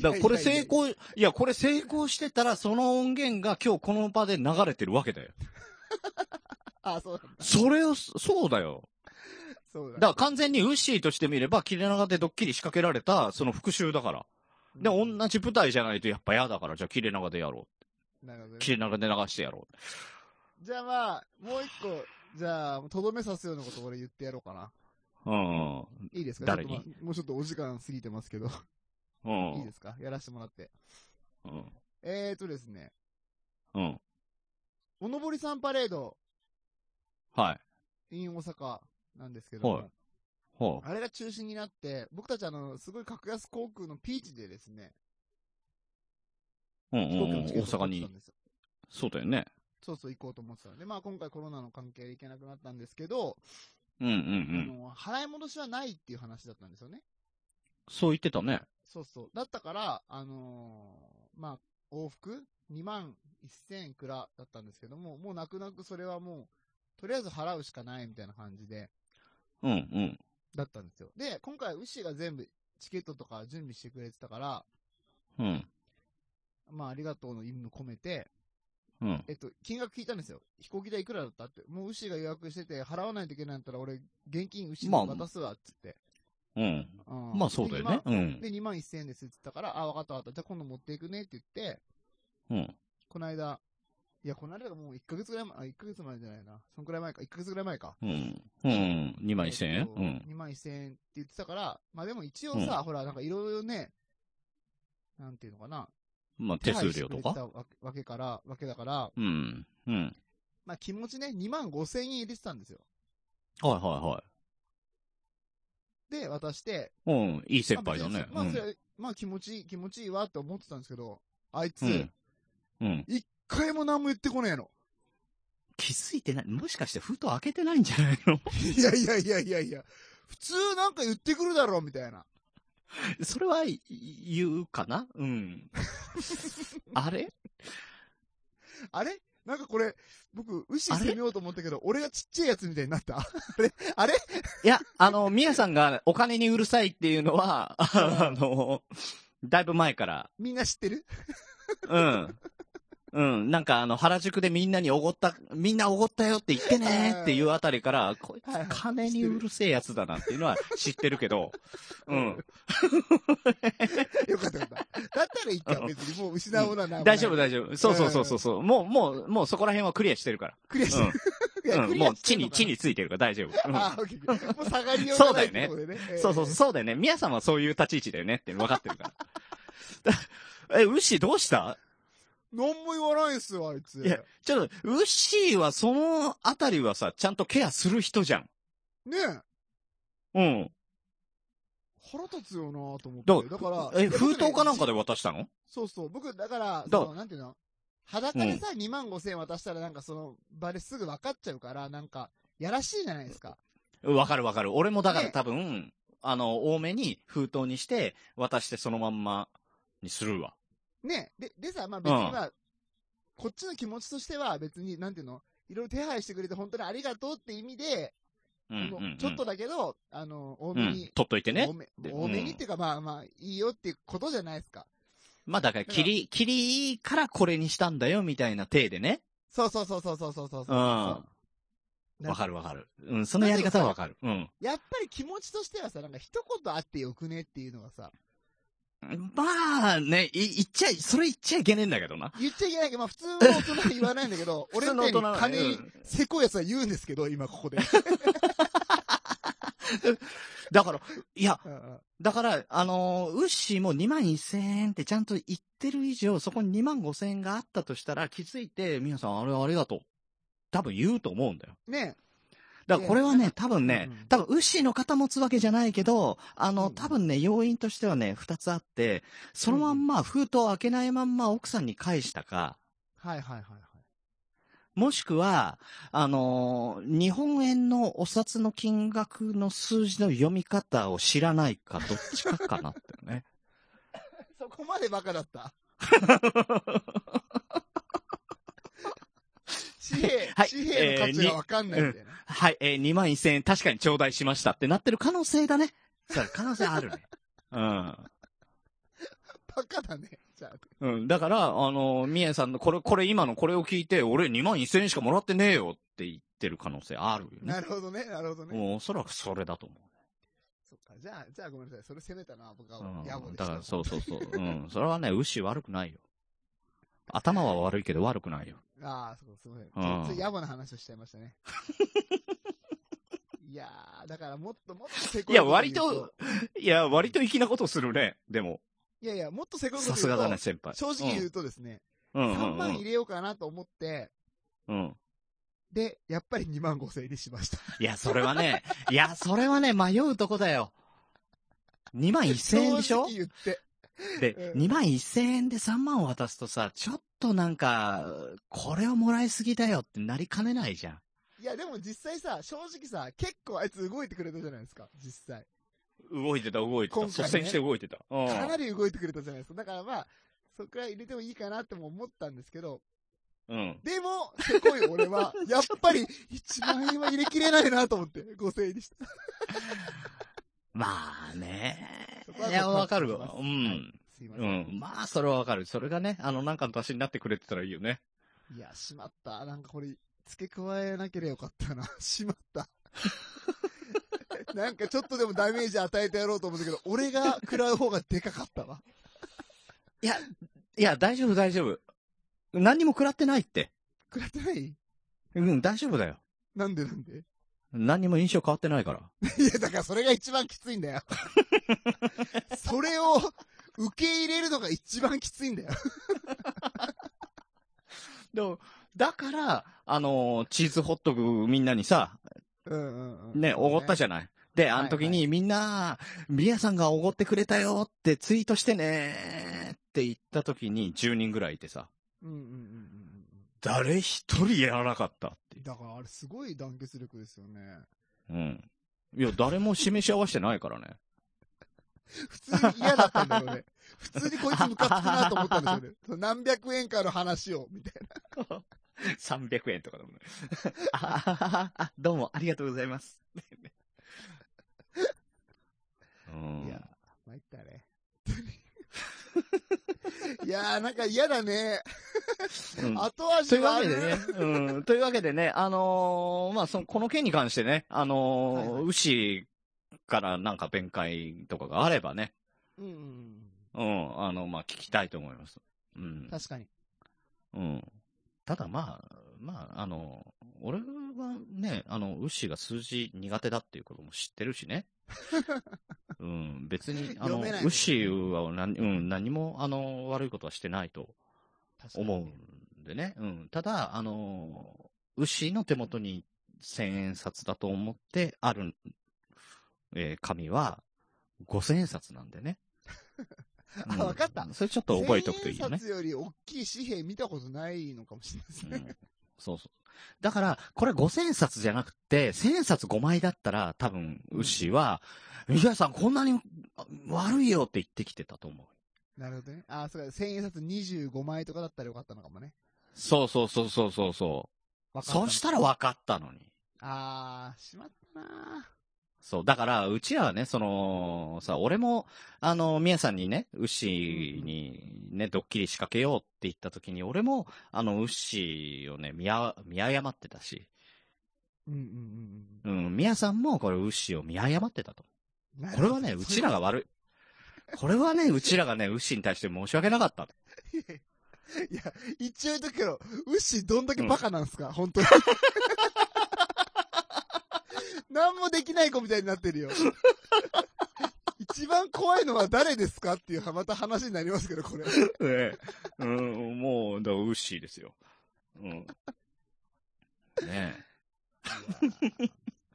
Speaker 5: だからこれ成功、いや、これ成功してたら、その音源が今日この場で流れてるわけだよ。
Speaker 1: あ、そうだ。
Speaker 5: それを、そうだよ。
Speaker 1: そうだ。
Speaker 5: だから完全にウッシーとして見れば、切れ長でドッキリ仕掛けられた、その復讐だから。で、同
Speaker 1: うん
Speaker 5: じ舞台じゃないとやっぱ嫌だから、じゃあ切れ長でやろ
Speaker 1: なるほど
Speaker 5: う。
Speaker 1: ね
Speaker 5: 切れ長で流してやろう。
Speaker 1: じゃあまあ、もう一個、じゃあ、とどめさすようなこと俺言ってやろうかな。
Speaker 5: うん
Speaker 1: いいですか
Speaker 5: 誰
Speaker 1: ちょっとまあもうちょっとお時間過ぎてますけど。
Speaker 5: う
Speaker 1: いい
Speaker 5: ん。
Speaker 1: ですかやらせてもらって。
Speaker 5: うん。
Speaker 1: えーとですね、
Speaker 5: うん。
Speaker 1: おのぼりさんパレード、
Speaker 5: はい。
Speaker 1: in 大阪なんですけども、
Speaker 5: はいほう。
Speaker 1: あれが中止になって、僕たちあの、すごい格安航空のピーチでですね、
Speaker 5: うんうん
Speaker 1: 飛行機
Speaker 5: うん
Speaker 1: のチケ
Speaker 5: 大
Speaker 1: ットを
Speaker 5: 阪
Speaker 1: 取ってた
Speaker 5: に
Speaker 1: ん。ですよ。
Speaker 5: そうだよね。
Speaker 1: そうそう行こうと思ってたので、まあ今回コロナの関係で行けなくなったんですけど、
Speaker 5: うんうん
Speaker 1: あ
Speaker 5: うん。
Speaker 1: の払い戻しはないっていう話だったんですよね。
Speaker 5: そう言ってたね。
Speaker 1: そうそう。だったから、あのーまあ、往復2万1000いくらだったんですけども、もう泣く泣くそれはもう、とりあえず払うしかないみたいな感じで、
Speaker 5: うん、うん。
Speaker 1: だったんですよ。で、今回、ウッシーが全部チケットとか準備してくれてたから、
Speaker 5: うん、
Speaker 1: まあ、ありがとうの意味も込めて、
Speaker 5: うん。
Speaker 1: えっと、金額聞いたんですよ。飛行機代いくらだったって。もう、ウッシーが予約してて、払わないといけないんだったら、俺、現金ウッシーに渡すわ、っつって。
Speaker 5: うん。
Speaker 1: うん
Speaker 5: まあそうだよね。。うん。
Speaker 1: で、2万1000円ですって言ったから、あ、わかったわかった。じゃあ今度持っていくねって言って、
Speaker 5: うん。
Speaker 1: この間、いや、この間がもう1ヶ月ぐらい前、あ、1ヶ月前じゃないな。そんくらい前か、1ヶ月ぐらい前か。
Speaker 5: うん。うん。2万1000
Speaker 1: えっ
Speaker 5: 円
Speaker 1: と
Speaker 5: うん。
Speaker 1: 2万1000円って言ってたから、まあでも一応さ、ほら、なんかいろいろね、なんていうのかな。
Speaker 5: まあ手数料と
Speaker 1: 手配してくれてた
Speaker 5: か
Speaker 1: わけわけから、わけだから、
Speaker 5: うん。うん。
Speaker 1: まあ気持ちね、2万5000円入れてたんですよ。
Speaker 5: はいは
Speaker 1: で、渡して。
Speaker 5: いはい。うん。いい先輩だね。
Speaker 1: まあ別にまあそれは、まあ気持ちいい、気持ちいいわって思ってたんですけど、あいつ、
Speaker 5: うん。うん。うん。
Speaker 1: 一回も何も言ってこねえの。
Speaker 5: 気づいてない。もしかして封筒開けてないんじゃないの
Speaker 1: いやいやいやいやいや、普通なんか言ってくるだろうみたいな。
Speaker 5: それは、い言うかなうん。 あれ
Speaker 1: あれなんかこれ、僕、牛攻めようと思ったけど、俺がちっちゃいやつみたいになった。あれあれ
Speaker 5: いや、あの、みやさんがお金にうるさいっていうのは、あの、だいぶ前から。
Speaker 1: みんな知ってる
Speaker 5: うん。うん。なんかあの、原宿でみんなにおごった、みんなおごったよって言ってねっていうあたりから、こいつ
Speaker 1: はいはい
Speaker 5: 金にうるせえやつだなっていうのは知ってるけど、うん。
Speaker 1: よかったよかった。だったらいいか、別に。もう失うものは何もない
Speaker 5: 大丈夫大丈夫。そうそうそうそうそう。もう、もう、もうそこら辺はクリアしてるから。
Speaker 1: クリアしてる。
Speaker 5: うん。うん。もう地に、地
Speaker 1: に。
Speaker 5: についてるから大丈夫。うん
Speaker 1: あー、オッケーオッケーもう下がりようがないってことでね。
Speaker 5: そうそうそう、
Speaker 1: う。
Speaker 5: そうだよね。みやさんはそういう立ち位置だよねっていうの分かってるから。え、 ウッシーどうした
Speaker 1: 何も言わないっすよ、あいつ。
Speaker 5: いやちょっと、ウッシーはそのあたりはさ、ちゃんとケアする人じゃん。
Speaker 1: ねえ。
Speaker 5: うん。
Speaker 1: 腹立つよなと思って。だ
Speaker 5: だ
Speaker 1: から。
Speaker 5: え、封筒かなんか
Speaker 1: で
Speaker 5: で渡したの
Speaker 1: そうそう。僕、だから、
Speaker 5: だ
Speaker 1: そのなんていうの裸でさ、2万5千円渡したらなんかその場ですぐ分かっちゃうから、なんか、やらしいじゃないですか。
Speaker 5: わかるわかる。俺もだから
Speaker 1: ね
Speaker 5: 多分、あの、多めに封筒にして、渡してそのまんまにするわ。
Speaker 1: ね。で、でさ、まあ別にまあ、こっちの気持ちとしては別に、なんていうのいろいろ手配してくれて本当にありがとうって意味で、
Speaker 5: うん、うん
Speaker 1: こ
Speaker 5: う
Speaker 1: の
Speaker 5: ん。
Speaker 1: ちょっとだけど、あの、多
Speaker 5: う
Speaker 1: め
Speaker 5: ん
Speaker 1: に。、
Speaker 5: 取っといてね
Speaker 1: 多。め
Speaker 5: で
Speaker 1: 多めにっていうか、まあまあ、いいよっていうことじゃないですか。
Speaker 5: まあだから、キリ、キリからこれにしたんだよ、みたいな体でね。
Speaker 1: そうそうそうそうそうそうそう
Speaker 5: う
Speaker 1: そ
Speaker 5: ん。
Speaker 1: う。
Speaker 5: わかるわかる。うん、そのやり方はわかる。うん。
Speaker 1: やっぱり気持ちとしてはさ、なんか一言あってよくねっていうのがさ、
Speaker 5: まあね、い、言っちゃい、それ言っちゃいけねえんだけどな。
Speaker 1: 言っちゃいけないけど、まあ普通の大人は言わないんだけど、
Speaker 5: 普
Speaker 1: 俺
Speaker 5: 通
Speaker 1: みたいに
Speaker 5: の大人はね
Speaker 1: 金にせこいやつは言うんですけど、今ここで。
Speaker 5: だから、いや、
Speaker 1: うんうん
Speaker 5: だから、あのーウッシーも2万1000円ってちゃんと言ってる以上、そこに2万5000円があったとしたら気づいて、皆さんあれありがとう。多分言うと思うんだよ。
Speaker 1: ね
Speaker 5: だからこれは
Speaker 1: ええ
Speaker 5: ね、多分ね
Speaker 1: うん、
Speaker 5: 多分ウッシーの肩持つわけじゃないけど、あ
Speaker 1: う
Speaker 5: の、
Speaker 1: ん
Speaker 5: 多分ね、要因としてはね、2つあって、そのまんま封筒を開けないまんま奥さんに返したか、
Speaker 1: はいはいはいはい。
Speaker 5: もしくは、あのー日本円のお札の金額の数字の読み方を知らないか、どっちかかなってね。
Speaker 1: そこまでバカだっ た。紙幣、
Speaker 5: はい
Speaker 1: 紙幣の価値がわかんないみたいな。
Speaker 5: はい、えー、2万1000円確かに頂戴しましたってなってる可能性だね。それ可能性あるね。 うん。
Speaker 1: バカだね。じゃあ、
Speaker 5: うん。だから、あのー、みえさんの、これ、これ今のこれを聞いて、俺2万1000円しかもらってねえよって言ってる可能性あるよね。
Speaker 1: なるほどね、なるほどね。
Speaker 5: もうおそらくそれだと思う。
Speaker 1: そっか、じゃあ、じゃあごめんなさい。それ責めたな、僕は。野
Speaker 5: う
Speaker 1: 暮
Speaker 5: ん、
Speaker 1: で
Speaker 5: だ
Speaker 1: し
Speaker 5: から
Speaker 1: た。
Speaker 5: そうそう そう。うん。それはね、牛悪くないよ。頭は悪いけど悪くないよ。
Speaker 1: ああ、そう、すみません。ち
Speaker 5: うん
Speaker 1: ょっと野暮な話をしちゃいましたね。 いやー、だからもっともっとせこ
Speaker 5: い
Speaker 1: い
Speaker 5: や、
Speaker 1: こと言
Speaker 5: 割
Speaker 1: うと。
Speaker 5: と、いや、割と粋なことするね。でも、
Speaker 1: いやいや、もっとせこいこと言う
Speaker 5: さ
Speaker 1: と。
Speaker 5: すがだね、先輩。
Speaker 1: 正直言うとですね、
Speaker 5: うん、うん、
Speaker 1: 3
Speaker 5: う
Speaker 1: 万入
Speaker 5: ん
Speaker 1: れようかなと思って、
Speaker 5: うん。うん。
Speaker 1: で、やっぱり2万5千円にしました。
Speaker 5: いや、それはね、いや、それはね、迷うとこだよ。2万1000円でしょ
Speaker 1: 正直言って。
Speaker 5: で、
Speaker 1: うん
Speaker 5: 2万1000円で3万を渡すとさ、ちょっとなんか、これをもらいすぎだよってなりかねないじゃん。
Speaker 1: いや、でも実際さ、正直さ、結構あいつ動いてくれたじゃないですか、実際。
Speaker 5: 動いてた、動い
Speaker 1: てた今回ね率先して
Speaker 5: 動いてた。うん
Speaker 1: かなり動いてくれたじゃないですか。だからまあ、そこら入れてもいいかなっても思ったんですけど、
Speaker 5: うん。
Speaker 1: でも、せこい俺 は、やっぱり1万円は入れきれないなと思って、5000円にした。
Speaker 5: まあね
Speaker 1: そこは。
Speaker 5: いや、
Speaker 1: ご勘
Speaker 5: わかる
Speaker 1: くだ
Speaker 5: わ。
Speaker 1: さ
Speaker 5: う
Speaker 1: い
Speaker 5: ん。
Speaker 1: すいませ。
Speaker 5: うんん。まあ、それはわかる。それがね、あの、なんかの足しになってくれてたらいいよね。
Speaker 1: いや、しまった。なんかこれ、付け加えなければよかったな。 しまった。なんかちょっとでもダメージ与えてやろうと思うんだけど、俺が食らう方がでかかったわ。
Speaker 5: いや、いや、大丈夫、大丈夫。何にも食らってないって。
Speaker 1: 食らってない
Speaker 5: うん、大丈夫だよ。
Speaker 1: なんでなんで
Speaker 5: 何にも印象変わってないから。
Speaker 1: いや、だからそれが一番きついん だよ。それを受け入れるのが一番きついんだよ。
Speaker 5: でもだから、あのーチーズホットグみんなにさ、
Speaker 1: うんうんうん。
Speaker 5: ね、おごった
Speaker 1: ゃ
Speaker 5: じゃない。で、あの時にみんな、ミヤさんがおごってくれたよってツイートしてねーって言った時に10人ぐらいいてさ、
Speaker 1: ん。うんうんうんうんう
Speaker 5: 誰一人やらなかったってい
Speaker 1: ん。
Speaker 5: う。
Speaker 1: だからあれすごい団結力ですよね。
Speaker 5: うん。いや、誰も示し合わせてないからね。
Speaker 1: 普通に嫌だったんだよね。普通にこいつムカつくなと思ったんですよね。その何百円かの話を、みたいな。
Speaker 5: 300円とかだもんね。 あははははどうもありがとうございます。 うん
Speaker 1: いや、参ったね。いやー、なんか嫌だね。
Speaker 5: うん
Speaker 1: 後
Speaker 5: と
Speaker 1: 味
Speaker 5: いう
Speaker 1: は
Speaker 5: わ
Speaker 1: あ
Speaker 5: け
Speaker 1: る
Speaker 5: でね、うん、というわけでね、あのーまあ、その、この件に関してね、あのー
Speaker 1: はいはい
Speaker 5: 牛からなんか弁解とかがあればね、
Speaker 1: うんうん
Speaker 5: うん、あの、まあ、聞きたいと思います。うん
Speaker 1: うん。。確かに。
Speaker 5: うん。ただまあ、まあ、あの、俺はね、あの、ウッシーが数字苦手だっていうことも知ってる しね。うん、別に、あの、
Speaker 1: 読
Speaker 5: ウ
Speaker 1: めない
Speaker 5: ッシーは何,、うん、何も、あの、悪いことはしてないと
Speaker 1: 確かに
Speaker 5: 思うんでね。うん、ただ、あの、ウッシーの手元に千円札だと思ってある、えー紙は五千円札なんでね。
Speaker 1: あわかった
Speaker 5: それちょっと覚えておくといいよね
Speaker 1: 千円。札より大きい紙幣見たことないのかもしれないです
Speaker 5: う
Speaker 1: ね。
Speaker 5: んそうそう。だから、これ5000冊じゃなくて、1000冊5枚だったら、多分、牛は、ミヤさんこんなにあ悪いよって言ってきてたと思う。
Speaker 1: なるほどね。あー、そうか。千円札25枚とかだったらよかったのかもね。
Speaker 5: そうそうそうそうそうそう。
Speaker 1: わかった
Speaker 5: そうしたら分かったのに。
Speaker 1: あー、しまったな
Speaker 5: そう。だから、うちらはね、その、さ、俺も、あの、ミヤさんにね、牛にね、ドッキリ仕掛けようって言った時に、俺も、あの、牛をね、見あ見誤ってたし、
Speaker 1: うんうんうん
Speaker 5: うん、ミヤさんもこれ牛を見誤ってたと。
Speaker 1: うん。なる
Speaker 5: こ
Speaker 1: ほ
Speaker 5: れ
Speaker 1: ど
Speaker 5: はね、うちらが悪い。これはね、うちらがね、ウッシーに対して申し訳なかった。
Speaker 1: いや、一応言っとくけど、ウッシーどんだけバカなんすか、本当に。 何もできない子みたいになってるよ。一番怖いのは誰ですかっていう、また話になりますけど、これ。
Speaker 5: ええ。うん、もう、だからウッシーですよ。うん。ねえ。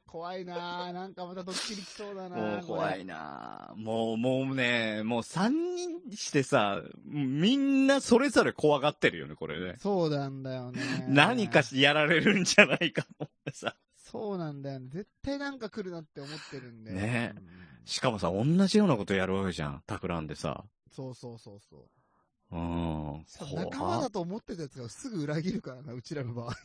Speaker 1: 怖いなぁ。なんかまたドッキリ来そうだな
Speaker 5: も
Speaker 1: ぁ。
Speaker 5: う怖いなあもう、もうね、もう三人してさ、みんなそれぞれ怖がってるよね、これ
Speaker 1: これ
Speaker 5: ね。
Speaker 1: そうなんだよね。
Speaker 5: 何かやられるんじゃないかと思ってさ。
Speaker 1: そうなんだよね。絶対なんか来るなって思ってるんで。
Speaker 5: ね
Speaker 1: うん
Speaker 5: しかもさ、同じようなことやるわけじゃん。企んでさ。
Speaker 1: そうそうそうそう。
Speaker 5: うん。
Speaker 1: しかも仲間だと思ってたやつがすぐ裏切るからな、うちらの場合。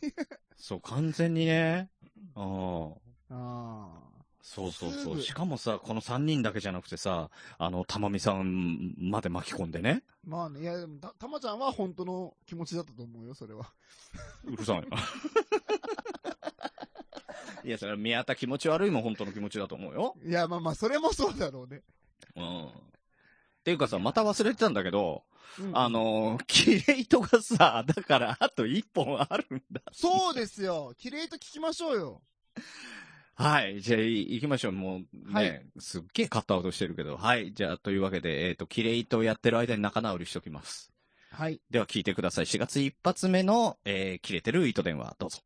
Speaker 5: そう、完全にね。うん。
Speaker 1: ああ。
Speaker 5: そうそう
Speaker 1: す
Speaker 5: そ
Speaker 1: ぐ
Speaker 5: う。しかもさ、この3人だけじゃなくてさ、あの、たまみさんまで巻き込んでね。
Speaker 1: まあね、いや、でもた、たまちゃんは本当の気持ちだったと思うよ、それは。
Speaker 5: うるさい。いや、それは宮田気持ち悪いも本当の気持ちだと思うよ。
Speaker 1: いや、まあまあ、それもそうだろうね。
Speaker 5: うん。っていうかさ、また忘れてたんだけど、
Speaker 1: うん
Speaker 5: あ、の、キレイトがさ、だからあと1本あるんだ。
Speaker 1: そうですよ。キレイと聞きましょうよ。
Speaker 5: はい、じゃあい行きましょう。もうね、
Speaker 1: はい
Speaker 5: すっげえカットアウトしてるけど。はい、じゃあというわけで、えっ、と、キレイトやってる間に仲直りしときます。
Speaker 1: はい。
Speaker 5: では聞いてください。4月一発目の、えー切れてる糸電話、どうぞ。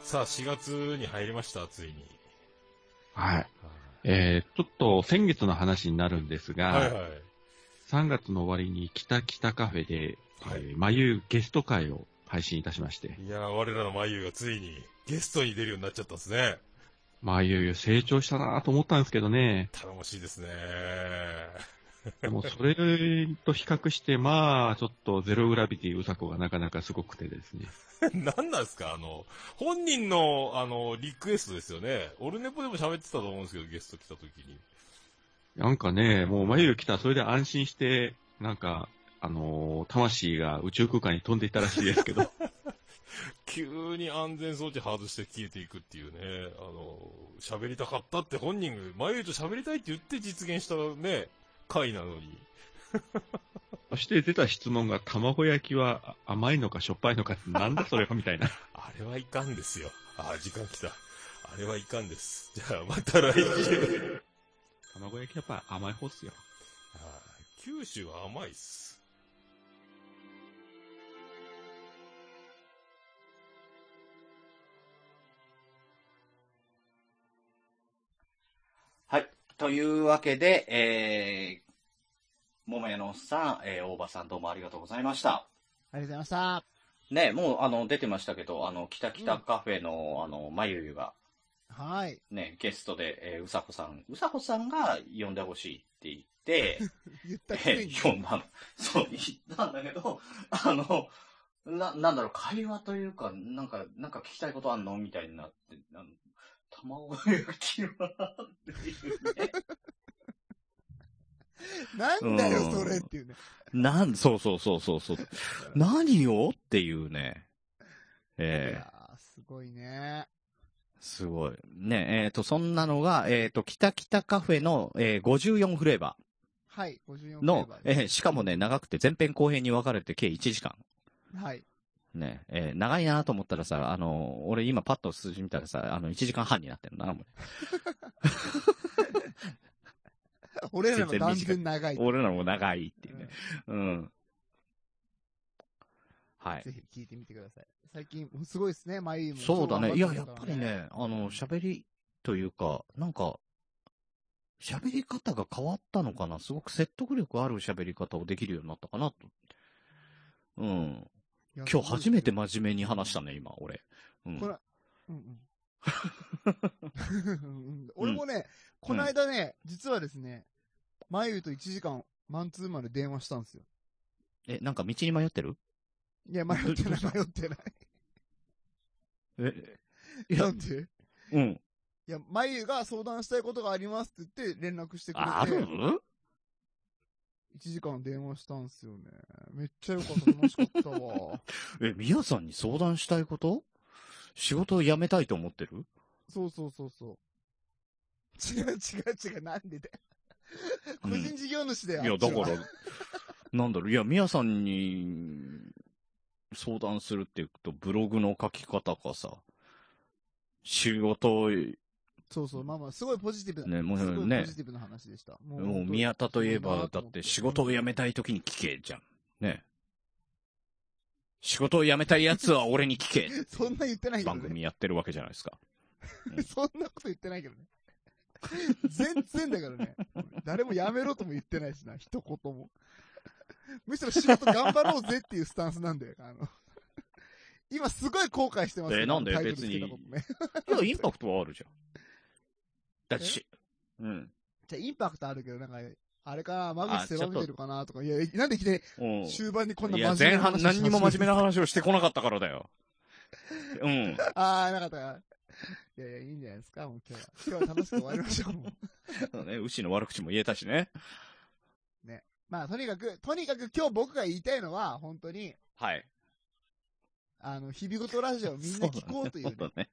Speaker 2: さあ、4月に入りました、ついに。
Speaker 6: はい。えー、ちょっと先月の話になるんですが、
Speaker 2: はいはい。
Speaker 6: 3月の終わりに北北カフェで、
Speaker 2: はい
Speaker 6: えー、眉ゲスト会を配信いたしまして、
Speaker 2: いやー、我らの眉がついにゲストに出るようになっちゃったんですね。
Speaker 6: まあ、いよいよ成長したなと思ったんですけど ね。
Speaker 2: 頼もしいですね。
Speaker 6: でも、それと比較して、まあ、ちょっとゼログラビティうさこがなかなかすごくてですね。
Speaker 2: 何なんですかあの、本人の、あの、リクエストですよね。オルネポでも喋ってたと思うんですけど、ゲスト来た時に。
Speaker 6: なんかね、もう眉毛来たらそれで安心して、なんか、あのー魂が宇宙空間に飛んでいったらしいですけど、
Speaker 2: 急に安全装置外して消えていくっていうね、あの、喋りたかったって本人が、眉毛と喋りたいって言って実現したね、回なのに。
Speaker 6: そして出た質問が卵焼きは甘いのかしょっぱいのかってなんだそれはみたいな。
Speaker 2: あれはいかんですよ。あ、時間来た。あれはいかんです。じゃあ、また来週。
Speaker 6: 卵焼きやっぱ甘い方っすよ。
Speaker 2: あー九州は甘いっす。
Speaker 5: はい。というわけで、えー、桃屋のおっさん、えー、大場さんどうもありがとうございました。
Speaker 1: ありがとうございました。
Speaker 5: ね、もう、あの、出てましたけど、あの、キタキタカフェの、あの、まゆゆが、
Speaker 1: はい。
Speaker 5: ね、ゲストで、えー、うさこさん、うさこさんが呼んでほしいって言って、
Speaker 1: 言ったくせ
Speaker 5: え
Speaker 1: に。
Speaker 5: ー、呼んだの。そう、言ったんだけど、あの、な、なんだろう、会話というか、なんか、なんか聞きたいことあんのみたいになって、あの、卵焼きは、っていうね。
Speaker 1: なんだ
Speaker 5: う
Speaker 1: よ、
Speaker 5: ん
Speaker 1: それっていうね。
Speaker 5: なん、そうそうそうそうそう。何をっていうね。
Speaker 1: い
Speaker 5: ええ
Speaker 1: やーすごいね。
Speaker 5: すごい。ね、えっ、と、そんなのが、えっ、と、キタキタカフェの、えー、54フレーバ
Speaker 1: はい、54
Speaker 5: ーの
Speaker 1: フレ、ーバ
Speaker 5: え
Speaker 1: ーで
Speaker 5: ーしかもね、長くて前編後編に分かれて計1時間。
Speaker 1: はい。
Speaker 5: ね、えー長いなと思ったらさ、あの、俺今パッと数字見たらさ、あの、1時間半になってるな、も。
Speaker 1: 俺らの断然長いう
Speaker 5: 俺らも長いっていうね。うん。はい。
Speaker 1: ぜひ聞いてみてください。最近、すごいですね、マユも。
Speaker 5: そうだね。いや、やっ
Speaker 1: 超頑張
Speaker 5: ぱ
Speaker 1: て
Speaker 5: り
Speaker 1: るから。
Speaker 5: ね、あの、喋りというか、なんか、喋り方が変わったのかな。すごく説得力ある喋り方をできるようになったかなと。うん。
Speaker 1: いや
Speaker 5: 今日初めて
Speaker 1: す
Speaker 5: 真面目に話したね、今、俺。うん。
Speaker 1: これごいですようんうん うん俺もね、この間ね、実はですね、マユと1時間、マンツーマンで電話したんですよ。
Speaker 5: え、なんか道に迷ってる
Speaker 1: いや、迷ってない、
Speaker 5: ど
Speaker 1: 迷ってない。
Speaker 5: え、い
Speaker 1: な
Speaker 5: や
Speaker 1: ん、で
Speaker 5: うん。
Speaker 1: いや、まゆが相談したいことがありますって言って連絡してくれて。
Speaker 5: ある
Speaker 1: ?1 時間電話したんですよね。めっちゃよかった、楽しかった わ。
Speaker 5: え、みやさんに相談したいこと仕事を辞めたいと思ってる
Speaker 1: そうそうそうそう。違う違う違う、なんでだよ。個
Speaker 5: うん
Speaker 1: 人事業主だよ。
Speaker 5: い
Speaker 1: あ
Speaker 5: や、
Speaker 1: っちは
Speaker 5: だから、 なんだろう、いや、みやさんに相談するっていうと、ブログの書き方かさ、仕事を、
Speaker 1: そうそう、まあまあ、すごいポジティブな、
Speaker 5: ねもう
Speaker 1: すごい
Speaker 5: ね
Speaker 1: ポジティブな話でした。も
Speaker 5: もう宮田といえば、だって仕事を辞め
Speaker 1: い。
Speaker 5: たい時に聞け、じゃん。ね。仕事を辞めたい奴は俺に聞け。
Speaker 1: そんな言ってないけど
Speaker 5: 番
Speaker 1: ね。
Speaker 5: 組やってるわけじゃないです か。
Speaker 1: そんなこと言ってないけどね。全然だからね。誰もやめろとも言ってないしな、一言も。むしろ仕事頑張ろうぜっていうスタンスなんだよ。あの今すごい後悔してますよ
Speaker 5: えなんで
Speaker 1: タイトルつけたことね。
Speaker 5: いや、インパクトはあるじゃん。だってし、うん。
Speaker 1: じゃあインパクトあるけど、なんか、あれかな、間口狭めてるかなとか、いや、なんでいきなり
Speaker 5: うん
Speaker 1: 終盤にこんない
Speaker 5: や、
Speaker 1: 真面
Speaker 5: 前
Speaker 1: 目な話
Speaker 5: 半何にも真面目な話をしてこなかったからだよ。 うん。
Speaker 1: 目。ああ、なかったか。いやいや、いいんじゃないですか、もう今日は。今日は楽しく終わりましょう、も う。
Speaker 5: そうね、牛の悪口も言えたしね。
Speaker 1: まあ、とにかく、とにかく今日僕が言いたいのは、本当に、
Speaker 5: はい。
Speaker 1: あの、日々ごとラジオみんな聞こうというね、
Speaker 5: そうだね。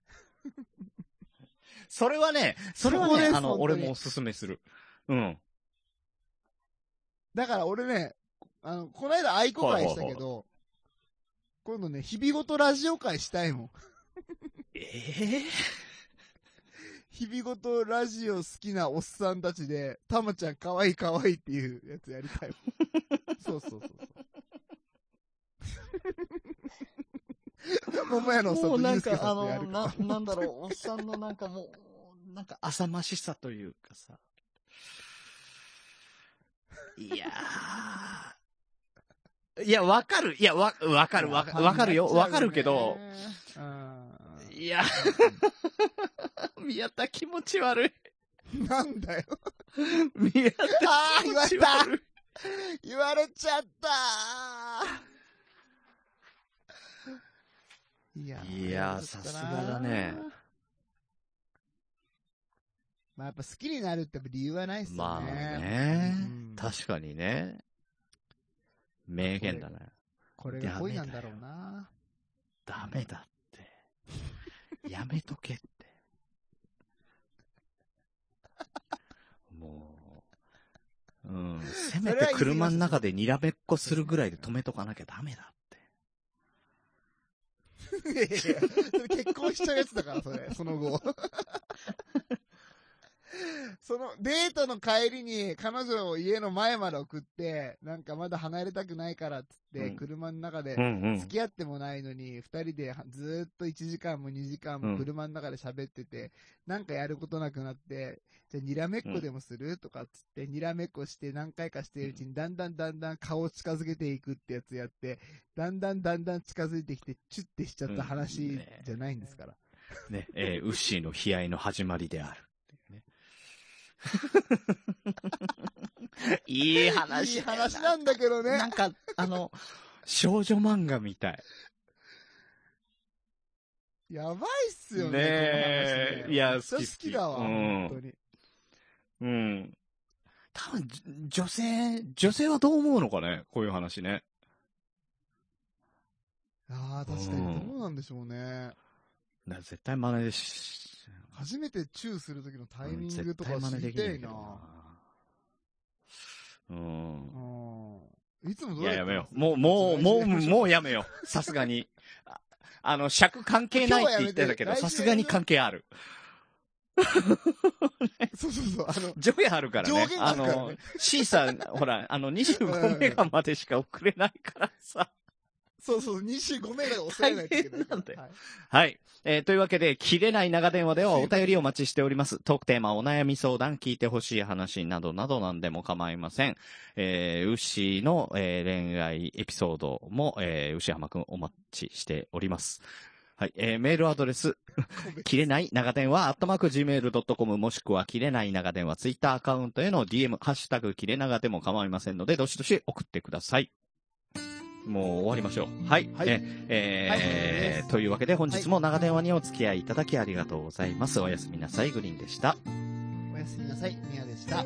Speaker 5: それはね、それは
Speaker 1: そこ
Speaker 5: ね、
Speaker 1: です
Speaker 5: あの、
Speaker 1: 本当
Speaker 5: 俺
Speaker 1: に
Speaker 5: もおすすめする。うん。
Speaker 1: だから俺ね、あの、この間愛好会したけど、今度ね、日々ごとラジオ会したいもん。
Speaker 5: ええ
Speaker 1: 日々ごとラジオ好きなおっさんたちで、たまちゃんかわいいかわいいっていうやつやりたいも ん。そうそう そうそう。桃屋のおっさんとユースケさんとやるから。
Speaker 5: なんだろう、おっさんのなんかもう、なんか浅ましさというかさ。いやー。いや、わかる。いや、わ、わかる、わかわかるよ。わかるけど、
Speaker 1: うん。
Speaker 5: いや、宮田気持ち悪い。
Speaker 1: なんだよ。
Speaker 5: 宮田
Speaker 1: ああ、
Speaker 5: 気
Speaker 1: 言わ
Speaker 5: 持ち
Speaker 1: れた
Speaker 5: 悪い。
Speaker 1: 言われちゃったいやー
Speaker 5: いやー
Speaker 1: ちょっと
Speaker 5: さ
Speaker 1: な
Speaker 5: すがだね
Speaker 1: まあやっぱ好きになるってやっぱ理由はないっすよね。
Speaker 5: まあね
Speaker 1: うん、
Speaker 5: 確かにね。名言だね。
Speaker 1: これが恋なんだろうな。
Speaker 5: ダメだって。やめとけって。もう、うん。せめ
Speaker 1: それは
Speaker 5: て
Speaker 1: 言い過ぎます
Speaker 5: 車の中でにらめっこするぐらいで止めとかなきゃダメだって。
Speaker 1: いやいや それ結婚しちゃうやつだから、それ、その後。 その、デートの帰りに、彼女を家の前まで送って、なんかまだ離れたくないからっつって、
Speaker 5: うん
Speaker 1: 車の中で、
Speaker 5: んう
Speaker 1: 付。き合ってもないのに、二人でずーっと1時間も2時間
Speaker 5: う
Speaker 1: も
Speaker 5: ん
Speaker 1: 車の中で喋ってて、なんかやることなくなって、じゃあにらめっこでもするとかっつって、にらめっこして何回かしているうちに、だんだんだんだん顔を近づけていくってやつやって、だんだんだんだん近づいてきて、チュッてしちゃった話じゃないんですから。
Speaker 5: ね、えーウッシーの悲哀の始まりである っていうね。いい
Speaker 1: いい
Speaker 5: 話だよ
Speaker 1: 話なんだけどね
Speaker 5: な。んか、あの、少女漫画みたい。
Speaker 1: やばいっすよね。
Speaker 5: ねえ
Speaker 1: この話ね
Speaker 5: いや
Speaker 1: めっちゃ
Speaker 5: 好
Speaker 1: 好
Speaker 5: き好き
Speaker 1: きだわ、
Speaker 5: うん
Speaker 1: 本当に。
Speaker 5: うん。多分、じ女性、女性はどう思うのかねこういう話ね。
Speaker 1: ああ、確かにどうなんでしょうね。
Speaker 5: な絶対真似でし、
Speaker 1: 初めてチューする時のタイミ
Speaker 5: うん
Speaker 1: ング
Speaker 5: 絶
Speaker 1: と
Speaker 5: 対
Speaker 1: か
Speaker 5: 真
Speaker 1: 知
Speaker 5: 似で
Speaker 1: り
Speaker 5: きな
Speaker 1: た
Speaker 5: い
Speaker 1: い
Speaker 5: けど
Speaker 1: な。
Speaker 5: な。うん。
Speaker 1: うん。いつもど
Speaker 5: いうや、
Speaker 1: や
Speaker 5: や
Speaker 1: って
Speaker 5: め
Speaker 1: ま
Speaker 5: よ
Speaker 1: す
Speaker 5: う。もう、もう、も う、もう
Speaker 1: う、
Speaker 5: やめよう。さすがに。ああの、尺関係ないって言ってたけど、
Speaker 1: 今日はやめて
Speaker 5: さすがに関係ある。
Speaker 1: そうそうそう、あの、
Speaker 5: 上下あるからね。
Speaker 1: 上限があるからね
Speaker 5: の、C さん、ほら、あの、25メガまでしか送れないからさ。
Speaker 1: そうそう、25名が抑えないといけないから。
Speaker 5: 大変なんだよはい。えーというわけで、切れない長電話ではお便りをお待ちしております。トークテーマ、お悩み相談、聞いてほしい話などなど何でも構いません。えー、ウッシーの、えー恋愛エピソードも、えー、ウシハマくんお待ちしております。はい。えーメールアドレス、
Speaker 1: はい
Speaker 5: 切れない長電話、アットマーク gmail.com もしくは切れない長電話、ツイッターアカウントへの DM、ハッシュタグ切れ長でも構いませんので、どしどし送ってください。もう終わりましょう。はい。
Speaker 1: はい
Speaker 5: ええー
Speaker 1: はい
Speaker 5: というわけで本日も長電話にお付き合いいただきありがとうございます。おやすみなさい、グリーンでした。
Speaker 1: おやすみなさい、ミヤでした。
Speaker 5: は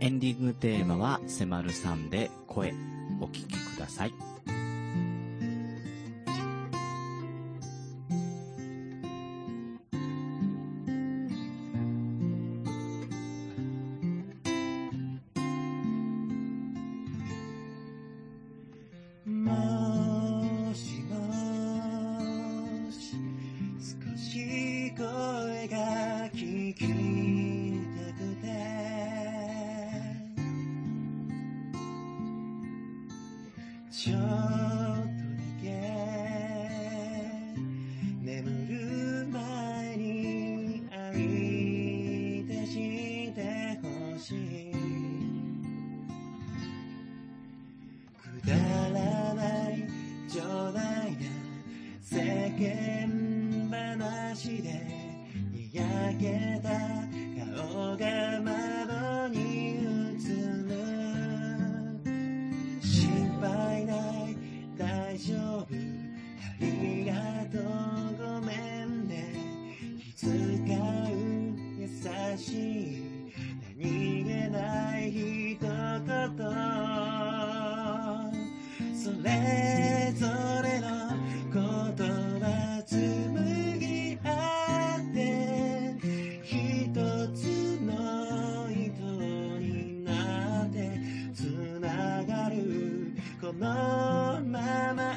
Speaker 5: い。エンディングテーマは、せまるさんで声、お聞きください。
Speaker 8: もしもし少し声が聞きたくてちょっとだけ眠る前に相手してほしいくだらない冗談や世間話でにやけた顔が窓に映る心配ない大丈夫ありがとうごめんね気遣う優しい何気ない一言それぞれの言葉紡ぎ合って一つの糸になって繋がるこのまま